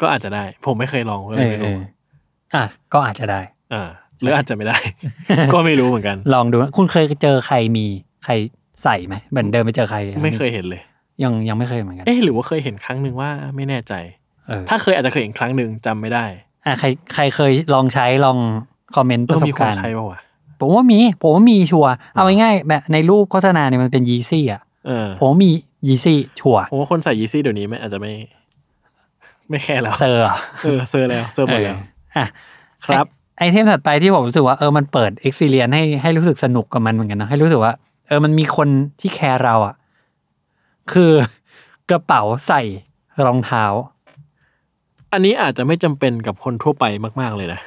Speaker 3: ก็อาจจะได้ ผมไม่เคยลองก็
Speaker 2: เอ
Speaker 3: เลย
Speaker 2: อ
Speaker 3: ไม่
Speaker 2: เอ
Speaker 3: รู้
Speaker 2: ออ่ะ ก็อาจจะได้
Speaker 3: อ่าหรืออาจจะไม่ได้ ก็ไม่รู้เห มือนกัน
Speaker 2: ลองดูนะคุณเคยเจอใครมีใครใส่ไหมเหมือนเดินไปเจอใครแล้ว
Speaker 3: ไม่เคยเห็นเลย
Speaker 2: ยังยังไม่เคยเหมือนกัน
Speaker 3: เอ๊ะหรือว่าเคยเห็นครั้งหนึ่งว่าไม่แน่ใจ
Speaker 2: เออ
Speaker 3: ถ้าเคยอาจจะเคยเห็นครั้งหนึ่งจำไม่ได้
Speaker 2: อ่ะใครใครเคยลองใช้ลองคอมเมนต์ป
Speaker 3: ต้อ
Speaker 2: ระ
Speaker 3: ง
Speaker 2: ส
Speaker 3: มี
Speaker 2: บ
Speaker 3: ค
Speaker 2: กาน รณ์
Speaker 3: ใช้ป่าวะ
Speaker 2: ผมว่ามี ผมว่ามีชัวร์เอาง่ายๆแบบในรูปโฆษณาเนี่ยมันเป็นยีซี่อ่ะ
Speaker 3: เออ
Speaker 2: ผมมียีซี่ชัวร์
Speaker 3: ผมว่าคนใส่ยีซี่เดี๋ยวนี้ไม่อาจจะไม่ ไม่แค ร์แล้ว
Speaker 2: เซอร์
Speaker 3: เออเซอร์แล้วเซอร์หมดแล้ว
Speaker 2: อ่ะ
Speaker 3: ครับ
Speaker 2: ไอไอเทมถัดไปที่ผมรู้สึกว่าเออมันเปิด experience ให้ให้รู้สึกสนุกกับมันเหมือนกันเนอะให้รู้สึกว่า เออมันมีคนที่แคร์เราอ่ะ คือกระเป๋าใส่รองเท้า
Speaker 3: อันนี้อาจจะไม่จำเป็นกับคนทั่วไปมากๆเลยนะ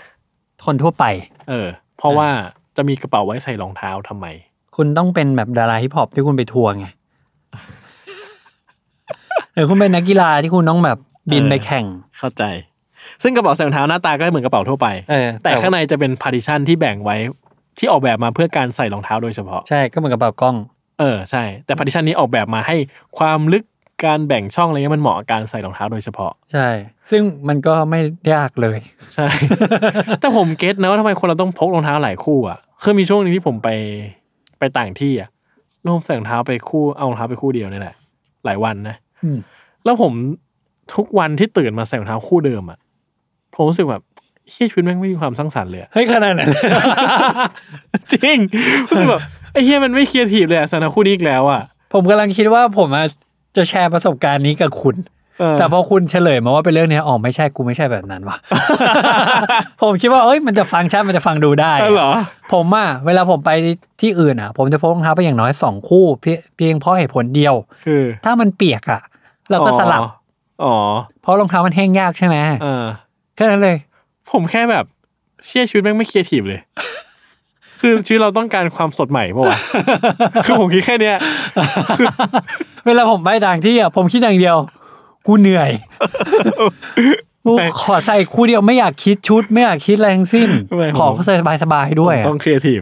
Speaker 2: คนทั่วไป
Speaker 3: เออ เพราะว่าจะมีกระเป๋าไว้ใส่รองเท้าทำไม
Speaker 2: คุณต้องเป็นแบบดาราฮิปฮอปที่คุณไปทัวร์ไงหรือคุณเป็นนักกีฬาที่คุณต้องแบบบินไปแข่ง
Speaker 3: เข้าใจ ซึ่งกระเป๋าใส่รองเท้าหน้าตาก็เหมือนกระเป๋าทั่วไป
Speaker 2: เออ
Speaker 3: แต่ข้างในจะเป็นพาร์ติชันที่แบ่งไว้ที่ออกแบบมาเพื่อการใส่รองเท้าโดยเฉพาะ
Speaker 2: ใช่ก็เหมือนกระเป๋ากล้อง
Speaker 3: เออใช่ แต่พาร์ติชันนี้ออกแบบมาให้ความลึกการแบ่งช่องอะไรเงี้ยมันเหมาะกับการใส่รองเท้าโดยเฉพาะ
Speaker 2: ใช่ ซึ่งมันก็ไม่ยากเลย
Speaker 3: ใช่ แต่ผมเก็ตนะว่าทำไมคนเราต้องพกรองเท้าหลายคู่อ่ะคือมีช่วงหนึงที่ผมไปไปต่างที่อ่ะแล้วผมใส่รองเท้าไปคู่เอารองเท้าไปคู่เดียวนี่แหละ หลายวันนะ
Speaker 2: อืม
Speaker 3: แล้วผมทุกวันที่ตื่นมาใส่รองเท้าคู่เดิมอ่ะผมรู้สึกแบบเฮียชีวิตแม่งไม่มีความสร้างสรรค์เลยอะ
Speaker 2: เฮ้ยขนาดนั้น
Speaker 3: จริงรู้สึกแบบไอ้เฮียมันไม่ครีเอทีฟเลยอะสนาคู่นี้อีกแล้วอะ
Speaker 2: ผมกำลังคิดว่าผมอะจะแชร์ประสบการณ์นี้กับคุณ
Speaker 3: เออ
Speaker 2: แต่พอคุณเฉลยมาว่าเป็นเรื่องเนี้ยอ๋อไม่ใช่กูไม่ใช่แบบนั้น วะ ผมคิดว่าเอ้ยมันจะฟังชัดมันจะฟังดูได้
Speaker 3: เออเหรอ
Speaker 2: ผมอะเวลาผมไปที่อื่นอะผมจะพกรองเท้าไปอย่างน้อยสองคู่เพียเพียงเพราะเหตุผลเดียว
Speaker 3: คือ
Speaker 2: ถ้ามันเปียกอะเราก็สลับ
Speaker 3: อ๋อ
Speaker 2: เพราะรองเท้ามันแห้งยากใช่ไหม
Speaker 3: เออ
Speaker 2: แค่นั้นเลย
Speaker 3: ผมแค่แบบ เชี่ยชีวิตแม่งไม่ครีเอทีฟเลย คือชีวิตเราต้องการความสดใหม่ปะ วะ คือผมคิดแค่เนี้ย
Speaker 2: เวลาผมไปต่างที่อะผมคิดอย่างเดียว กูเหนื่อย กูขอใส่คู่เดียวไม่อยากคิดชุด ไม่อยากคิดอะไรทั้งสิ้น ขอใส่สบายๆด้วยอะ
Speaker 3: ต้องครีเอทีฟ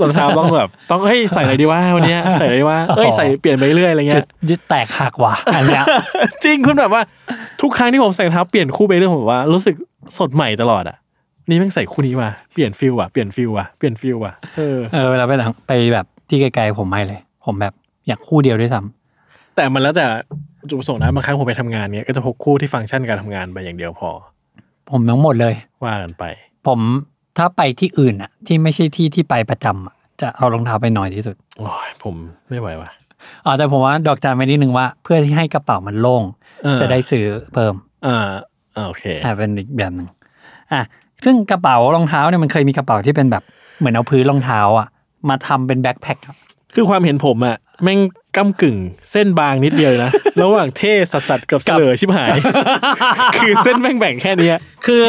Speaker 3: รองเท้าต้องแบบ ต้องเฮ้ยใส่อะไรดีวะวันเนี้ยใส่อะไรดีวะเอ้ยใส่เปลี่ยนไปเรื่อยอะไร
Speaker 2: จุ
Speaker 3: เงี้
Speaker 2: ด
Speaker 3: ย
Speaker 2: ยึดแตกหักว่ะอันเนี้ย
Speaker 3: จริงคุณแบบว่าทุกครั้งที่ผมใส่รองเท้าเปลี่ยนคู่ไปเรื่องผมแบบว่ารู้สึกสดใหม่ตลอดอ่ะวันนี่แม่งใส่คู่นี้ว่ะเปลี่ยนฟิลว่ะเปลี่ยนฟิลว่ะเปลี่ยนฟิลว่ะเออ
Speaker 2: เออเวลาไปหลังไปแบบที่ไกลๆผมไม่เลย ผมแบบอยากคู่เดียวด้วยซ้
Speaker 3: แต่มันแล้วแต่จุดประสงค์นะบางครั้งผมไปทำงานเนี้ยก็จะพกคู่ที่ฟังก์ชันการทำงานไปอย่างเดียวพอ
Speaker 2: ำผมทั้งหมดเลย
Speaker 3: ว่ากันไป
Speaker 2: ผมถ้าไปที่อื่นอะที่ไม่ใช่ที่ที่ไปประจำอะจะเอารองเท้าไปหน่อยที่สุด
Speaker 3: โอ้ยผมไม่ไหวว่ะ
Speaker 2: อ๋อแต่ผมว่าดอกจันไว้นิดนึงว่า เพื่อที่ให้กระเป๋ามันโล่ง
Speaker 3: เออ
Speaker 2: จะได้ซื้อเพิ่ม
Speaker 3: อ่าอ่าโอเค
Speaker 2: อ่าเป็นอีกแบบหนึ่งอ่ะซึ่งกระเป๋ารองเท้าเนี่ยมันเคยมีกระเป๋าที่เป็นแบบเหมือนเอาพื้นรองเท้าอะมาทำเป็นแบ็คแพ็ค อะ
Speaker 3: คือความเห็นผมอ่ะแม่งก้ากึ่งเส้นบางนิดเดียวนะ ระหว่างเท่สัสสัสกับเสลอชิบหาย คือเส้นแม่งแบ่งแค่เนี้ย
Speaker 2: คือ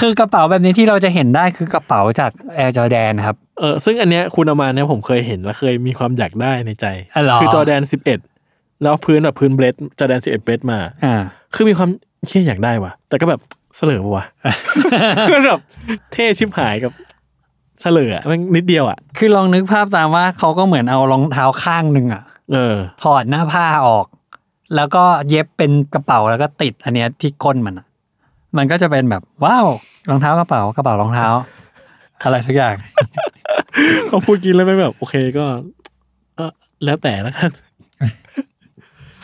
Speaker 2: คือกระเป๋าแบบนี้ที่เราจะเห็นได้คือกระเป๋าจากแอร์จอแดนครับ
Speaker 3: เออซึ่งอันเนี้ยคุณเอามาเนี่ยผมเคยเห็นและเคยมีความอยากได้ในใจ
Speaker 2: อ๋อเหรอ
Speaker 3: คือจอแดนสิบเอ็ดแล้วพื้นแบบพื้นเบลดจอแดนสิบเอ็ดเบลดมา
Speaker 2: อ่า
Speaker 3: คือมีความเชี่ยอยากได้ว่ะ แต่ก็แบบเสลอ ปะวะ คือแบบเท่ชิบหายกับเสลออะมันนิดเดียวอ่ะ
Speaker 2: คือลองนึกภาพตามว่าเขาก็เหมือนเอารองเท้าข้างหนึ่งอะ
Speaker 3: เออ
Speaker 2: ถอดหน้าผ้าออก แล้วก็เย็บเป็นกระเป๋าแล้วก็ติดอันเนี้ยที่ก้นมันอะมันก็จะเป็นแบบว้าวรองเท้ากระเป๋ากระเป๋ารองเท้า อะไรทุกอย่าง
Speaker 3: พอพูดกินแล้วไม่แบบ โอเคก็ เออแล้วแต่ละกัน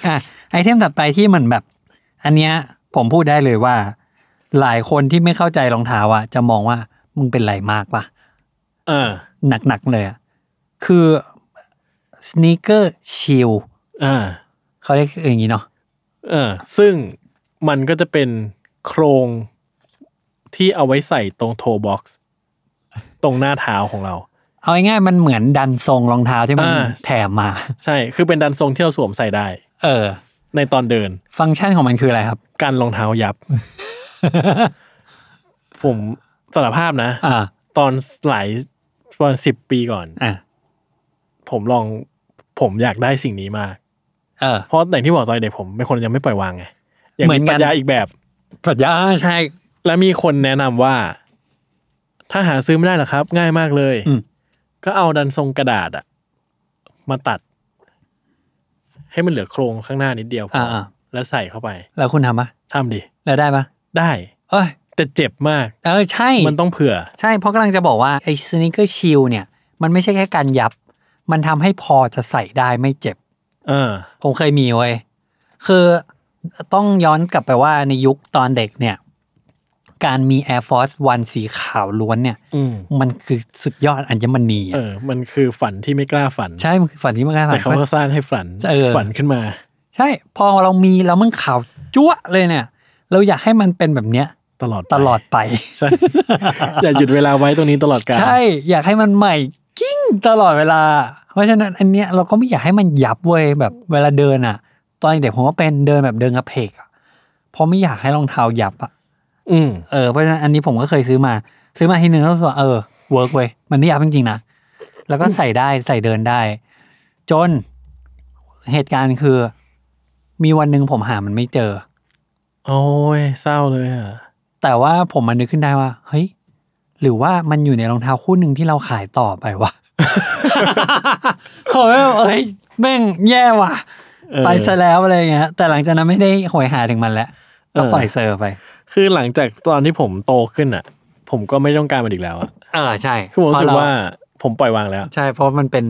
Speaker 2: อ่ะไอเทมถัดไปที่มันแบบ อันเนี้ยผมพูดได้เลยว่า หลายคนที่ไม่เข้าใจรองเท้าอ่ะ จะมองว่ามึงเป็นไรมากปะ
Speaker 3: เออ
Speaker 2: หนักๆเลยอ่ะคือสเนคเกอร์ชิล
Speaker 3: อ่า
Speaker 2: เขาเรียกอย่างนี้เนาะ
Speaker 3: เออซึ่งมันก็จะเป็นโครงที่เอาไว้ใส่ตรงโทบ็อกซ์ตรงหน้าเท้าของเรา
Speaker 2: เอาง่ายๆมันเหมือนดันทรงรองเท้าที่มัน
Speaker 3: อ่า
Speaker 2: แถมมา
Speaker 3: ใช่ คือเป็นดันทรงที่เราสวมใส่ได้
Speaker 2: เออ
Speaker 3: ในตอนเดิน
Speaker 2: ฟังก์ชันของมันคืออะไรครับ
Speaker 3: กันรองเท้ายับ ผมสารภาพนะ
Speaker 2: อ่า
Speaker 3: ตอนหลายตอนสิบปีก่อน
Speaker 2: อ่ะ
Speaker 3: ผมลองผมอยากได้สิ่งนี้มาก
Speaker 2: เออ
Speaker 3: เพราะอย่างที่บอกตอนเด็กผมเป็นคนยังไม่ปล่อยวางไงอยาก
Speaker 2: เหมื
Speaker 3: มี
Speaker 2: อนกัน
Speaker 3: ปัญญาอีกแบบ
Speaker 2: ปรัชญาใช่
Speaker 3: และมีคนแนะนำว่า ถ้าหาซื้อไม่ได้หรอกครับ ง่ายมากเลย
Speaker 2: อืม
Speaker 3: ก็เอาดันทรงกระดาษอะมาตัด ให้มันเหลือโครงข้างหน้านิดเดียวพอ
Speaker 2: อ่า
Speaker 3: อแล้วใส่เข้าไป
Speaker 2: แล้วคุณทำปะ
Speaker 3: ทำดิ
Speaker 2: แล้วได้ปะ
Speaker 3: ได้
Speaker 2: เอ้ย
Speaker 3: แต่เจ็บมาก
Speaker 2: เออใช่
Speaker 3: มันต้องเผื่อ
Speaker 2: ใช่ เพราะกำลังจะบอกว่าไอ้สนิเกอร์ชิลเนี่ย มันไม่ใช่แค่การยับ มันทำให้พอจะใส่ได้ไม่เจ็บ
Speaker 3: เออ
Speaker 2: ผมเคยมีเว้ย คือต้องย้อนกลับไปว่าในยุคตอนเด็กเนี่ย การมี Air Force 1 สีขาวล้วนเนี่ย
Speaker 3: อืม
Speaker 2: มันคือสุดยอดอัญมณี
Speaker 3: เอ
Speaker 2: อะ
Speaker 3: อ มันคือฝันที่ไม่กล้าฝัน
Speaker 2: ใช่ มันคือฝันที่มันกล้าฝั
Speaker 3: แต่
Speaker 2: น
Speaker 3: เขาก็สร้างให้ฝัน
Speaker 2: เออ
Speaker 3: ฝันขึ้นมา
Speaker 2: ใช่ พอเรามีแล้วมันขาวจั๊วะเลยเนี่ย เราอยากให้มันเป็นแบบเนี้ย
Speaker 3: ตลอดไป
Speaker 2: ตลอดไป
Speaker 3: ใช่ อย่าหยุดเวลาไว้ตรงนี้ตลอดกาล
Speaker 2: ใช่ อยากให้มันใหม่กิ้งตลอดเวลา เพราะฉะนั้นอันเนี้ยเราก็ไม่อยากให้มันยับเว้ยแบบเวลาเดินอ่ะ ตอนเด็กผมก็เป็นเดินแบบเดินกระเพกอะเพราะไม่อยากให้รองเท้ายับอ่ะ
Speaker 3: อืม
Speaker 2: เออเพราะฉะนั้นอันนี้ผมก็เคยซื้อมา ซื้อมาทีนึงแล้วรู้สึกว่าเออเวิร์กเว้ยมันไม่ยับจริงๆนะแล้วก็ใส่ได้ ใส่เดินได้ จนเหตุการณ์คือ มีวันหนึ่งผมหามันไม่เจอ
Speaker 3: โอ้ยเศร้าเลยอ่ะ
Speaker 2: แต่ว่าผมมานึกขึ้นได้ว่า เฮ้ย หรือว่ามันอยู่ในรองเท้าคู่หนึ่งที่เราขายต่อไปวะ โอ้ยเอ้ยแม่งแย่ว่ะ
Speaker 3: เออ
Speaker 2: ไปซะแล้วอะไรเงี้ยแต่หลังจากนั้นไม่ได้หวยหาถึงมันแล้วก็ปล่อยเซอร์ไป
Speaker 3: คือหลังจากตอนที่ผมโตขึ้นอ่ะ ผมก็ไม่ต้องการมันอีกแล้วอ่ะ
Speaker 2: เออใช่
Speaker 3: คือผมรู้สึ
Speaker 2: เพ
Speaker 3: ก
Speaker 2: ระเ
Speaker 3: ว่าผมปล่อยวางแล้ว
Speaker 2: ใช่เพราะมันเป็น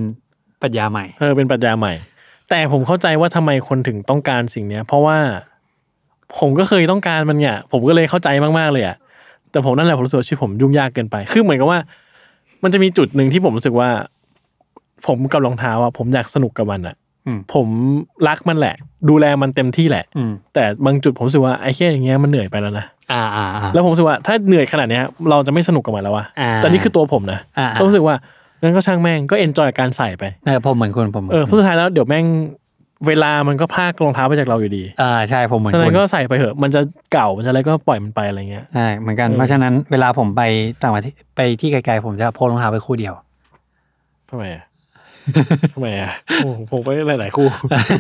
Speaker 2: ปรัชญาใหม่
Speaker 3: เออเป็นปรัชญาใหม่ แต่ผมเข้าใจว่าทำไมคนถึงต้องการสิ่งเนี้ย เพราะว่าผมก็เคยต้องการมันเนี่ยผมก็เลยเข้าใจมากๆเลยอ่ะแต่ผมนั่นแหละผมรู้สึกว่าชีวิตผมยุ่งยากเกินไป คือเหมือนกับว่า มันจะมีจุดหนึ่งที่ผมรู้สึกว่า ผมกับรองเท้าอ่ะผมอยากสนุกกับมันอ่ะ
Speaker 2: อืม
Speaker 3: ผมรักมันแหละ ดูแลมันเต็มที่แหละ
Speaker 2: อืม
Speaker 3: แต่บางจุดผมรู้สึกว่าไอ้แค่อย่างเงี้ยมันเหนื่อยไปแล้วนะ
Speaker 2: อ่าอ่าอ่า
Speaker 3: แล้วผมรู้สึกว่าถ้าเหนื่อยขนาดเนี้ยเราจะไม่สนุกกับมันแล้วอะ
Speaker 2: อ่า
Speaker 3: แต่นี่คือตัวผมนะ
Speaker 2: อ่า
Speaker 3: เรารู้สึกว่างั้นก็ช่างแม่งก็เอนจอยการใส่ไป
Speaker 2: เออผมเหมือนคุณผมหมืน
Speaker 3: เออเพราะสุดท้ายแล้วเดี๋ยวแม่งเวลามันก็พรากรองเท้าไปจากเราอยู่ดี
Speaker 2: อ่าใช่ผมเหมือน
Speaker 3: ฉะนั้
Speaker 2: คุ
Speaker 3: น
Speaker 2: ณ
Speaker 3: ก็ใส่ไปเถอะ มันจะเก่า มันจะอะไรก็ปล่อยมันไปอะไรเงี้ย
Speaker 2: ใช่เหมือนกัน
Speaker 3: เออ
Speaker 2: เพราะฉะนั้นเวลาผมไปต่างประเทศไปที่ไกลๆผมจะโพสรองเท้าไปคู่เดียว
Speaker 3: ทำไมอะ ทำไมอะโอ้โหผมไปหลาย ๆ คู่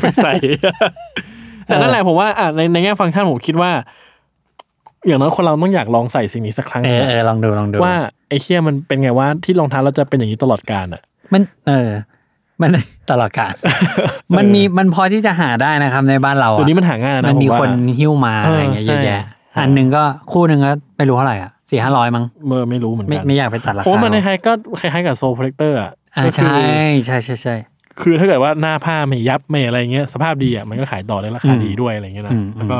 Speaker 3: ไปใส่ แต่นั่นแหละผมว่าอ่ะในในแง่ฟังก์ชันผมคิดว่า อย่างน้อยคนเราต้องอยากลองใส่สิ่งนี้สักครั้ง
Speaker 2: เออเออลองดูลองดู
Speaker 3: ว่าไอ้เคียมันเป็นไงว่าที่รองเท้าเราจะเป็นอย่างนี้ตลอดกาลอะ
Speaker 2: มันเออ มัน ตลอดกาล มันมีมันพอที่จะหาได้นะครับในบ้านเราอะ
Speaker 3: เดี๋ยวนี้มันหาง่ายแล้วนะ
Speaker 2: มันมี
Speaker 3: ผว่า
Speaker 2: คนหิ้วมา
Speaker 3: เออ
Speaker 2: อะไรเงี้ยเยอะ
Speaker 3: ใช่
Speaker 2: แยะ
Speaker 3: หา
Speaker 2: อันหนึ่งก็คู่หนึ่งก็ไม่รู้เท่าไหร่อ่ะสี่ห้าร้อยมั้ง
Speaker 3: เมอร์ไม่รู้เหมือน
Speaker 2: ไม่
Speaker 3: กัน
Speaker 2: ไม่อยากไปตัดรา
Speaker 3: เพราะ
Speaker 2: คา
Speaker 3: ว่ามันคล้ายๆก็คล้ายๆกับโซลโปรเทคเตอร์อ่ะ
Speaker 2: อ่า
Speaker 3: ก็คื
Speaker 2: ใช่ใช่ใช่ใช่
Speaker 3: คือถ้าเกิดว่าหน้าผ้าไม่ยับไม่อะไรเงี้ยสภาพดีอ่ะมันก็ขายต่อได้ราคา
Speaker 2: อืม
Speaker 3: ดีด้วยอะไรเงี้ยนะ
Speaker 2: อืม
Speaker 3: แล้วก็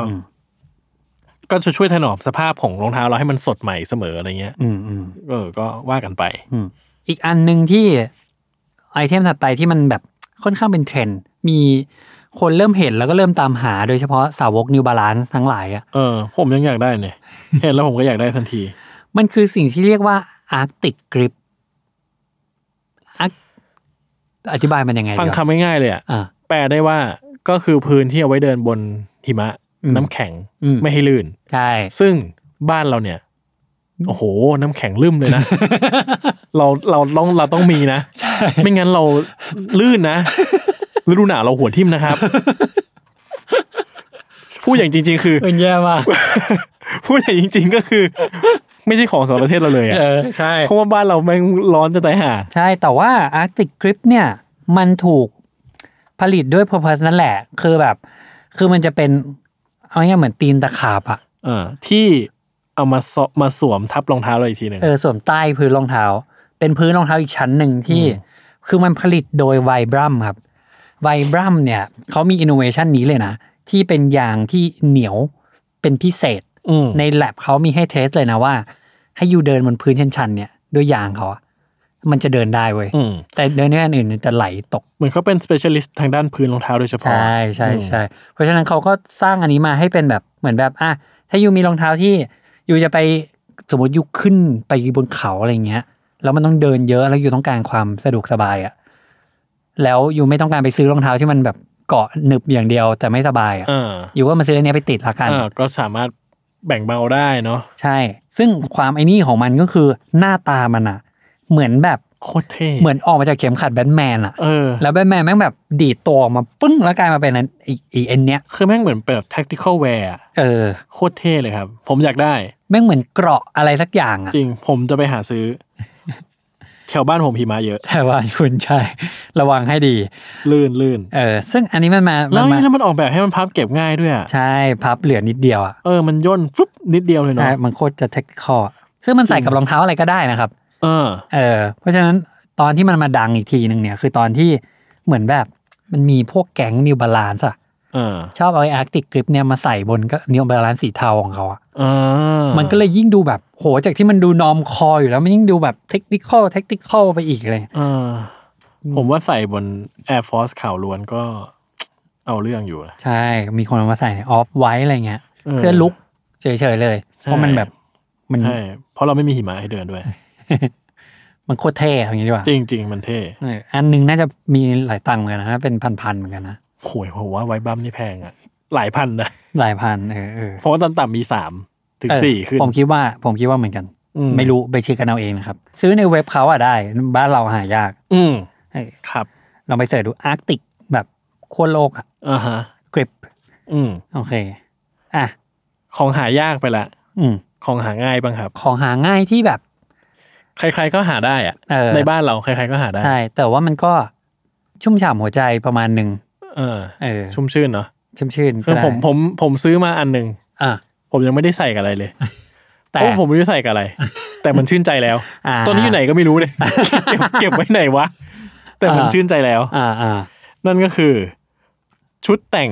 Speaker 3: ก็จะช่วยถนอมสภาพของรองเท้าเราให้มันสดใหม่เสมออะไรเงี้ย
Speaker 2: อืมอืม
Speaker 3: เออก็ว่ากันไป
Speaker 2: อืมอีกอันหนึ่งที่ไอเทมถัดไปที่มันแบบค่อนข้างเป็นเทรนด์มีคนเริ่มเห็นแล้วก็เริ่มตามหาโดยเฉพาะสาวกนิวบาลานซ์ทั้งหลายอ่ะ
Speaker 3: เออ ผมยังอยากได้เนี่ย เห็นแล้วผมก็อยากได้ทันที
Speaker 2: มันคือสิ่งที่เรียกว่าอาร์ติกกริปอธิบายมันยังไงดีวะ
Speaker 3: ฟังคำง่ายๆเลยอ่ะ
Speaker 2: อ่า
Speaker 3: แปลได้ว่าก็คือพื้นที่เอาไว้เดินบนหิมะ
Speaker 2: อืม
Speaker 3: น้ำแข็ง
Speaker 2: อืม
Speaker 3: ไม่ให้ลื่น
Speaker 2: ใช่
Speaker 3: ซึ่งบ้านเราเนี่ย โอ้โห น้ำแข็งลืมเลยนะ เราเราต้องเราต้องมีนะ
Speaker 2: ใช่
Speaker 3: ไม่งั้นเราลื่นนะฤดูหนาวเราหัวทิ่มนะครับ พูดอย่างจริง ๆ คือ
Speaker 2: เป็นแย่มาก
Speaker 3: พูดอย่างจริง ๆ ก็คือ ไม่ใช่ของสองประเทศเราเลยอะ
Speaker 2: เออ ใช่
Speaker 3: เพราะว่าบ้านเราแม่งร้อนจะตายห่า
Speaker 2: ใช่ แต่ว่าอาร์ติกกริปเนี่ย มันถูกผลิตด้วยพ p o s e นั่นแหละ คือแบบ คือมันจะเป็น เอาง่ายๆเหมือนตีนตะขาบอะ
Speaker 3: เออที่เอามาซอมาสวมทับรองเท้าเราอีกทีหนึ่ง
Speaker 2: เออสวมใต้พื้นรองเท้า เป็นพื้นรองเท้าอีกชั้นหนึ่งที่ คือมันผลิตโดยไวบรัมครับไวบรัมเนี่ยเขามีอินโนเวชันนี้เลยนะ ที่เป็นยางที่เหนียวเป็นพิเศษ
Speaker 3: อืม
Speaker 2: ใน lab เขามีให้เทสเลยนะว่า ให้อยู่เดินบนพื้นชันๆเนี่ยด้วยยางเขาอะมันจะเดินได้เว้ย
Speaker 3: อืม
Speaker 2: แต่เดินด้วยอันอื่นจะไหลตก
Speaker 3: เหมือนเขาเป็น specialist ทางด้านพื้นรองเท้าโดยเฉพาะ
Speaker 2: ใช่ใช่ใช่เพราะฉะนั้นเขาก็สร้างอันนี้มาให้เป็นแบบเหมือนแบบอ่ะถ้ายูมีรองเท้าที่ยูจะไปสมมติยูขึ้นไปบนเขาอะไรเงี้ยแล้วมันต้องเดินเยอะแล้วยูต้องการความสะดวกสบายอะแล้วยูไม่ต้องการไปซื้อรองเท้าที่มันแบบเกาะหนึบอย่างเดียวแต่ไม่สบายอะ
Speaker 3: เออ
Speaker 2: ยูก็มาซื้ออันเนี้ยไปติดละกัน
Speaker 3: เออก็สามารถแบ่งเบาได้เนาะ
Speaker 2: ใช่ ซึ่งความไอ้นี่ของมันก็คือหน้าตามันอะเหมือนแบบ
Speaker 3: โคตรเท่
Speaker 2: เหมือนออกมาจากเข็มขัดแบทแมนอะ
Speaker 3: เออ
Speaker 2: แล้วแบทแมนแม่งแบบดีดตัวออกมาปึ้งแล้วกลายมาเป็นอันอีกอีกอันเนี้ย
Speaker 3: คือแม่งเหมือนเป็นแบบ tactical wear อะ
Speaker 2: เออ
Speaker 3: โคตรเท่เลยครับ ผมอยากได้
Speaker 2: แม่งเหมือนเกราะอะไรสักอย่างอะ
Speaker 3: จริงผมจะไปหา ซื้อ แถวบ้านผมหิมะเยอะ
Speaker 2: แต่ว่าคุณใช่ ระวังให้ดี
Speaker 3: ลื่นลื่น
Speaker 2: เออ ซึ่งอันนี้มันมา
Speaker 3: แล้ว
Speaker 2: มา
Speaker 3: นี่แล้วมันออกแบบให้มันพับเก็บง่ายด้วยอะ
Speaker 2: ใช่พับเหลือนิดเดียวอะ
Speaker 3: เออมันย่นฟึบนิดเดียวเลยเนาะ
Speaker 2: ใช่มันโคตรจะเทคคอซึ่งมันใส่กับรองเท้าอะไรก็ได้นะครับ
Speaker 3: เออ
Speaker 2: เออ เพราะฉะนั้นตอนที่มันมาดังอีกทีหนึ่งเนี่ย คือตอนที่เหมือนแบบมันมีพวกแก๊งนิวบาลานซ์อะ
Speaker 3: เออ
Speaker 2: ชอบเอาไอ้อาร์ติกกริปเนี่ยมาใส่บนก็นิวบาลานซ์สีเทาของเขาอะ
Speaker 3: เออ
Speaker 2: มันก็เลยยิ่งดูแบบโหจากที่มันดูนอมคออยู่แล้วมันยิ่งดูแบบเทคนิคอลเทคนิคอลไปอีกเลย
Speaker 3: เออผมว่าใส่บน Air Force ข่าวล้วนก็ เอาเรื่องอยู่นะ
Speaker 2: ใช่ มีคนเอามาใส่ออฟไว้อะไรเงี้ย
Speaker 3: เออ
Speaker 2: เพื่อลุกเฉยๆเลย
Speaker 3: ใช่
Speaker 2: เพราะมันแบบมัน
Speaker 3: ใช่เพราะเราไม่มีหิมะให้เดินด้วย
Speaker 2: มันโคตรเท่อย่างนี้ดีกว่า
Speaker 3: จริงจริงมันเท่
Speaker 2: เอออันหนึงน่าจะมีหลายตังค์เหมือนกันนะ เป็นพันๆเหมือนกันนะ
Speaker 3: โหยผมว่าไว้บัมนี่แพงอะหลายพันนะ
Speaker 2: หลายพันเออเออ
Speaker 3: เพราะว่าตอนต่ำมีสามถึง
Speaker 2: เออ
Speaker 3: สี่ขึ้น
Speaker 2: ผมคิดว่าผมคิดว่าเหมือนกัน
Speaker 3: อื
Speaker 2: ไม่รู้ไปเช็คกันเอาเองนะครับ ซื้อในเว็บเขาอะได้ บ้านเราหายาก
Speaker 3: อืม
Speaker 2: เออ
Speaker 3: ครับ
Speaker 2: ลองไปเสิร์ชดูอาร์กติกแบบขั้วโลกอะ
Speaker 3: อ่าฮะ
Speaker 2: กริป
Speaker 3: อืม
Speaker 2: โอเค อ่ะ
Speaker 3: ของหายากไปละ
Speaker 2: อืม
Speaker 3: ของหาง่ายบ้างครับ
Speaker 2: ของหาง่ายที่แบบ
Speaker 3: ใคร ๆก็หาได้อะ
Speaker 2: เออ
Speaker 3: ในบ้านเราใครๆก็หาได้
Speaker 2: ใช่ แต่ว่ามันก็ชุ่มฉ่ำหัวใจประมาณหนึ่ง
Speaker 3: เออ
Speaker 2: เออ
Speaker 3: ชุ่มชื่นเนาะ
Speaker 2: ชุ่มชื่น
Speaker 3: คือผม
Speaker 2: ก็ได้
Speaker 3: ผม ผมซื้อมาอันหนึ่ง
Speaker 2: อ่ะ
Speaker 3: ผมยังไม่ได้ใส่กับอะไรเลย
Speaker 2: แต่
Speaker 3: โอ้ผมไม่รู้ใส่กับอะไร แต่มันชื่นใจแล้ว
Speaker 2: า
Speaker 3: ตอนนี้อยู่ไหนก็ไม่รู้เลย เก็บเก็บไว้ไหนวะ แต่มัน
Speaker 2: อ่า
Speaker 3: ชื่นใจแล้ว
Speaker 2: อ่าอ่า
Speaker 3: นั่นก็คือ ชุดแต่ง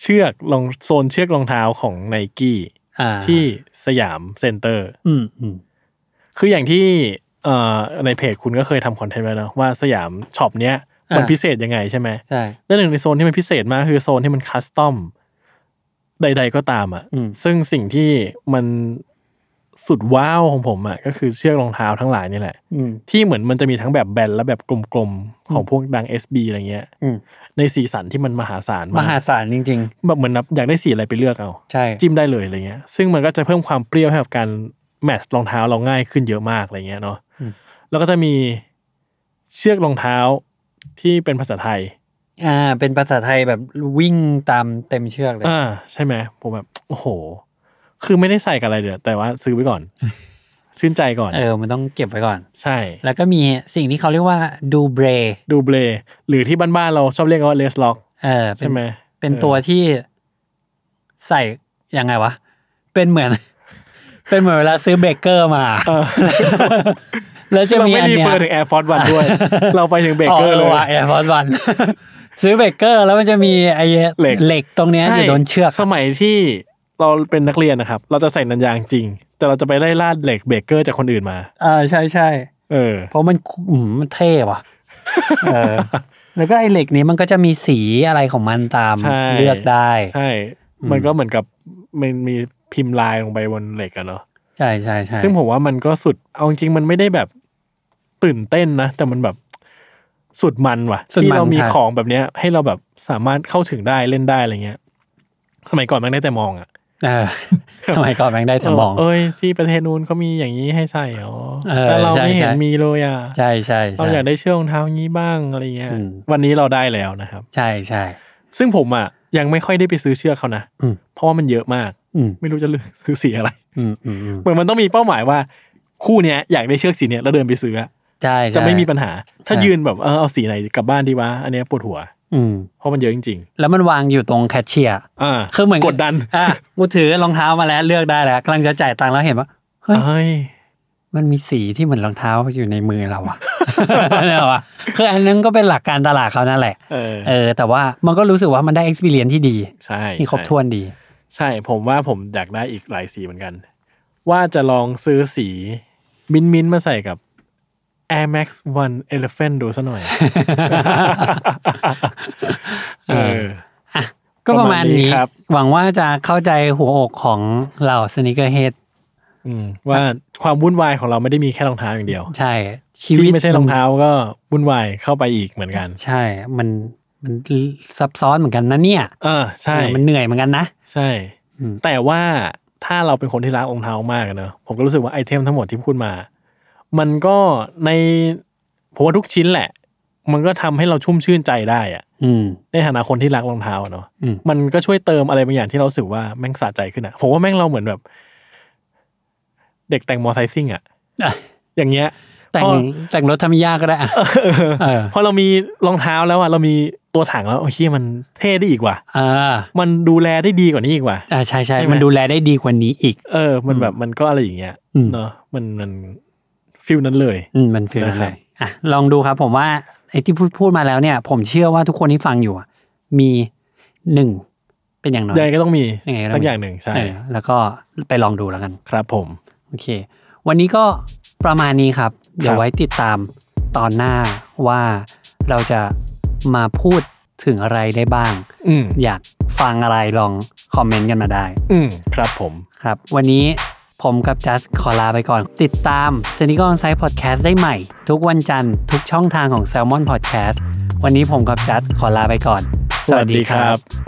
Speaker 3: เชือกรองโซนเชือกรองเท้าของไนกี้
Speaker 2: อ่า
Speaker 3: ที่สยามเซ็นเตอร์
Speaker 2: อืมอืม
Speaker 3: คืออย่างที่เอ่อในเพจคุณก็เคยทำคอนเทนต์ไว้เนอะว่าสยามช็อปเนี้ยมันพิเศษยังไงใช่ไหม
Speaker 2: ใช่
Speaker 3: และหนึ่งในโซนที่มันพิเศษมากคือโซนที่มันคัสตอมใด ๆก็ตามอ่ะ
Speaker 2: อืม
Speaker 3: ซึ่งสิ่งที่มันสุดว้าวของผมอ่ะก็คือเชือกรองเท้าทั้งหลายนี่แหละ
Speaker 2: อืม
Speaker 3: ที่เหมือนมันจะมีทั้งแบบแบนและแบบกลมๆ ของพวกดัง SB อะไรเงี้ย
Speaker 2: อืม
Speaker 3: ในสีสันที่มันมหาศาล
Speaker 2: ม
Speaker 3: มาก
Speaker 2: หาศาลจริง
Speaker 3: แบบเหมือนนับอยากได้สีอะไรไปเลือกเอา
Speaker 2: ๆ ใช่
Speaker 3: จิ้มได้เลยอะไรเงี้ย ซึ่งมันก็จะเพิ่มความเปรี้ยวให้กับการแมทช์รองเท้าเราง่ายขึ้นเยอะมากอะไรเงี้ยเนาะ แล้วก็จะมีเชือกรองเท้าที่เป็นภาษาไทย
Speaker 2: อ่า เป็นภาษาไทยแบบวิ่งตามเต็มเชือกเลย
Speaker 3: อ่าใช่ไหมผมแบบ โอ้โห คือไม่ได้ใส่กับอะไรเดือแต่ว่าซื้อไว้ ก่อน ชื่นใจก่อน
Speaker 2: เออ มันต้องเก็บไว้ก่อน
Speaker 3: ใช่
Speaker 2: แล้วก็มีสิ่งที่เขาเรียกว่าดูเบร
Speaker 3: ดูเบลหรือที่บ้านๆเราชอบเรียกว่าเลสล็อก
Speaker 2: เออเป็น
Speaker 3: ใช่ไหม
Speaker 2: เป็นตัวที่ใส่ยังไงวะ เป็นเหมือน เป็นเหมือนเวลาซื้อเบเกอร์มา
Speaker 3: เออ
Speaker 2: แล้วจะ
Speaker 3: เรา
Speaker 2: มี
Speaker 3: ไม่
Speaker 2: อัน
Speaker 3: รี
Speaker 2: เนี้
Speaker 3: เฟอร์ถึ
Speaker 2: ย
Speaker 3: ง Air Force One ด้วย เราไปถึงเบเกอร์เลย
Speaker 2: แอร์ฟอร์วัน ซื้อเบเกอร์แล้วมันจะมีไอ้
Speaker 3: เหล็ก
Speaker 2: เหล็กตรงเนี้ยอยู่โดนเชือก
Speaker 3: สมัยที่เราเป็นนักเรียนนะครับ เราจะใส่นันยางจริง แต่เราจะไปไล่ล่าเหล็กเบเกอร์จากคนอื่นมา
Speaker 2: อ่าใช่ใช่
Speaker 3: เออ
Speaker 2: เพราะมันคุอืมมันเท่ ว่ะ เออ แล้วก็ไอ้เหล็กนี้มันก็จะมีสีอะไรของมันตาม
Speaker 3: ใช่
Speaker 2: เลือกได้
Speaker 3: ใช่ มันก็เหมือนกับมันมีพิมพ์ลายลงไปบนเหล็กอะเนาะ
Speaker 2: ใช่ใช่ใช่
Speaker 3: ซึ่งผมว่ามันก็สุดเอาจริงๆมันไม่ได้แบบตื่นเต้นนะ แต่มันแบบสุดมันว่ะ ที่เรามีของแบบเนี้ย ให้เราแบบสามารถเข้าถึงได้เล่นได้อะไรเงี้ย สมัยก่อนมันได้แต่มองอะ
Speaker 2: เออ สมัยก่อนแม่งได้แต่มอง
Speaker 3: เเอ้ยที่ประเทศนู้นเขามีอย่างนี้ให้ใส่อ๋อ
Speaker 2: เออ
Speaker 3: แต่เราไม่
Speaker 2: ใช่
Speaker 3: เห็น
Speaker 2: ใช่
Speaker 3: มีเลยอ่ะ
Speaker 2: ใช่ใช่
Speaker 3: เรา
Speaker 2: ใช่
Speaker 3: อยากได้เชือกรองเท้างี้บ้างอะไรเงี้ย
Speaker 2: อืม
Speaker 3: วันนี้เราได้แล้วนะครับ
Speaker 2: ใช่ใช่
Speaker 3: ซึ่งผมอ่ะยังไม่ค่อยได้ไปซื้อเชือกเขานะ
Speaker 2: อืม
Speaker 3: เพราะว่ามันเยอะมาก
Speaker 2: อืม
Speaker 3: ไม่รู้จะเลือกซื้อสีอะไร
Speaker 2: อืมอืมอืม
Speaker 3: เหมือนมันต้องมีเป้าหมายว่า คู่เนี้ยอยากได้เชือกสีเนี้ยแล้วเดินไปซื้ออะ
Speaker 2: ใช่ใช่
Speaker 3: จะไม่มีปัญหา ถ้า
Speaker 2: ใช่
Speaker 3: ยืนแบบเออเอาสีไหนกลับบ้านดีวะอันเนี้ยปวดหัว
Speaker 2: อืม
Speaker 3: เพราะมันเยอะจริง
Speaker 2: แล้วมันวางอยู่ตรงแคชเชียร์
Speaker 3: ๆอ่า
Speaker 2: คือเหมือน
Speaker 3: กดดัน
Speaker 2: อ่ะมือถือรองเท้ามาแล้วเลือกได้แล้วกำลังจะจ่ายตังค์แล้วเห็นว่า เฮ้ย
Speaker 3: เอ้ย
Speaker 2: แ มันมีสีที่เหมือนรองเท้าอยู่ในมือเราอะ เนี่ยว่ะคืออันนึงก็เป็นหลักการตลาดเขานั่นแหละ
Speaker 3: เออ
Speaker 2: เออ แต่ว่ามันก็รู้สึกว่ามันได้ experience ที่ดี
Speaker 3: ใช่
Speaker 2: ที่ครบถ้วนดี
Speaker 3: ใช่ ผมว่าผมอยากได้อีกหลายสีเหมือนกัน ว่าจะลองซื้อสีมินมินท์ๆมาใส่กับ Air Max One Elephant ดูซะหน่อย เออ
Speaker 2: ก็ประมาณนี้
Speaker 3: ประมาณนี้ครับ
Speaker 2: หวังว่าจะเข้าใจหัวอกของเหล่าสนิเกอร์เฮด
Speaker 3: อืมว่าความวุ่นวายของเราไม่ได้มีแค่รองเท้าอย่างเดียว
Speaker 2: ใช่ชีวิต
Speaker 3: ที่ไม่ใช่รองเท้าก็วุ่นวายเข้าไปอีกเหมือนกัน
Speaker 2: ใช่ มันมันซับซ้อนเหมือนกันนะเนี่ย
Speaker 3: เออใช่
Speaker 2: เออมันเหนื่อยเหมือนกันนะ
Speaker 3: ใช่
Speaker 2: อืม
Speaker 3: แต่ว่าถ้าเราเป็นคนที่รักรองเท้ามากอะเนอะผมก็รู้สึกว่าไอเทมทั้งหมดที่พูดมา มันก็ในผมว่าทุกชิ้นแหละ มันก็ทำให้เราชุ่มชื่นใจได้อะ
Speaker 2: อืม
Speaker 3: ในฐานะคนที่รักรองเท้าอะเนอะ
Speaker 2: อืม
Speaker 3: มันก็ช่วยเติมอะไรบางอย่างที่เรารู้สึกว่าแม่งสะใจขึ้นอะผมว่าแม่งเราเหมือนแบบ เด็กแต่งมอไซค์ซิ่งอะ
Speaker 2: อ่ะ
Speaker 3: อย่างเงี้ย
Speaker 2: แต่ง
Speaker 3: พอ
Speaker 2: แต่งรถทำยากก็ได้อะเออ
Speaker 3: พอเรามีรองเท้าแล้วอะเรามีตัวถังแล้วโอ้ยเหี้ยมันเท่ได้อีกว่ะ
Speaker 2: เออ
Speaker 3: มันดูแลได้ดีกว่านี้อีกว่ะ
Speaker 2: อ่าใช่ใช่
Speaker 3: ใช่ไหม
Speaker 2: มันดูแลได้ดีกว่านี้อีก
Speaker 3: เออ มันแบบมันก็อะไรอย่างเงี้ย
Speaker 2: อืม
Speaker 3: เนาะมันมันฟิลนั้นเลย
Speaker 2: อืมมันฟีลนั้น
Speaker 3: นะค
Speaker 2: เล
Speaker 3: รับ
Speaker 2: ยอ่ะลองดูครับผมว่าไอ้ที่พูดพูดมาแล้วเนี่ย ผมเชื่อว่าทุกคนที่ฟังอยู่อะมีหนึ่งเป็นอย่างน้อย
Speaker 3: ยังไงก็ต้องมี
Speaker 2: ยังไงก็ต้องมี
Speaker 3: สักอย่างหนึ่งใช่
Speaker 2: เออแล้วก็ไปลองดูแล้วกัน
Speaker 3: ครับผม
Speaker 2: โอเค วันนี้ก็ประมาณนี้ครับ เดี๋ยวไว้ติดตามตอนหน้าว่าเราจะมาพูดถึงอะไรได้บ้าง
Speaker 3: อืม
Speaker 2: อยากฟังอะไรลองคอมเมนต์กันมาได้
Speaker 3: อืมครับผม
Speaker 2: ครับ วันนี้ผมกับจัสขอลาไปก่อน ติดตาม s ซนิกอนไซ d ์พอดแคสต์ได้ใหม่ ทุกวันจันทร์ทุกช่องทางของ s ซ l m o n Podcast วันนี้ผมกับจัสขอลาไปก่อน
Speaker 3: บ